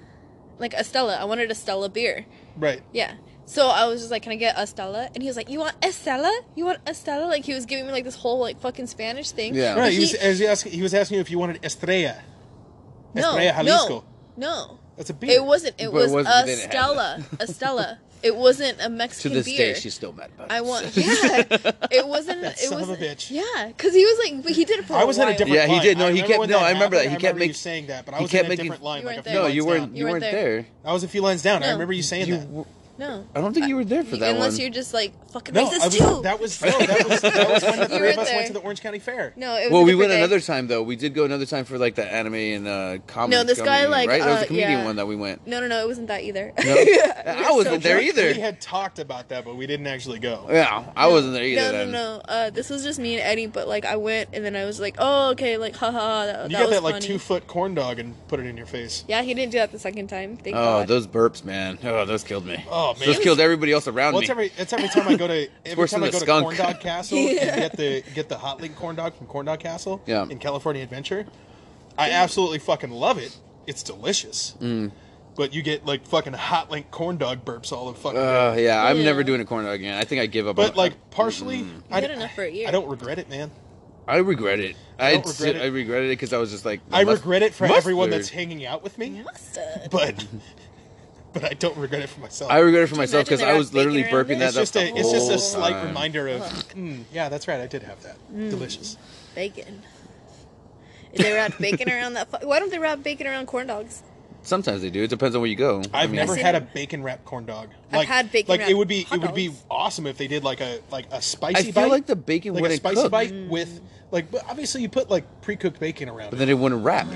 [SPEAKER 1] Like a Stella. I wanted a Stella beer.
[SPEAKER 2] Right.
[SPEAKER 1] Yeah. So I was just like, "Can I get a Stella?" And he was like, "You want a Stella? You want a Stella?" Like he was giving me like this whole like fucking Spanish thing.
[SPEAKER 3] Yeah.
[SPEAKER 2] Right. He,
[SPEAKER 1] He-
[SPEAKER 2] was, as he, asking, he was asking you if you wanted Estrella.
[SPEAKER 1] No,
[SPEAKER 2] Estrella Jalisco.
[SPEAKER 1] No. No.
[SPEAKER 2] That's a beer.
[SPEAKER 1] It wasn't. It
[SPEAKER 3] But
[SPEAKER 1] was
[SPEAKER 3] it wasn't- they
[SPEAKER 1] a
[SPEAKER 3] didn't have
[SPEAKER 1] Stella. A Stella. It wasn't a
[SPEAKER 3] To
[SPEAKER 1] Mexican
[SPEAKER 3] this
[SPEAKER 1] beer.
[SPEAKER 3] day, she's still mad about it.
[SPEAKER 1] I want. Yeah. It wasn't.
[SPEAKER 2] That
[SPEAKER 1] it
[SPEAKER 2] son of
[SPEAKER 1] was.
[SPEAKER 2] a bitch.
[SPEAKER 1] Yeah, because he was like, he did it for.
[SPEAKER 2] I was
[SPEAKER 1] a
[SPEAKER 2] at
[SPEAKER 1] while.
[SPEAKER 2] a different.
[SPEAKER 3] Yeah, he
[SPEAKER 2] line.
[SPEAKER 3] did. No,
[SPEAKER 2] I
[SPEAKER 3] he
[SPEAKER 2] remember
[SPEAKER 3] kept-
[SPEAKER 2] when
[SPEAKER 3] no,
[SPEAKER 2] that
[SPEAKER 3] I remember
[SPEAKER 2] happened.
[SPEAKER 3] that. He kept
[SPEAKER 2] I remember you
[SPEAKER 3] make-
[SPEAKER 2] saying that, but I
[SPEAKER 3] he
[SPEAKER 2] was in
[SPEAKER 3] kept
[SPEAKER 2] a
[SPEAKER 3] making-
[SPEAKER 2] different line.
[SPEAKER 1] You
[SPEAKER 2] like a
[SPEAKER 1] weren't
[SPEAKER 2] few
[SPEAKER 1] there.
[SPEAKER 3] no,
[SPEAKER 2] lines
[SPEAKER 3] you weren't.
[SPEAKER 2] down.
[SPEAKER 1] You
[SPEAKER 3] You weren't
[SPEAKER 1] weren't
[SPEAKER 3] there.
[SPEAKER 2] I was a few lines down. I
[SPEAKER 1] No.
[SPEAKER 2] remember you saying
[SPEAKER 3] You
[SPEAKER 2] that.
[SPEAKER 3] w-
[SPEAKER 1] No.
[SPEAKER 3] I don't think you were there for that
[SPEAKER 1] Uh, Unless
[SPEAKER 3] one.
[SPEAKER 1] you're just like fucking
[SPEAKER 2] No,
[SPEAKER 1] racist
[SPEAKER 2] I was,
[SPEAKER 1] too.
[SPEAKER 2] that was no, that was that was when the
[SPEAKER 1] You
[SPEAKER 2] three of
[SPEAKER 1] were
[SPEAKER 2] us
[SPEAKER 1] there.
[SPEAKER 2] went to the Orange County Fair.
[SPEAKER 1] no. It was
[SPEAKER 3] well,
[SPEAKER 1] a
[SPEAKER 3] we
[SPEAKER 1] different
[SPEAKER 3] went
[SPEAKER 1] day.
[SPEAKER 3] another time though. We did go another time for like that anime and uh, comedy.
[SPEAKER 1] No, this guy,
[SPEAKER 3] comedy,
[SPEAKER 1] like,
[SPEAKER 3] right. that was
[SPEAKER 1] uh,
[SPEAKER 3] the comedian
[SPEAKER 1] yeah.
[SPEAKER 3] one that we went.
[SPEAKER 1] No, no, no. It wasn't that either.
[SPEAKER 3] No, I wasn't there either.
[SPEAKER 2] We had talked about that, but we didn't actually go.
[SPEAKER 3] Yeah, I wasn't there either.
[SPEAKER 1] No, no,
[SPEAKER 3] then.
[SPEAKER 1] no. Uh, this was just me and Eddie, but like I went and then I was like, oh, okay, like, haha. That,
[SPEAKER 2] You
[SPEAKER 1] that
[SPEAKER 2] got
[SPEAKER 1] was
[SPEAKER 2] that like
[SPEAKER 1] funny.
[SPEAKER 2] two foot corn dog and put it in your face.
[SPEAKER 1] Yeah, he didn't do that the second time. Thank
[SPEAKER 3] Oh,
[SPEAKER 1] God.
[SPEAKER 3] those burps, man. Oh, those killed me.
[SPEAKER 2] Oh, man.
[SPEAKER 3] those killed everybody else around
[SPEAKER 2] Well,
[SPEAKER 3] me.
[SPEAKER 2] it's every it's every time I go to every
[SPEAKER 3] worse
[SPEAKER 2] time
[SPEAKER 3] than
[SPEAKER 2] I go
[SPEAKER 3] the
[SPEAKER 2] to
[SPEAKER 3] skunk.
[SPEAKER 2] Corn Dog Castle and get the get the hot link corn dog from Corn Dog Castle
[SPEAKER 3] Yeah.
[SPEAKER 2] in California Adventure. I absolutely fucking love it. It's delicious.
[SPEAKER 3] Mm.
[SPEAKER 2] But you get like fucking hot link corn dog burps all the fucking.
[SPEAKER 3] Uh, mm. yeah, I'm
[SPEAKER 1] Yeah.
[SPEAKER 3] never doing a corn dog again. I think I give up.
[SPEAKER 2] but
[SPEAKER 3] on-
[SPEAKER 2] like partially, I,
[SPEAKER 1] Good enough for a year.
[SPEAKER 2] I don't regret it, man.
[SPEAKER 3] I regret it. I
[SPEAKER 2] don't regret it.
[SPEAKER 3] I regretted it because I was just like
[SPEAKER 2] I regret it for
[SPEAKER 3] mustard.
[SPEAKER 2] everyone that's hanging out with me,
[SPEAKER 1] Mustard.
[SPEAKER 2] but but I don't regret it for myself.
[SPEAKER 3] I regret it for myself
[SPEAKER 1] imagine
[SPEAKER 3] because
[SPEAKER 1] they
[SPEAKER 3] I
[SPEAKER 1] were
[SPEAKER 3] was literally
[SPEAKER 1] baking around
[SPEAKER 3] burping
[SPEAKER 1] it?
[SPEAKER 3] that
[SPEAKER 2] it's just
[SPEAKER 3] up
[SPEAKER 2] a
[SPEAKER 3] the
[SPEAKER 2] it's just a
[SPEAKER 3] whole
[SPEAKER 2] slight
[SPEAKER 3] time.
[SPEAKER 2] reminder of mm, yeah, that's right. I did have that.
[SPEAKER 1] Mm.
[SPEAKER 2] Delicious.
[SPEAKER 1] Bacon. If they wrap bacon around that. Fu- Why don't they wrap bacon around corn dogs?
[SPEAKER 3] Sometimes they do. It depends on where you go. I
[SPEAKER 2] I've
[SPEAKER 3] mean,
[SPEAKER 2] never
[SPEAKER 1] I've
[SPEAKER 2] had a
[SPEAKER 1] seen-
[SPEAKER 2] bacon wrap corn dog.
[SPEAKER 1] I've had bacon
[SPEAKER 2] Like it
[SPEAKER 1] wrapped
[SPEAKER 2] would be
[SPEAKER 1] hot
[SPEAKER 2] it would be
[SPEAKER 1] dogs.
[SPEAKER 2] awesome if they did like a like a spicy.
[SPEAKER 3] I feel
[SPEAKER 2] bite,
[SPEAKER 3] like the bacon
[SPEAKER 2] like a
[SPEAKER 3] wouldn't
[SPEAKER 2] spicy
[SPEAKER 3] cook,
[SPEAKER 2] bite
[SPEAKER 1] Mm.
[SPEAKER 2] with like but obviously you put like pre cooked bacon around
[SPEAKER 3] but
[SPEAKER 2] it.
[SPEAKER 3] then it wouldn't wrap.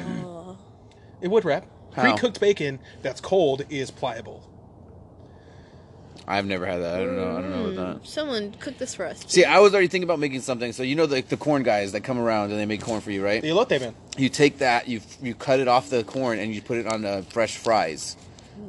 [SPEAKER 2] It would wrap.
[SPEAKER 3] How?
[SPEAKER 2] Pre cooked bacon that's cold is pliable.
[SPEAKER 3] I've never had that. I don't know. I don't know about that.
[SPEAKER 1] Someone cook this for us.
[SPEAKER 3] See, I was already thinking about making something. So you know, the, the corn guys that come around and they make corn for you, right?
[SPEAKER 2] The elote man.
[SPEAKER 3] You take that, you you cut it off the corn, and you put it on uh, fresh fries.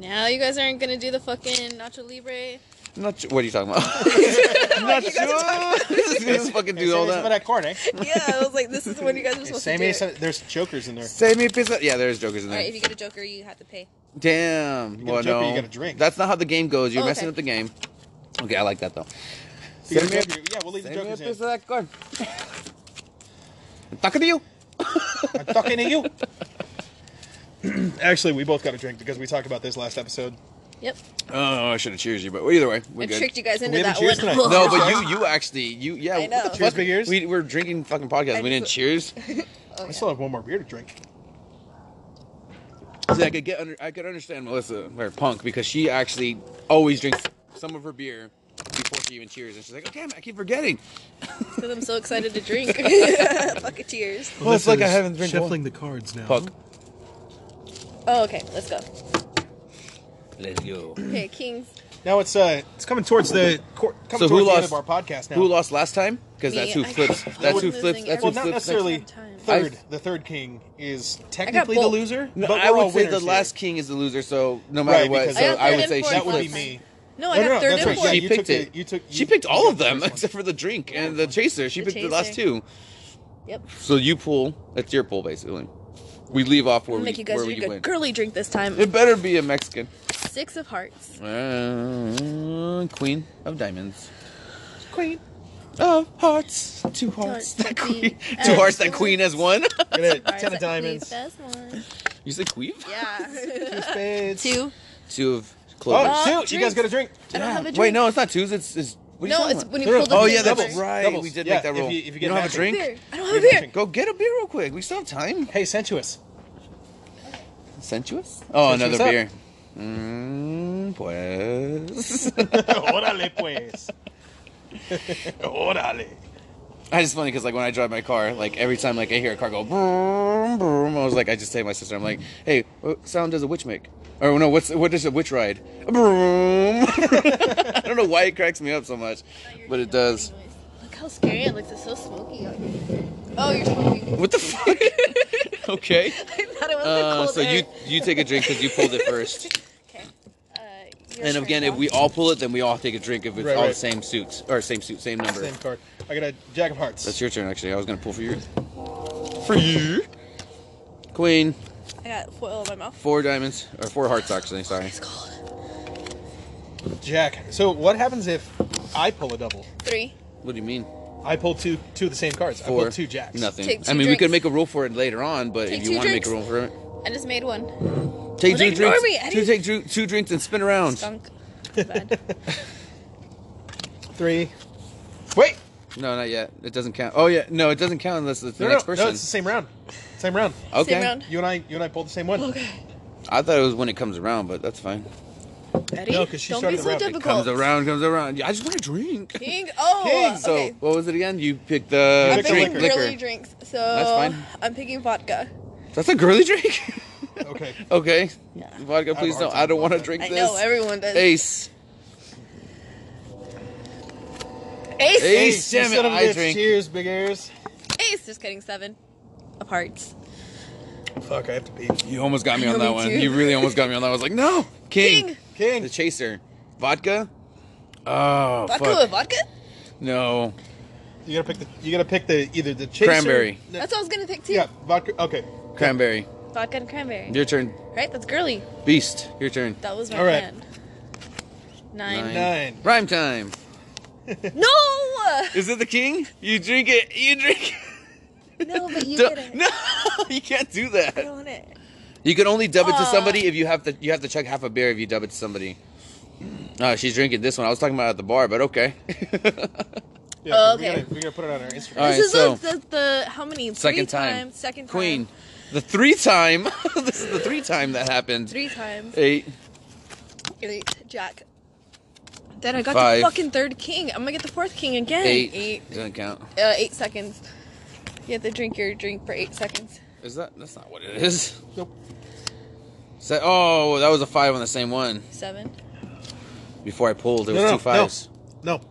[SPEAKER 1] Now you guys aren't gonna do the fucking nacho libre.
[SPEAKER 3] I'm not sure. What are you talking about? I'm not sure. This fucking do all that.
[SPEAKER 2] corner.
[SPEAKER 1] yeah, I was like, this is when you guys are supposed
[SPEAKER 2] Same
[SPEAKER 1] to do
[SPEAKER 2] eh? as
[SPEAKER 1] it.
[SPEAKER 2] there's jokers in there.
[SPEAKER 3] Say me pizza. Yeah, there's jokers in
[SPEAKER 1] All
[SPEAKER 3] there.
[SPEAKER 1] right, if you get a joker, you have to pay.
[SPEAKER 3] Damn.
[SPEAKER 2] get a
[SPEAKER 3] well,
[SPEAKER 2] joker,
[SPEAKER 3] no.
[SPEAKER 2] you get a drink.
[SPEAKER 3] That's not how the game goes. You're
[SPEAKER 1] Oh,
[SPEAKER 3] messing
[SPEAKER 1] okay.
[SPEAKER 3] up the game. Okay, I like that though.
[SPEAKER 2] You
[SPEAKER 3] Say
[SPEAKER 2] gotta
[SPEAKER 3] me
[SPEAKER 2] joker- yeah, we'll leave the jokers
[SPEAKER 3] a
[SPEAKER 2] in.
[SPEAKER 3] pizza that corn. I'm talking to you. uh,
[SPEAKER 2] I'm talking to you. Actually, we both got a drink because we talked about this last episode.
[SPEAKER 1] Yep.
[SPEAKER 3] Oh, I should have cheers you, but either way, we're
[SPEAKER 1] I
[SPEAKER 3] good.
[SPEAKER 1] tricked you guys into
[SPEAKER 2] We haven't
[SPEAKER 1] that
[SPEAKER 2] cheers
[SPEAKER 1] one.
[SPEAKER 2] tonight.
[SPEAKER 3] No, but you, you actually, you, yeah.
[SPEAKER 1] I
[SPEAKER 3] what
[SPEAKER 1] know.
[SPEAKER 3] the
[SPEAKER 2] Cheers,
[SPEAKER 3] fuck?
[SPEAKER 2] big ears.
[SPEAKER 3] We were drinking fucking podcast.
[SPEAKER 1] I
[SPEAKER 3] We didn't
[SPEAKER 1] just-
[SPEAKER 3] cheers.
[SPEAKER 1] Oh,
[SPEAKER 2] I
[SPEAKER 1] yeah.
[SPEAKER 2] still have one more beer to drink.
[SPEAKER 3] See, I could get under, I could understand Melissa or Punk because she actually always drinks some of her beer before she even cheers, and she's like, "Oh damn, it, I keep forgetting."
[SPEAKER 1] Because I'm so excited to drink. Fucking tears.
[SPEAKER 3] Well, it's like I haven't drank
[SPEAKER 2] shuffling
[SPEAKER 3] one.
[SPEAKER 2] the cards now.
[SPEAKER 3] Punk,
[SPEAKER 1] Oh, okay. Let's go.
[SPEAKER 3] let's go.
[SPEAKER 1] Okay, kings.
[SPEAKER 2] Now it's uh, it's coming towards the cor-
[SPEAKER 3] So
[SPEAKER 2] coming
[SPEAKER 3] who
[SPEAKER 2] towards the end of
[SPEAKER 3] lost-
[SPEAKER 2] our podcast now.
[SPEAKER 3] Who lost last time? Because
[SPEAKER 1] Me.
[SPEAKER 3] that's who
[SPEAKER 1] I-
[SPEAKER 3] flips.
[SPEAKER 1] I'm
[SPEAKER 3] That's who
[SPEAKER 1] losing
[SPEAKER 3] flips. That's
[SPEAKER 1] every-
[SPEAKER 3] who
[SPEAKER 2] Well,
[SPEAKER 3] flips.
[SPEAKER 2] not
[SPEAKER 3] next-
[SPEAKER 2] necessarily
[SPEAKER 1] time.
[SPEAKER 2] third.
[SPEAKER 3] I-
[SPEAKER 2] the third king is technically the
[SPEAKER 1] both.
[SPEAKER 2] loser,
[SPEAKER 3] No,
[SPEAKER 2] but
[SPEAKER 3] I
[SPEAKER 2] we're all
[SPEAKER 3] would say the
[SPEAKER 2] winners
[SPEAKER 3] last
[SPEAKER 2] here.
[SPEAKER 3] king is the loser. So no matter
[SPEAKER 2] Right,
[SPEAKER 3] what,
[SPEAKER 2] because
[SPEAKER 3] so
[SPEAKER 2] I
[SPEAKER 1] got
[SPEAKER 3] I
[SPEAKER 1] third
[SPEAKER 3] would
[SPEAKER 1] and
[SPEAKER 3] say
[SPEAKER 1] fourth
[SPEAKER 3] she
[SPEAKER 2] That would be
[SPEAKER 1] last
[SPEAKER 3] flips.
[SPEAKER 2] me.
[SPEAKER 1] No, I
[SPEAKER 2] No, no,
[SPEAKER 1] got
[SPEAKER 2] no,
[SPEAKER 1] third
[SPEAKER 2] that's
[SPEAKER 1] and
[SPEAKER 2] right.
[SPEAKER 1] fourth.
[SPEAKER 2] Yeah,
[SPEAKER 3] She
[SPEAKER 2] you
[SPEAKER 3] picked
[SPEAKER 2] took the-
[SPEAKER 3] it.
[SPEAKER 2] you took-
[SPEAKER 3] She
[SPEAKER 2] you-
[SPEAKER 3] picked
[SPEAKER 2] you
[SPEAKER 3] all
[SPEAKER 2] took
[SPEAKER 3] of
[SPEAKER 2] the
[SPEAKER 3] them
[SPEAKER 2] first one.
[SPEAKER 3] except for the drink and the chaser. She
[SPEAKER 1] The
[SPEAKER 3] picked the last
[SPEAKER 1] chaser.
[SPEAKER 3] two.
[SPEAKER 1] Yep.
[SPEAKER 3] So you pull. That's your pull, basically. We leave off where
[SPEAKER 1] I'll
[SPEAKER 3] we
[SPEAKER 1] make you guys
[SPEAKER 3] where
[SPEAKER 1] drink
[SPEAKER 3] you
[SPEAKER 1] a
[SPEAKER 3] win.
[SPEAKER 1] girly drink this time.
[SPEAKER 3] It better be a Mexican.
[SPEAKER 1] Six of hearts.
[SPEAKER 3] Uh, queen of diamonds. Queen of hearts. Two hearts.
[SPEAKER 1] hearts
[SPEAKER 3] That
[SPEAKER 1] that
[SPEAKER 3] queen.
[SPEAKER 1] beat
[SPEAKER 3] Two
[SPEAKER 1] as
[SPEAKER 3] hearts that
[SPEAKER 1] one.
[SPEAKER 3] queen has one.
[SPEAKER 2] Get a
[SPEAKER 1] Hearts
[SPEAKER 2] ten
[SPEAKER 1] that
[SPEAKER 2] of diamonds,
[SPEAKER 1] leave us one.
[SPEAKER 3] you said queen?
[SPEAKER 1] Yeah.
[SPEAKER 2] two spades.
[SPEAKER 1] Two.
[SPEAKER 3] Two of cloves.
[SPEAKER 2] Oh,
[SPEAKER 1] Uh,
[SPEAKER 2] shoot, You guys
[SPEAKER 1] drinks.
[SPEAKER 2] got a drink.
[SPEAKER 1] I don't have a drink.
[SPEAKER 3] Wait, no, it's not twos. It's, it's what are
[SPEAKER 1] No,
[SPEAKER 3] you talking
[SPEAKER 1] it's
[SPEAKER 3] about?
[SPEAKER 1] when you
[SPEAKER 2] No, no,
[SPEAKER 1] pull the
[SPEAKER 3] Oh
[SPEAKER 1] beer
[SPEAKER 3] yeah, that's
[SPEAKER 1] number.
[SPEAKER 3] right.
[SPEAKER 2] Doubles.
[SPEAKER 3] We did
[SPEAKER 2] Yeah,
[SPEAKER 3] make that
[SPEAKER 2] if
[SPEAKER 3] rule.
[SPEAKER 2] you- if you get
[SPEAKER 3] don't have a
[SPEAKER 2] matching.
[SPEAKER 3] drink,
[SPEAKER 1] Beer. I don't have
[SPEAKER 2] You
[SPEAKER 1] a
[SPEAKER 2] have a
[SPEAKER 1] beer.
[SPEAKER 2] drink.
[SPEAKER 3] go get a beer real quick. We still have time.
[SPEAKER 2] Hey, sensuous.
[SPEAKER 3] Sensuous. Oh,
[SPEAKER 2] Sensuous
[SPEAKER 3] another
[SPEAKER 2] up.
[SPEAKER 3] beer. Mm, pues.
[SPEAKER 2] Órale, pues. Órale.
[SPEAKER 3] I just funny because like when I drive my car, like every time like I hear a car go boom boom, I was like I just say to my sister, I'm like, hey, what sound does a witch make? Or no, what's what does a witch ride? Boom. I don't know why it cracks me up so much, but it does.
[SPEAKER 1] Look how scary it looks. It's so smoky out here. Oh, you're smoking.
[SPEAKER 3] What the fuck? okay.
[SPEAKER 1] I thought it was the
[SPEAKER 3] Uh,
[SPEAKER 1] cold
[SPEAKER 3] so
[SPEAKER 1] air.
[SPEAKER 3] you you take a drink because you pulled it first,
[SPEAKER 1] Okay. Uh, your
[SPEAKER 3] and
[SPEAKER 1] turn,
[SPEAKER 3] again, if
[SPEAKER 1] Doc.
[SPEAKER 3] we all pull it, then we all take a drink if it's
[SPEAKER 2] Right,
[SPEAKER 3] all the
[SPEAKER 2] right.
[SPEAKER 3] same suits or same suit, same number.
[SPEAKER 2] Same card. I got a jack of hearts.
[SPEAKER 3] That's your turn. Actually, I was gonna pull for yours. For you. Queen.
[SPEAKER 1] I got foil in my mouth.
[SPEAKER 3] Four diamonds or four hearts actually. Sorry.
[SPEAKER 1] It's cold.
[SPEAKER 2] Jack. So what happens if I pull a double?
[SPEAKER 1] Three.
[SPEAKER 3] What do you mean?
[SPEAKER 2] I pull two two of the same cards. I
[SPEAKER 3] Four.
[SPEAKER 2] pull two jacks.
[SPEAKER 3] Nothing.
[SPEAKER 1] Take two
[SPEAKER 3] I mean, we could
[SPEAKER 1] drinks.
[SPEAKER 3] make a rule for it later on, but
[SPEAKER 1] Take
[SPEAKER 3] if you
[SPEAKER 1] two
[SPEAKER 3] want to make a rule
[SPEAKER 1] drinks.
[SPEAKER 3] for it,
[SPEAKER 1] I just made one.
[SPEAKER 3] take
[SPEAKER 1] Well,
[SPEAKER 3] two
[SPEAKER 1] then ignore
[SPEAKER 3] drinks.
[SPEAKER 1] me. I
[SPEAKER 3] Two
[SPEAKER 1] didn't-
[SPEAKER 3] take dru- two drinks and spin around.
[SPEAKER 1] Skunk. Bad.
[SPEAKER 2] Three. Wait.
[SPEAKER 3] No, not yet. It doesn't count. Oh yeah, no, it doesn't count unless it's the
[SPEAKER 2] No,
[SPEAKER 3] next
[SPEAKER 2] no,
[SPEAKER 3] person.
[SPEAKER 2] no, it's the same round. Same round.
[SPEAKER 3] okay.
[SPEAKER 1] Same round.
[SPEAKER 2] You and I, you and I pulled the same one.
[SPEAKER 1] Okay.
[SPEAKER 3] I thought it was when it comes around, but that's fine.
[SPEAKER 1] Ready?
[SPEAKER 2] No, 'cause she
[SPEAKER 1] Don't be
[SPEAKER 2] started the
[SPEAKER 1] so
[SPEAKER 2] round. It
[SPEAKER 1] difficult.
[SPEAKER 3] Comes around, comes around. Yeah, I just want to drink.
[SPEAKER 1] King. Oh.
[SPEAKER 2] King.
[SPEAKER 3] So
[SPEAKER 1] okay.
[SPEAKER 3] what was it again? You picked the
[SPEAKER 2] You
[SPEAKER 1] I'm
[SPEAKER 2] picked
[SPEAKER 3] drink,
[SPEAKER 1] picking
[SPEAKER 3] liquor.
[SPEAKER 1] girly drinks, so
[SPEAKER 3] fine.
[SPEAKER 1] I'm picking vodka.
[SPEAKER 3] That's a girly drink.
[SPEAKER 2] Okay.
[SPEAKER 3] okay.
[SPEAKER 1] Yeah.
[SPEAKER 3] Vodka,
[SPEAKER 2] a
[SPEAKER 3] please
[SPEAKER 2] hard
[SPEAKER 3] no.
[SPEAKER 2] time
[SPEAKER 3] I don't
[SPEAKER 2] with
[SPEAKER 3] want to
[SPEAKER 2] vodka.
[SPEAKER 3] drink
[SPEAKER 1] I
[SPEAKER 3] this.
[SPEAKER 1] know everyone does.
[SPEAKER 3] Ace.
[SPEAKER 1] Ace.
[SPEAKER 3] Ace.
[SPEAKER 1] Ace.
[SPEAKER 3] damn
[SPEAKER 2] you son
[SPEAKER 3] it,
[SPEAKER 2] of a
[SPEAKER 3] I
[SPEAKER 2] bitch.
[SPEAKER 3] drink.
[SPEAKER 2] Cheers, big ears.
[SPEAKER 1] Just kidding. Seven of hearts.
[SPEAKER 3] Oh,
[SPEAKER 2] Fuck, I have to pee.
[SPEAKER 3] You almost got me
[SPEAKER 1] know,
[SPEAKER 3] on that
[SPEAKER 1] me
[SPEAKER 3] one.
[SPEAKER 1] too.
[SPEAKER 3] You really almost got me on that. one. I was like, no, king.
[SPEAKER 1] King.
[SPEAKER 2] King.
[SPEAKER 3] The chaser, vodka. Oh,
[SPEAKER 1] Vodka
[SPEAKER 3] fuck.
[SPEAKER 1] with vodka?
[SPEAKER 3] no.
[SPEAKER 2] You gotta pick the. You gotta pick the either the chaser.
[SPEAKER 3] Cranberry.
[SPEAKER 2] No,
[SPEAKER 1] That's what I was gonna pick too.
[SPEAKER 2] yeah, vodka. Okay.
[SPEAKER 3] Cranberry.
[SPEAKER 1] Vodka and cranberry.
[SPEAKER 3] Your turn.
[SPEAKER 1] Right? That's girly.
[SPEAKER 3] Beast. Your turn.
[SPEAKER 1] That was my
[SPEAKER 2] All right.
[SPEAKER 1] plan. Nine.
[SPEAKER 2] Nine.
[SPEAKER 3] Rhyme time.
[SPEAKER 1] No!
[SPEAKER 3] Is it the king? You drink it. You drink.
[SPEAKER 1] No, but you
[SPEAKER 3] Don't-
[SPEAKER 1] get it.
[SPEAKER 3] No, you can't do
[SPEAKER 1] I
[SPEAKER 3] that.
[SPEAKER 1] don't want it.
[SPEAKER 3] You can only dub it to
[SPEAKER 1] Aw.
[SPEAKER 3] somebody if you have to. You have to chug half a beer if you dub it to somebody. Oh, she's drinking this one. I was talking about at the bar, but okay.
[SPEAKER 2] Yeah, so
[SPEAKER 1] Okay.
[SPEAKER 2] We gotta, we gotta put it on our Instagram.
[SPEAKER 3] All right,
[SPEAKER 1] this is
[SPEAKER 3] so
[SPEAKER 1] the, the, the how many? Three
[SPEAKER 3] second time.
[SPEAKER 1] times, Second time.
[SPEAKER 3] Queen. The three time. this is the three time that happened.
[SPEAKER 1] Three times.
[SPEAKER 3] Eight.
[SPEAKER 1] Eight. Jack. Then I got
[SPEAKER 3] Five.
[SPEAKER 1] the fucking third king. I'm gonna get the fourth king again.
[SPEAKER 3] Eight.
[SPEAKER 1] Eight.
[SPEAKER 3] Doesn't count.
[SPEAKER 1] Uh, eight seconds. You have to drink your drink for eight seconds.
[SPEAKER 3] Is that? That's not what it is.
[SPEAKER 2] Nope.
[SPEAKER 3] Se- oh, that was a five on the same one.
[SPEAKER 1] Seven.
[SPEAKER 3] Before I pulled, it was
[SPEAKER 2] No, no,
[SPEAKER 3] two fives.
[SPEAKER 2] no, no.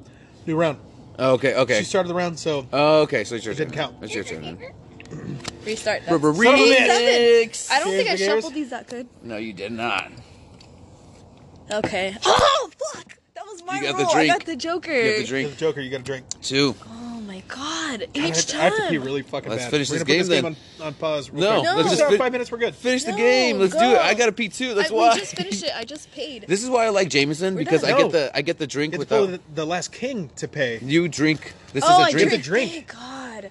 [SPEAKER 2] New round.
[SPEAKER 3] Oh, okay, okay.
[SPEAKER 2] She started the round, so
[SPEAKER 3] Oh, okay, so it's your
[SPEAKER 2] It
[SPEAKER 3] turn.
[SPEAKER 2] didn't count.
[SPEAKER 3] It's your turn. then.
[SPEAKER 1] Restart. That.
[SPEAKER 3] Rubber
[SPEAKER 2] Son of a bitch.
[SPEAKER 3] remix.
[SPEAKER 1] I don't think I
[SPEAKER 2] Cheers, Beggars.
[SPEAKER 1] shuffled these that good.
[SPEAKER 3] No, you did not.
[SPEAKER 1] Okay. Oh fuck! That was my
[SPEAKER 3] You got the
[SPEAKER 1] role. I
[SPEAKER 3] drink.
[SPEAKER 1] got the Joker.
[SPEAKER 3] You have to drink
[SPEAKER 2] The Joker, you got to drink.
[SPEAKER 3] two.
[SPEAKER 1] Oh my god!
[SPEAKER 2] I have
[SPEAKER 1] Each
[SPEAKER 2] to,
[SPEAKER 1] time.
[SPEAKER 2] I have to pee really fucking
[SPEAKER 3] Let's
[SPEAKER 2] bad.
[SPEAKER 3] finish
[SPEAKER 2] we're
[SPEAKER 3] this
[SPEAKER 2] gonna
[SPEAKER 3] game,
[SPEAKER 2] put this game
[SPEAKER 3] then.
[SPEAKER 2] on, on pause. real
[SPEAKER 3] No,
[SPEAKER 2] quick.
[SPEAKER 1] let's
[SPEAKER 2] We're
[SPEAKER 1] just
[SPEAKER 2] out
[SPEAKER 3] fin-
[SPEAKER 2] five minutes. We're good.
[SPEAKER 3] Finish the
[SPEAKER 1] No,
[SPEAKER 3] game. Let's do it.
[SPEAKER 1] go.
[SPEAKER 3] I got to pee too. That's
[SPEAKER 4] I,
[SPEAKER 3] why.
[SPEAKER 4] We just finished it. I just paid.
[SPEAKER 3] This is why I like Jameson because I
[SPEAKER 2] done.
[SPEAKER 3] get
[SPEAKER 2] No.
[SPEAKER 3] the I get the drink
[SPEAKER 2] It's
[SPEAKER 3] without
[SPEAKER 2] for the, the last king to pay.
[SPEAKER 3] you drink. This
[SPEAKER 4] oh,
[SPEAKER 3] is
[SPEAKER 4] I
[SPEAKER 3] a drink.
[SPEAKER 4] drink.
[SPEAKER 2] drink.
[SPEAKER 4] Thank God.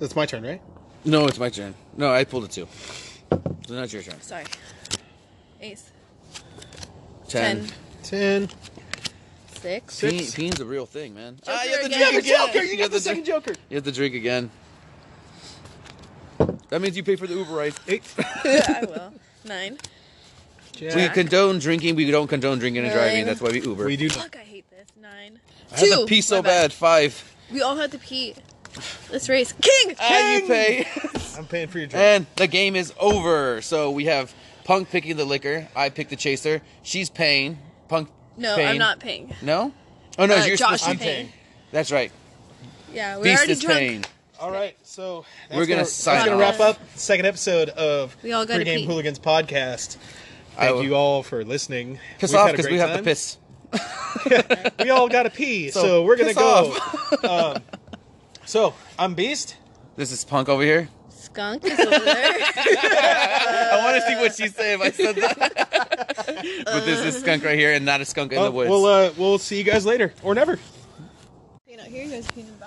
[SPEAKER 2] That's my turn, right?
[SPEAKER 3] No, it's my turn. No, I pulled a two. So now it's your turn.
[SPEAKER 4] Sorry. Ace.
[SPEAKER 3] Ten.
[SPEAKER 4] Ten.
[SPEAKER 2] Ten.
[SPEAKER 4] Six.
[SPEAKER 3] Peen,
[SPEAKER 2] Six.
[SPEAKER 3] peen's a real thing, man. Ah,
[SPEAKER 4] Joker
[SPEAKER 3] you have to
[SPEAKER 4] again.
[SPEAKER 3] drink
[SPEAKER 4] You
[SPEAKER 3] again.
[SPEAKER 2] Joker, you got
[SPEAKER 3] have
[SPEAKER 2] the
[SPEAKER 3] to drink-
[SPEAKER 2] second Joker.
[SPEAKER 3] You have to drink again. That means you pay for the Uber ride.
[SPEAKER 2] Eight.
[SPEAKER 4] yeah, I will. Nine.
[SPEAKER 3] We
[SPEAKER 2] Jack.
[SPEAKER 3] condone drinking. We don't condone drinking and driving.
[SPEAKER 4] Nine.
[SPEAKER 3] That's why we Uber.
[SPEAKER 2] We do.
[SPEAKER 4] Fuck, I hate this. Nine.
[SPEAKER 3] I have to
[SPEAKER 4] Two.
[SPEAKER 3] pee so
[SPEAKER 4] My bad.
[SPEAKER 3] bad. Five.
[SPEAKER 4] We all had to pee. Let's race. King.
[SPEAKER 3] And you pay.
[SPEAKER 2] I'm paying for your drink.
[SPEAKER 3] and the game is over. So we have Punk picking the liquor. I pick the chaser. She's paying. Punk.
[SPEAKER 4] No,
[SPEAKER 3] paying.
[SPEAKER 4] I'm not paying.
[SPEAKER 3] No. Oh no,
[SPEAKER 4] Uh,
[SPEAKER 3] you're
[SPEAKER 4] Josh
[SPEAKER 3] supposed
[SPEAKER 4] is
[SPEAKER 3] to.
[SPEAKER 2] I'm paying.
[SPEAKER 3] That's right.
[SPEAKER 4] Yeah, we're
[SPEAKER 3] Beast
[SPEAKER 4] already
[SPEAKER 3] is
[SPEAKER 4] drunk.
[SPEAKER 3] paying.
[SPEAKER 2] All right, so that's
[SPEAKER 3] We're gonna
[SPEAKER 2] where-
[SPEAKER 3] sign
[SPEAKER 2] That's gonna
[SPEAKER 4] off.
[SPEAKER 2] wrap up second episode of
[SPEAKER 4] We all gotta
[SPEAKER 2] Free Game
[SPEAKER 4] pee.
[SPEAKER 2] Hooligans podcast.
[SPEAKER 3] I
[SPEAKER 2] Thank
[SPEAKER 3] will-
[SPEAKER 2] you all for listening.
[SPEAKER 3] Piss
[SPEAKER 2] We've
[SPEAKER 3] off
[SPEAKER 2] had a
[SPEAKER 3] because
[SPEAKER 2] great
[SPEAKER 3] we have to
[SPEAKER 2] time.
[SPEAKER 3] piss.
[SPEAKER 2] We all got to pee, so,
[SPEAKER 3] So,
[SPEAKER 2] we're gonna
[SPEAKER 3] piss
[SPEAKER 2] go. um, so I'm Beast.
[SPEAKER 3] This is Punk over here.
[SPEAKER 4] Skunk is over there.
[SPEAKER 3] I want to see what she'd say if I said that. but there's this skunk right here and not a skunk in
[SPEAKER 2] Uh,
[SPEAKER 3] the woods.
[SPEAKER 2] We'll uh, we'll see you guys later or never.
[SPEAKER 4] Peanut here, you guys peanut.